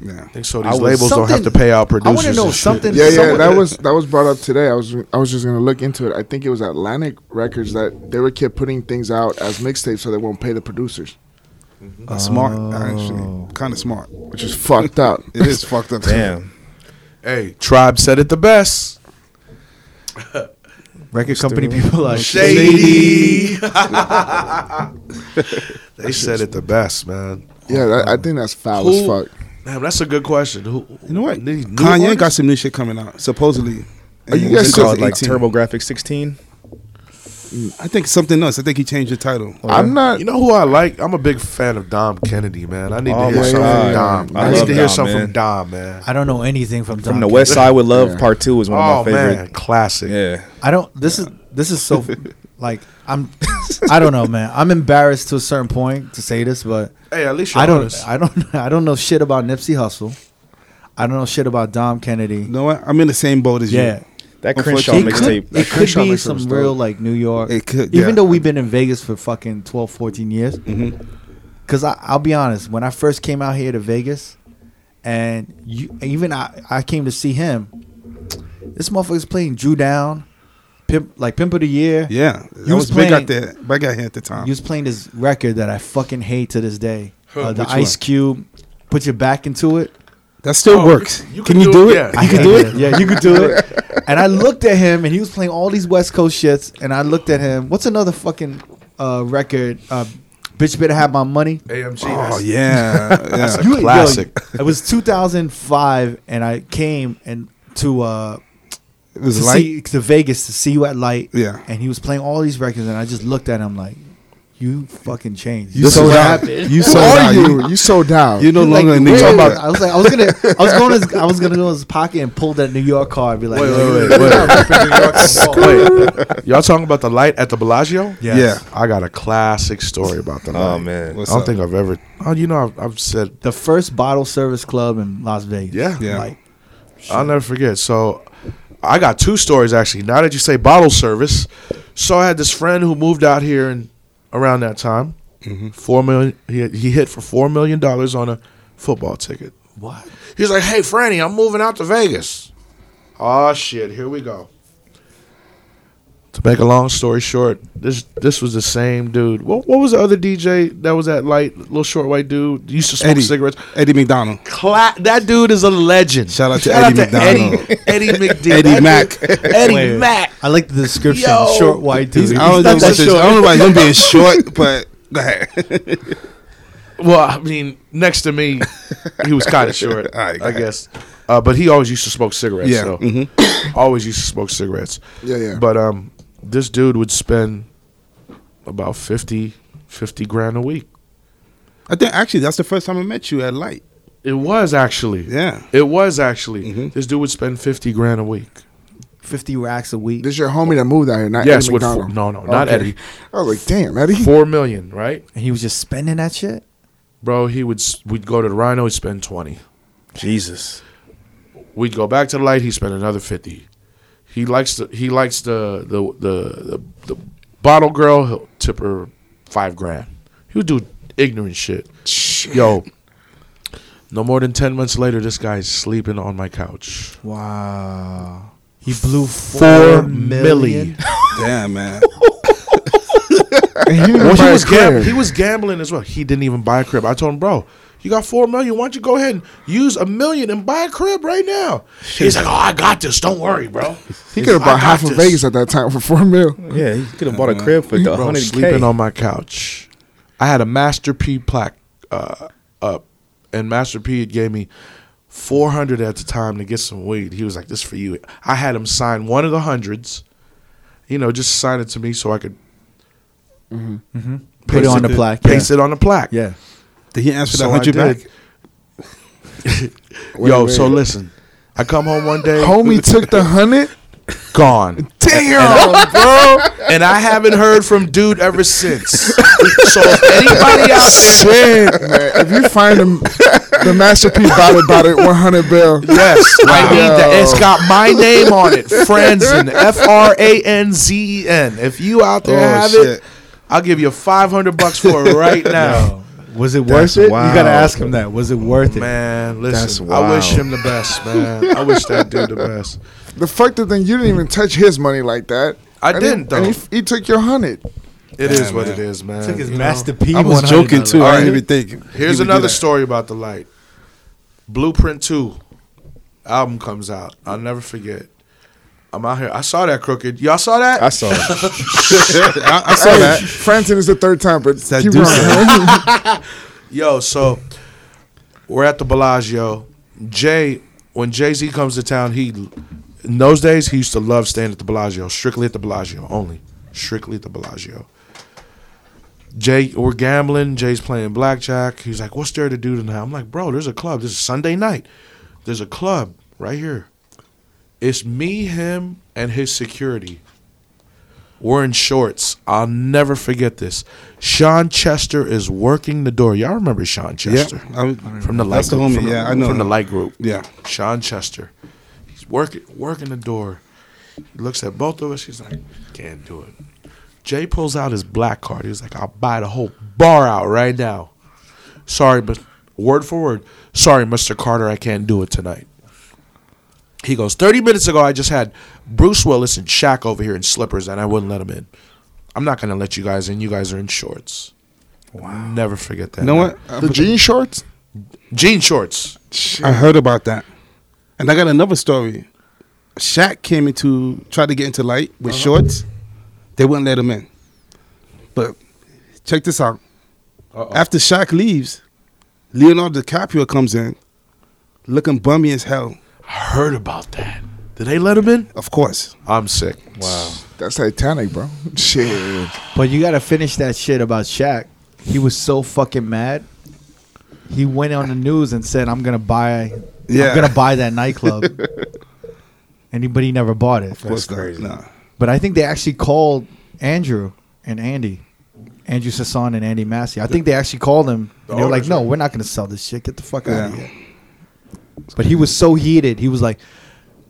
[SPEAKER 6] Yeah.
[SPEAKER 3] I think so.
[SPEAKER 2] I
[SPEAKER 3] These
[SPEAKER 2] was-
[SPEAKER 3] labels don't have to
[SPEAKER 1] Something-
[SPEAKER 3] pay out producers.
[SPEAKER 1] I want to know
[SPEAKER 3] and shit.
[SPEAKER 1] something.
[SPEAKER 5] Yeah, yeah,
[SPEAKER 1] someone-
[SPEAKER 5] that was that was brought up today. I was I was just gonna look into it. I think it was Atlantic Records that they were kept putting things out as mixtapes so they won't pay the producers,
[SPEAKER 6] Smart,
[SPEAKER 1] Oh.
[SPEAKER 6] actually. Kind of smart.
[SPEAKER 5] which is fucked up.
[SPEAKER 6] It is fucked up. too.
[SPEAKER 2] Damn.
[SPEAKER 3] Hey, Tribe said it the best.
[SPEAKER 1] Record company people are shady.
[SPEAKER 3] Shady. they said it the best, man.
[SPEAKER 5] Yeah, that, I think that's foul
[SPEAKER 3] Who-
[SPEAKER 5] as fuck.
[SPEAKER 3] Damn, that's a good question. Who,
[SPEAKER 4] You know what?
[SPEAKER 3] these new
[SPEAKER 4] Kanye
[SPEAKER 3] ones?
[SPEAKER 4] got some new shit coming out, supposedly.
[SPEAKER 2] Are you
[SPEAKER 4] And
[SPEAKER 2] guys
[SPEAKER 4] it's
[SPEAKER 2] called like
[SPEAKER 4] 18.
[SPEAKER 2] TurboGrafx 16?
[SPEAKER 4] I think something else. I think he changed the title.
[SPEAKER 5] I'm not.
[SPEAKER 3] You know who I like? I'm a big fan of Dom Kennedy, man. I need
[SPEAKER 2] Oh
[SPEAKER 3] to hear
[SPEAKER 2] my
[SPEAKER 3] something from
[SPEAKER 2] God.
[SPEAKER 3] Dom.
[SPEAKER 2] I
[SPEAKER 3] I, need
[SPEAKER 2] love
[SPEAKER 3] to hear
[SPEAKER 2] Dom,
[SPEAKER 3] something
[SPEAKER 2] man.
[SPEAKER 3] from Dom, man.
[SPEAKER 1] I don't know anything from Dom
[SPEAKER 2] From the
[SPEAKER 1] Kennedy.
[SPEAKER 2] West Side with Love,
[SPEAKER 5] Yeah.
[SPEAKER 2] Part 2 is one
[SPEAKER 3] Oh
[SPEAKER 2] of my favorite.
[SPEAKER 3] man, classic.
[SPEAKER 2] Yeah.
[SPEAKER 1] I don't. This is this is so like I'm. I don't know, man. I'm embarrassed to a certain point to say this, but
[SPEAKER 3] Hey, at least you're
[SPEAKER 1] I don't.
[SPEAKER 3] honest.
[SPEAKER 1] I don't. I don't know shit about Nipsey Hussle. I don't know shit about Dom Kennedy.
[SPEAKER 4] You know what? I'm in the same boat as
[SPEAKER 1] Yeah,
[SPEAKER 2] That Crenshaw
[SPEAKER 4] Unfortunately-
[SPEAKER 1] it could,
[SPEAKER 2] mixtape.
[SPEAKER 1] it could
[SPEAKER 4] Crenshaw
[SPEAKER 1] be
[SPEAKER 4] makes some
[SPEAKER 1] some
[SPEAKER 4] stuff.
[SPEAKER 1] real like New York.
[SPEAKER 4] It could, yeah. Mm-hmm.
[SPEAKER 1] even though we've been in Vegas for fucking 12, 14 years. Because I, I'll be honest, when I first came out here to Vegas, and you, even I, I came to see him. This motherfucker's playing Drew Down, pimp like Pimp of the Year.
[SPEAKER 4] you. Yeah, that
[SPEAKER 1] You was
[SPEAKER 4] was big
[SPEAKER 1] playing-
[SPEAKER 4] out there. Big out here at the time.
[SPEAKER 1] He was playing this record that I fucking hate to this day. Uh, the
[SPEAKER 4] which
[SPEAKER 1] Ice Cube, put your back into it.
[SPEAKER 4] that still
[SPEAKER 3] Oh,
[SPEAKER 4] works.
[SPEAKER 3] you- you
[SPEAKER 4] can,
[SPEAKER 3] can
[SPEAKER 4] you
[SPEAKER 3] do
[SPEAKER 4] do
[SPEAKER 3] it,
[SPEAKER 4] it?
[SPEAKER 3] yeah.
[SPEAKER 1] I
[SPEAKER 4] You can
[SPEAKER 1] hate
[SPEAKER 4] do
[SPEAKER 1] it.
[SPEAKER 4] it.
[SPEAKER 1] Yeah, you could do it. And I looked at him, and he was playing all these West Coast shits. And I looked at him. What's another fucking uh, record? Uh, Bitch better have my money.
[SPEAKER 3] AMG.
[SPEAKER 4] Oh
[SPEAKER 3] that's-
[SPEAKER 4] yeah, yeah.
[SPEAKER 1] You- yo,
[SPEAKER 3] classic.
[SPEAKER 1] it was 2005, and I came and to uh,
[SPEAKER 4] It was
[SPEAKER 1] to,
[SPEAKER 4] light.
[SPEAKER 1] see, to Vegas to see you at Light.
[SPEAKER 4] Yeah.
[SPEAKER 1] and he was playing all these records, and I just looked at him like, "You fucking changed."
[SPEAKER 4] You sold
[SPEAKER 5] what
[SPEAKER 4] out.
[SPEAKER 5] happened.
[SPEAKER 4] You
[SPEAKER 5] So
[SPEAKER 4] sold
[SPEAKER 5] are
[SPEAKER 4] out. You-
[SPEAKER 5] you? You sold out.
[SPEAKER 4] You're no
[SPEAKER 1] Like,
[SPEAKER 4] longer a New
[SPEAKER 1] wait,
[SPEAKER 4] Yorker.
[SPEAKER 1] wait, wait. I was like, I was gonna, I was going, to his, I was gonna go in his pocket and pull that New York card. And be like,
[SPEAKER 3] Wait,
[SPEAKER 1] "Yo,
[SPEAKER 3] wait,
[SPEAKER 1] you
[SPEAKER 3] wait,
[SPEAKER 1] really
[SPEAKER 3] wait.
[SPEAKER 1] not repping New York at all."
[SPEAKER 3] Wait, y'all talking about the light at the Bellagio?
[SPEAKER 1] Yes.
[SPEAKER 4] Yeah.
[SPEAKER 3] I got a classic story about the light.
[SPEAKER 2] Oh, man.
[SPEAKER 3] I don't think I've ever. Oh, you know, I've, I've said
[SPEAKER 1] the first bottle service club in Las Vegas.
[SPEAKER 3] Yeah.
[SPEAKER 4] Yeah.
[SPEAKER 1] Like,
[SPEAKER 3] I'll never forget. So I got two stories actually. Now that you say bottle service, so I had this friend who moved out here and around that time. Four million. He he hit for four million dollars on a football ticket.
[SPEAKER 1] what?
[SPEAKER 3] He's like, "Hey, Franny, I'm moving out to Vegas." Oh shit! Here we go. To make a long story short, this this was the same dude. What what was the other DJ that was that light little short white dude used to smoke
[SPEAKER 4] Eddie.
[SPEAKER 3] cigarettes?
[SPEAKER 4] Eddie McDonald.
[SPEAKER 3] Cla- that dude is a legend.
[SPEAKER 4] Shout out to Eddie McDonald.
[SPEAKER 3] Eddie, Eddie McD.
[SPEAKER 4] Eddie
[SPEAKER 3] That
[SPEAKER 4] Mac.
[SPEAKER 3] dude- Eddie
[SPEAKER 1] Wait.
[SPEAKER 3] Mac.
[SPEAKER 1] I like the description.
[SPEAKER 3] Yo.
[SPEAKER 1] Short white dude.
[SPEAKER 4] I don't know
[SPEAKER 1] He's not that
[SPEAKER 4] about this. I don't know about him being short, but go ahead.
[SPEAKER 3] Well, I mean, next to me, he was kind of short,
[SPEAKER 4] All right, go
[SPEAKER 3] I
[SPEAKER 4] ahead.
[SPEAKER 3] guess. Uh, but he always used to smoke cigarettes.
[SPEAKER 4] Yeah, mm-hmm.
[SPEAKER 3] So always used to smoke cigarettes.
[SPEAKER 5] Yeah, yeah.
[SPEAKER 3] But um, this dude would spend about 50, 50 grand a week.
[SPEAKER 4] I think actually that's the first time I met you at Light.
[SPEAKER 3] It was actually.
[SPEAKER 4] Yeah.
[SPEAKER 3] It was actually.
[SPEAKER 4] Mhm.
[SPEAKER 3] This dude would spend 50 grand a week.
[SPEAKER 1] Fifty racks a week.
[SPEAKER 5] This your homie that moved out here, not
[SPEAKER 3] yes,
[SPEAKER 5] Eddie
[SPEAKER 3] with
[SPEAKER 5] McDonald.
[SPEAKER 3] four, no, no, not
[SPEAKER 5] Okay.
[SPEAKER 3] Eddie.
[SPEAKER 5] I was like, damn, Eddie.
[SPEAKER 3] Four million, right?
[SPEAKER 1] And he was just spending that shit.
[SPEAKER 3] Bro, he would s- we'd go to the Rhino, he'd spend 20.
[SPEAKER 2] Jesus.
[SPEAKER 3] We'd go back to the light. He spent another fifty. He likes the he likes the the the, the, the bottle girl. He'll tip her five grand. He would do ignorant shit. Yo, no more than ten months later, this guy's sleeping on my couch.
[SPEAKER 1] Wow. He blew
[SPEAKER 3] Four
[SPEAKER 1] four
[SPEAKER 3] milli.
[SPEAKER 1] million.
[SPEAKER 4] Damn man.
[SPEAKER 5] And he
[SPEAKER 3] Well,
[SPEAKER 5] was
[SPEAKER 3] he was
[SPEAKER 5] clear.
[SPEAKER 3] gam- he was gambling as well. He didn't even buy a crib. I told him, bro. You got four million. Why don't you go ahead and use a million and buy a crib right now? He's like, "Oh, I got this. Don't worry, bro."
[SPEAKER 5] He could have bought
[SPEAKER 3] I got
[SPEAKER 5] half of
[SPEAKER 3] this.
[SPEAKER 5] Vegas at that time for four mil.
[SPEAKER 2] Yeah, he could have bought a crib for
[SPEAKER 3] Bro,
[SPEAKER 2] 100
[SPEAKER 3] sleeping
[SPEAKER 2] k
[SPEAKER 3] on my couch. I had a Master P plaque uh, up, and Master P had gave me four hundred at the time to get some weed. He was like, "This is for you." I had him sign one of the hundreds. You know, just sign it to me so I could
[SPEAKER 1] Put it on the plaque. Yeah.
[SPEAKER 3] paste it on the plaque.
[SPEAKER 1] yeah.
[SPEAKER 4] Did he answer
[SPEAKER 3] So
[SPEAKER 4] that
[SPEAKER 3] I
[SPEAKER 4] hundred
[SPEAKER 3] did.
[SPEAKER 4] back?
[SPEAKER 3] Yo,
[SPEAKER 5] wait.
[SPEAKER 3] so listen, I come home one day,
[SPEAKER 5] Homie took the hundred.
[SPEAKER 3] gone.
[SPEAKER 5] Damn, bro.
[SPEAKER 3] and I haven't heard from dude ever since. so if anybody out there,
[SPEAKER 5] Shit, man. If you find him, the masterpiece bottle bottle one hundred bill.
[SPEAKER 3] yes, I need that. It's got my name on it, Franzen, F R A N Z E N. If you out there
[SPEAKER 4] Oh,
[SPEAKER 3] have
[SPEAKER 4] shit.
[SPEAKER 3] it, I'll give you five hundred bucks for it right now.
[SPEAKER 1] Oh. Was it
[SPEAKER 2] That's
[SPEAKER 1] worth it? You gotta
[SPEAKER 2] wild.
[SPEAKER 1] ask him that. Was it worth it?
[SPEAKER 3] Man, listen,
[SPEAKER 2] That's
[SPEAKER 3] I wish
[SPEAKER 2] wild.
[SPEAKER 3] him the best, man. I wish that dude the best.
[SPEAKER 5] The fucked up thing, you didn't even touch his money like that.
[SPEAKER 3] I
[SPEAKER 5] And
[SPEAKER 3] didn't,
[SPEAKER 5] he, and
[SPEAKER 3] though.
[SPEAKER 5] he, he took your hundred.
[SPEAKER 3] It is what
[SPEAKER 4] man.
[SPEAKER 3] it is, man.
[SPEAKER 1] Took his
[SPEAKER 3] You know?
[SPEAKER 1] Master P.
[SPEAKER 4] I was
[SPEAKER 1] 100
[SPEAKER 4] joking too. I
[SPEAKER 3] Alright.
[SPEAKER 4] didn't even think. he would
[SPEAKER 3] Here's
[SPEAKER 4] do
[SPEAKER 3] another
[SPEAKER 4] that.
[SPEAKER 3] story about the light. Blueprint Two album comes out. I'll never forget. I'm out here. I saw that crooked. Y'all saw that?
[SPEAKER 2] I saw it.
[SPEAKER 4] I, I saw that.
[SPEAKER 5] Frampton is the third time, but
[SPEAKER 4] that
[SPEAKER 5] keep
[SPEAKER 4] Deuce.
[SPEAKER 5] going.
[SPEAKER 3] Yo, so we're at the Bellagio. Jay, when Jay Z comes to town, he in those days he used to love staying at the Bellagio, strictly at the Bellagio only, strictly at the Bellagio. Jay, we're gambling. Jay's playing blackjack. He's like, "What's there to do tonight?" I'm like, "Bro, there's a club. This is Sunday night. There's a club right here. It's me, him, and his security." We're in shorts. I'll never forget this. Sean Chester is working the door. Y'all remember Sean Chester?
[SPEAKER 4] I'm-
[SPEAKER 3] From the light
[SPEAKER 4] That's the
[SPEAKER 3] group.
[SPEAKER 4] homie,
[SPEAKER 3] From,
[SPEAKER 4] yeah, I know
[SPEAKER 3] From the
[SPEAKER 4] him.
[SPEAKER 3] light group.
[SPEAKER 4] Yeah.
[SPEAKER 3] Sean Chester. He's working working the door. He looks at both of us. He's like, can't do it. Jay pulls out his black card. He was like, I'll buy the whole bar out right now. Sorry, but word for word. Sorry, Mr. Carter, I can't do it tonight. He goes, 30 minutes ago, I just had Bruce Willis and Shaq over here in slippers, and I wouldn't let him in. I'm not going to let you guys in. You guys are in shorts. Wow. Never forget that.
[SPEAKER 4] You know what?
[SPEAKER 5] the jean shorts.
[SPEAKER 3] Jean shorts.
[SPEAKER 4] I heard about that. And I got another story. Shaq came into tried to get into light with shorts. They wouldn't let him in. But check this out. After Shaq leaves, Leonardo DiCaprio comes in, looking bummy as hell.
[SPEAKER 3] I heard about that. Did they let him in?
[SPEAKER 4] Of course.
[SPEAKER 3] I'm sick. Wow.
[SPEAKER 5] That's Titanic, bro. Shit.
[SPEAKER 1] But you gotta finish that shit about Shaq. He was so fucking mad. He went on the news and said, "I'm gonna buy,
[SPEAKER 4] Yeah.
[SPEAKER 1] I'm gonna buy that nightclub." and he, but he never bought it.
[SPEAKER 4] Of course not. Nah.
[SPEAKER 1] But I think they actually called Andrew and Andy, Andrew Sasson and Andy Massey. I think they actually called him. And they were like,
[SPEAKER 3] owners,
[SPEAKER 1] "No, we're not gonna sell this shit. Get the fuck out of
[SPEAKER 4] Yeah.
[SPEAKER 1] here." But he was so heated. He was like,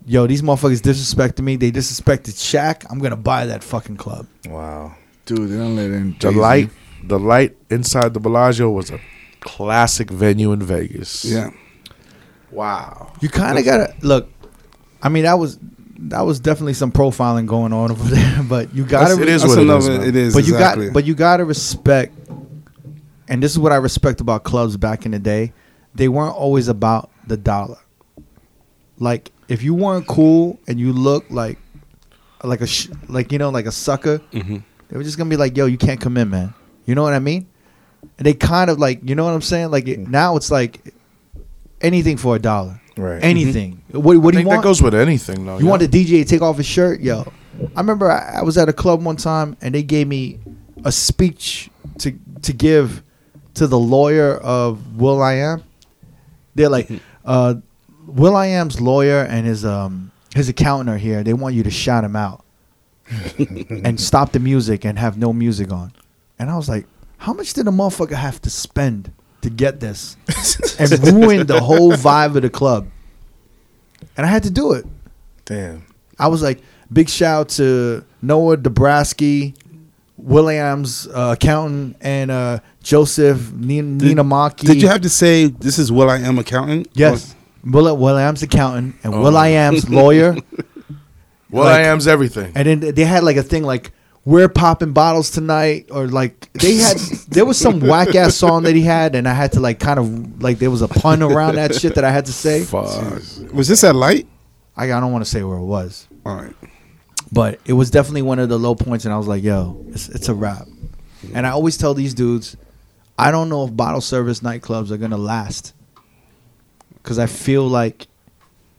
[SPEAKER 1] "Yo, these motherfuckers disrespected me. They disrespected Shaq. I'm gonna buy that fucking club."
[SPEAKER 2] Wow.
[SPEAKER 5] Dude, they don't let in.
[SPEAKER 3] The
[SPEAKER 5] Jay-Z.
[SPEAKER 3] light, the light inside the Bellagio was a classic venue in Vegas.
[SPEAKER 4] Yeah.
[SPEAKER 3] Wow.
[SPEAKER 1] You kind of gotta look. I mean, that was that was definitely some profiling going on over there. But you gotta,
[SPEAKER 3] That's- it is
[SPEAKER 4] That's
[SPEAKER 3] what
[SPEAKER 4] another
[SPEAKER 3] it is. man.
[SPEAKER 4] it is.
[SPEAKER 1] but you
[SPEAKER 4] exactly.
[SPEAKER 1] got, but you gotta respect. And this is what I respect about clubs back in the day. They weren't always about the dollar. Like if you weren't cool and you looked like, like a sh- like you know like a sucker,
[SPEAKER 3] Mm-hmm.
[SPEAKER 1] they were just gonna be like, "Yo, you can't come in, man." You know what I mean? And they kind of like, you know what I'm saying? Like it, now it's like anything for a dollar.
[SPEAKER 2] Right.
[SPEAKER 1] Anything. What, what
[SPEAKER 3] Mm-hmm. I
[SPEAKER 1] do you
[SPEAKER 3] think
[SPEAKER 1] want?
[SPEAKER 3] that goes with anything, though.
[SPEAKER 1] you
[SPEAKER 3] Oh, yeah.
[SPEAKER 1] want the DJ to take off his shirt? Yo, I remember I, I was at a club one time and they gave me a speech to to give to the lawyer of Will I Am. They're like, uh, Will I Am's lawyer and his um his accountant are here. They want you to shout him out and stop the music and have no music on. And I was like, how much did a motherfucker have to spend to get this and ruin the whole vibe of the club? And I had to do it.
[SPEAKER 2] Damn.
[SPEAKER 1] I was like, big shout to Noah Dabrowski, Williams uh, accountant, and uh, Joseph Nin-
[SPEAKER 4] Did-
[SPEAKER 1] Ninamaki.
[SPEAKER 4] Did you have to say this is Will I Am accountant?
[SPEAKER 1] yes? Will Williams accountant and
[SPEAKER 4] Oh,
[SPEAKER 1] Will I Am's lawyer,
[SPEAKER 3] Well,
[SPEAKER 1] like-
[SPEAKER 3] I am's everything.
[SPEAKER 1] and then they had like a thing like we're popping bottles tonight, or like they had there was some whack ass song that he had, and I had to like kind of like there was a pun around that shit that I had to say.
[SPEAKER 3] Fuck.
[SPEAKER 4] Or- uh, Was this at light?
[SPEAKER 1] I, I don't want to say where it was,
[SPEAKER 4] All right.
[SPEAKER 1] but it was definitely one of the low points and i was like yo it's, it's a wrap and i always tell these dudes i don't know if bottle service nightclubs are gonna last because i feel like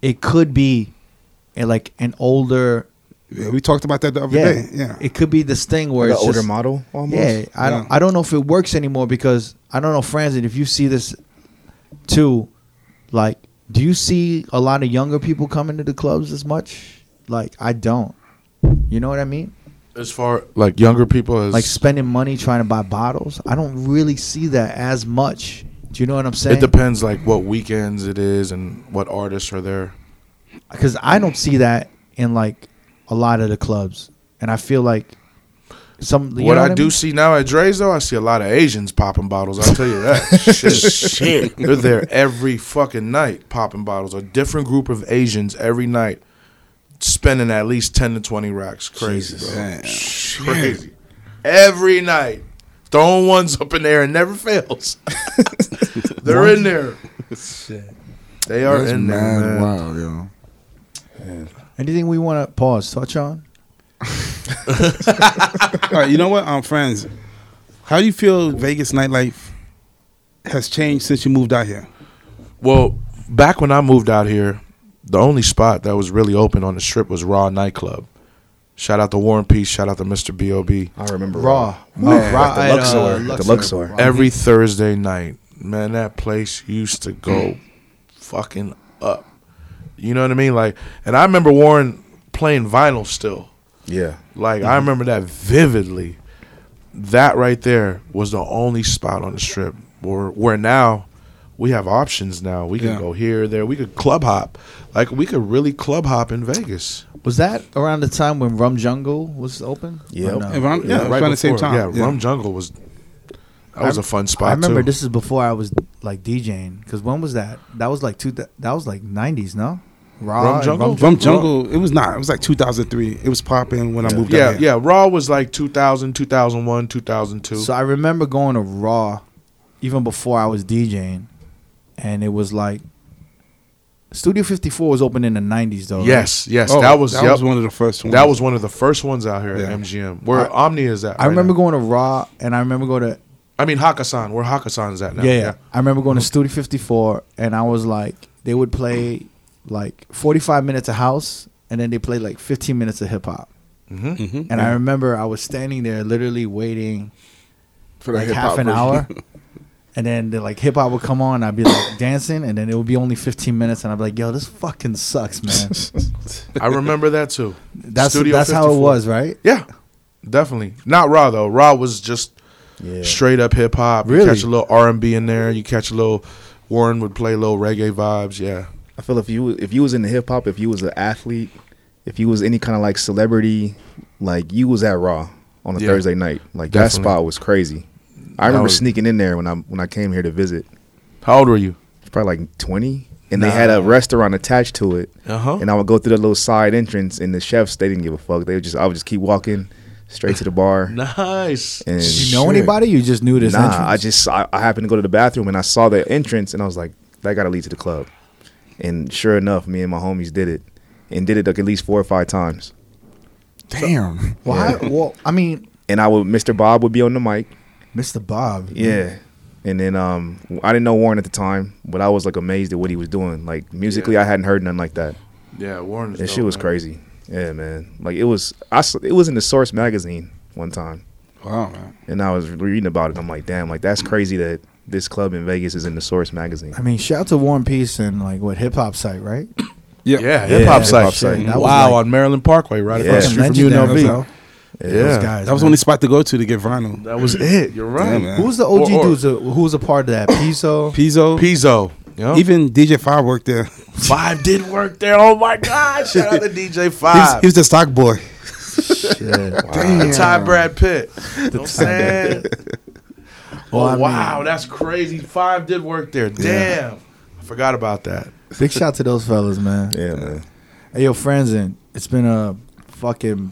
[SPEAKER 1] it could be a, like an older
[SPEAKER 4] Yeah, we talked about that the other
[SPEAKER 1] yeah,
[SPEAKER 4] day. Yeah.
[SPEAKER 1] it could be this thing where
[SPEAKER 2] Like an
[SPEAKER 1] it's
[SPEAKER 2] older
[SPEAKER 1] just,
[SPEAKER 2] model almost.
[SPEAKER 1] yeah i don't
[SPEAKER 4] Yeah.
[SPEAKER 1] i don't know if it works anymore because i don't know franzen if you see this too like do you see a lot of younger people coming to the clubs as much like i don't you know what i mean
[SPEAKER 3] As far like younger people, as
[SPEAKER 1] like spending money trying to buy bottles. I don't really see that as much. Do you know what I'm
[SPEAKER 3] it
[SPEAKER 1] saying?
[SPEAKER 3] depends, like what weekends it is and what artists are there.
[SPEAKER 1] Because I don't see that in like a lot of the clubs, and I feel like some. you
[SPEAKER 3] what,
[SPEAKER 1] know
[SPEAKER 3] I,
[SPEAKER 1] mean?
[SPEAKER 3] do see now at Dre's, though, I see a lot of Asians popping bottles. I'll tell you that. Shit. They're there every fucking night popping bottles. A different group of Asians every night spending at least 10 to 20 racks. Crazy, bro.
[SPEAKER 4] Damn.
[SPEAKER 3] Crazy. Every night. Throwing ones up in there and never fails. They're in there. They are
[SPEAKER 5] That's
[SPEAKER 3] in there.
[SPEAKER 5] mad
[SPEAKER 3] man.
[SPEAKER 5] wild, yo.
[SPEAKER 1] Anything we want to pause, touch on?
[SPEAKER 4] All right, you know what? Um, friends, how do you feel Vegas nightlife has changed since you moved out here?
[SPEAKER 3] Well, back when I moved out here, the only spot that was really open on the strip was Raw Nightclub. Shout out to War and Peace. Shout out to Mr. B.O.B.
[SPEAKER 2] I remember
[SPEAKER 1] Raw.
[SPEAKER 2] Man,
[SPEAKER 1] Raw
[SPEAKER 2] the
[SPEAKER 1] at,
[SPEAKER 2] Luxor,
[SPEAKER 1] uh,
[SPEAKER 2] the
[SPEAKER 1] Luxor.
[SPEAKER 2] Luxor.
[SPEAKER 1] Raw.
[SPEAKER 3] Every Thursday night, man, that place used to go fucking up. You know what I mean? Like, and I remember Warren playing vinyl still.
[SPEAKER 2] Yeah.
[SPEAKER 3] Like
[SPEAKER 4] Mm-hmm.
[SPEAKER 3] I remember that vividly. That right there was the only spot on the strip where where now we have options now. We can
[SPEAKER 4] Yeah.
[SPEAKER 3] go here, there. We could club hop. Like we could really club hop in Vegas.
[SPEAKER 1] Was that around the time when Rum Jungle was open?
[SPEAKER 2] Yep.
[SPEAKER 1] Or no?
[SPEAKER 4] If I'm- yeah, around the same
[SPEAKER 3] Uh, before.
[SPEAKER 4] time.
[SPEAKER 3] Yeah, Rum Jungle was that was a fun spot
[SPEAKER 1] I remember
[SPEAKER 3] too.
[SPEAKER 1] this is before I was like DJing. Because when was that? That was like two. That was like nineties, no? Raw
[SPEAKER 3] Rum
[SPEAKER 1] and
[SPEAKER 3] Jungle?
[SPEAKER 1] Rum Jungle.
[SPEAKER 4] From Jungle, it was not. It was like 2003. It was popping when I moved
[SPEAKER 3] yeah,
[SPEAKER 4] out here.
[SPEAKER 3] yeah. Raw was like 2000, 2001, 2002.
[SPEAKER 1] So I remember going to Raw, even before I was DJing, and it was like Studio Fifty Four was open in the nineties though. right?
[SPEAKER 3] yes, yes.
[SPEAKER 4] Oh,
[SPEAKER 3] that was
[SPEAKER 4] that
[SPEAKER 3] yep.
[SPEAKER 4] was one of the first ones.
[SPEAKER 3] that was one of the first ones out here
[SPEAKER 4] Yeah.
[SPEAKER 3] at MGM. Where Omnia is at.
[SPEAKER 1] I
[SPEAKER 3] right
[SPEAKER 1] remember
[SPEAKER 3] now.
[SPEAKER 1] going to Raw, and I remember going to
[SPEAKER 3] I mean Hakkasan, where Hakkasan's at now.
[SPEAKER 1] yeah, yeah. I remember going to Studio 54, and I was like, they would play like 45 minutes of house, and then they played like 15 minutes of hip hop.
[SPEAKER 3] Mm-hmm.
[SPEAKER 4] Mhm.
[SPEAKER 1] And I remember I was standing there, literally waiting
[SPEAKER 5] for the
[SPEAKER 1] like
[SPEAKER 5] hip-hop
[SPEAKER 1] half an
[SPEAKER 5] version.
[SPEAKER 1] hour, and then the, like hip hop would come on, I'd be like dancing, and then it would be only 15 minutes, and I'd be like, yo, this fucking sucks, man.
[SPEAKER 3] I remember that too.
[SPEAKER 1] That's
[SPEAKER 3] Studio
[SPEAKER 1] that's how it
[SPEAKER 3] 54.
[SPEAKER 1] was, right?
[SPEAKER 3] Yeah, definitely. Not Raw though. Raw was just
[SPEAKER 2] Yeah.
[SPEAKER 3] straight up hip hop.
[SPEAKER 1] Really?
[SPEAKER 3] You catch a little R and B in there. You catch a little. Warren would play little reggae vibes. Yeah.
[SPEAKER 2] I feel if you if you was in the hip hop, if you was an athlete, if you was any kind of like celebrity, like you was at Raw on a
[SPEAKER 3] Yeah.
[SPEAKER 2] Thursday night, like that
[SPEAKER 3] Definitely.
[SPEAKER 2] spot was crazy. I remember
[SPEAKER 3] was-
[SPEAKER 2] sneaking in there when I when I came here to visit.
[SPEAKER 3] How old were you?
[SPEAKER 2] It's probably like twenty, and they had a restaurant attached to it.
[SPEAKER 3] Uh
[SPEAKER 1] Uh-huh.
[SPEAKER 3] huh.
[SPEAKER 2] And I would go through the little side entrance, and the chefs they didn't give a fuck. They would just I would just keep walking straight to the bar.
[SPEAKER 3] Nice.
[SPEAKER 2] And
[SPEAKER 1] Did you know anybody? You just knew this.
[SPEAKER 2] Nah,
[SPEAKER 1] entrance?
[SPEAKER 2] I just I, I happened to go to the bathroom and I saw the entrance and I was like, that gotta lead to the club. And sure enough, me and my homies did it, and did it like at least four or five times.
[SPEAKER 5] Damn.
[SPEAKER 1] Well, I, well, I mean,
[SPEAKER 2] And I would, Mr. Bob would be on the mic,
[SPEAKER 1] Mr. Bob.
[SPEAKER 2] yeah. And then um, I didn't know Warren at the time, but I was like amazed at what he was doing. Like musically, I hadn't heard nothing like that.
[SPEAKER 3] Yeah, Warren.
[SPEAKER 2] That shit was crazy. Yeah, man. Like it was, I s- it was in the Source magazine one time,
[SPEAKER 4] Wow, man.
[SPEAKER 2] and I was reading about it. I'm like, damn, like that's crazy that this club in Vegas is in the Source magazine.
[SPEAKER 1] I mean, shout out to War and Peace and like what hip hop site, right?
[SPEAKER 3] Yeah, hip
[SPEAKER 2] hip-hop
[SPEAKER 3] hop
[SPEAKER 2] site.
[SPEAKER 3] site. Mm-hmm.
[SPEAKER 1] Shit, that was
[SPEAKER 3] Wow,
[SPEAKER 1] like-
[SPEAKER 3] on Maryland Parkway, right
[SPEAKER 2] Yeah.
[SPEAKER 3] across the street from
[SPEAKER 1] Legendary,
[SPEAKER 3] UNLV.
[SPEAKER 1] bro. Those
[SPEAKER 3] Yeah,
[SPEAKER 1] guys,
[SPEAKER 4] That was the
[SPEAKER 1] man.
[SPEAKER 4] only spot to go to to get vinyl.
[SPEAKER 3] that was it. You're
[SPEAKER 4] Yeah,
[SPEAKER 3] right.
[SPEAKER 4] man.
[SPEAKER 1] Who was the OG
[SPEAKER 3] Or- or-
[SPEAKER 1] dudes? that- Who was a part of that? Pizzo.
[SPEAKER 4] Pizzo.
[SPEAKER 3] Pizzo. Yep.
[SPEAKER 4] Even DJ Five worked there. He
[SPEAKER 3] Five did work there. Oh my God! Shout out to DJ
[SPEAKER 4] was,
[SPEAKER 3] Five.
[SPEAKER 4] he was the stock boy.
[SPEAKER 3] The Ty Brad Pitt. You know what I'm saying?
[SPEAKER 1] Well,
[SPEAKER 3] oh,
[SPEAKER 1] I mean-
[SPEAKER 3] wow, that's crazy. Five did work there. Damn. I forgot about that.
[SPEAKER 1] Big shout to those fellas, man.
[SPEAKER 2] yeah, man.
[SPEAKER 1] Hey, yo, friends, and it's been a fucking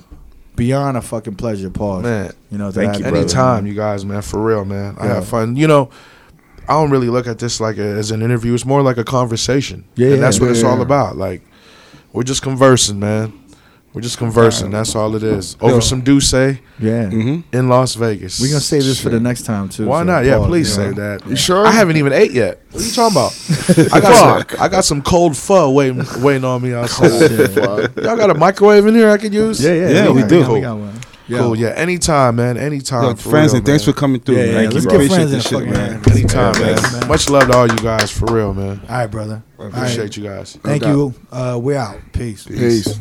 [SPEAKER 1] beyond a fucking pleasure, Paul.
[SPEAKER 3] Man,
[SPEAKER 1] you know, to
[SPEAKER 2] thank
[SPEAKER 1] have
[SPEAKER 2] you,
[SPEAKER 1] you,
[SPEAKER 2] brother.
[SPEAKER 3] Anytime, you guys, man, for real, man. I
[SPEAKER 1] Yeah.
[SPEAKER 3] have fun. You know, I don't really look at this like a, as an interview. It's more like a conversation.
[SPEAKER 1] Yeah,
[SPEAKER 3] and that's what it's
[SPEAKER 5] yeah.
[SPEAKER 3] all about. Like, we're just conversing, man. We're just conversing. That's all it is. Over some Douce in
[SPEAKER 1] Yeah,
[SPEAKER 4] Mm-hmm.
[SPEAKER 3] Mm-hmm. Las Vegas.
[SPEAKER 1] we're gonna save this for the next time too.
[SPEAKER 3] Why
[SPEAKER 1] so,
[SPEAKER 3] not? Yeah,
[SPEAKER 1] Paul,
[SPEAKER 3] please
[SPEAKER 1] you know.
[SPEAKER 3] say that.
[SPEAKER 5] You sure?
[SPEAKER 3] I haven't even ate yet. What are you talking about? I got some, I got some cold pho waiting waiting on me outside. Y'all got a microwave in here I can use?
[SPEAKER 1] Yeah, yeah,
[SPEAKER 4] Yeah, we
[SPEAKER 1] got-
[SPEAKER 4] do.
[SPEAKER 1] got- We got one.
[SPEAKER 3] Cool. Yeah, anytime, man. Anytime.
[SPEAKER 4] Look,
[SPEAKER 3] Ah, for
[SPEAKER 4] friends,
[SPEAKER 3] real,
[SPEAKER 4] and thanks
[SPEAKER 3] man.
[SPEAKER 4] for coming through.
[SPEAKER 1] Yeah,
[SPEAKER 4] man.
[SPEAKER 1] yeah,
[SPEAKER 4] Thank
[SPEAKER 1] let's
[SPEAKER 4] you,
[SPEAKER 1] get
[SPEAKER 4] bro.
[SPEAKER 1] friends
[SPEAKER 4] Appreciate
[SPEAKER 1] in
[SPEAKER 4] this
[SPEAKER 1] the
[SPEAKER 4] shit,
[SPEAKER 1] fucking
[SPEAKER 4] man.
[SPEAKER 1] hand.
[SPEAKER 3] Anytime,
[SPEAKER 1] Yeah,
[SPEAKER 3] man.
[SPEAKER 1] man.
[SPEAKER 3] Much love to all you guys for real, man.
[SPEAKER 1] All right, brother. All right.
[SPEAKER 3] Appreciate you guys.
[SPEAKER 1] Thank you. Uh, we're out. Peace.
[SPEAKER 5] Peace.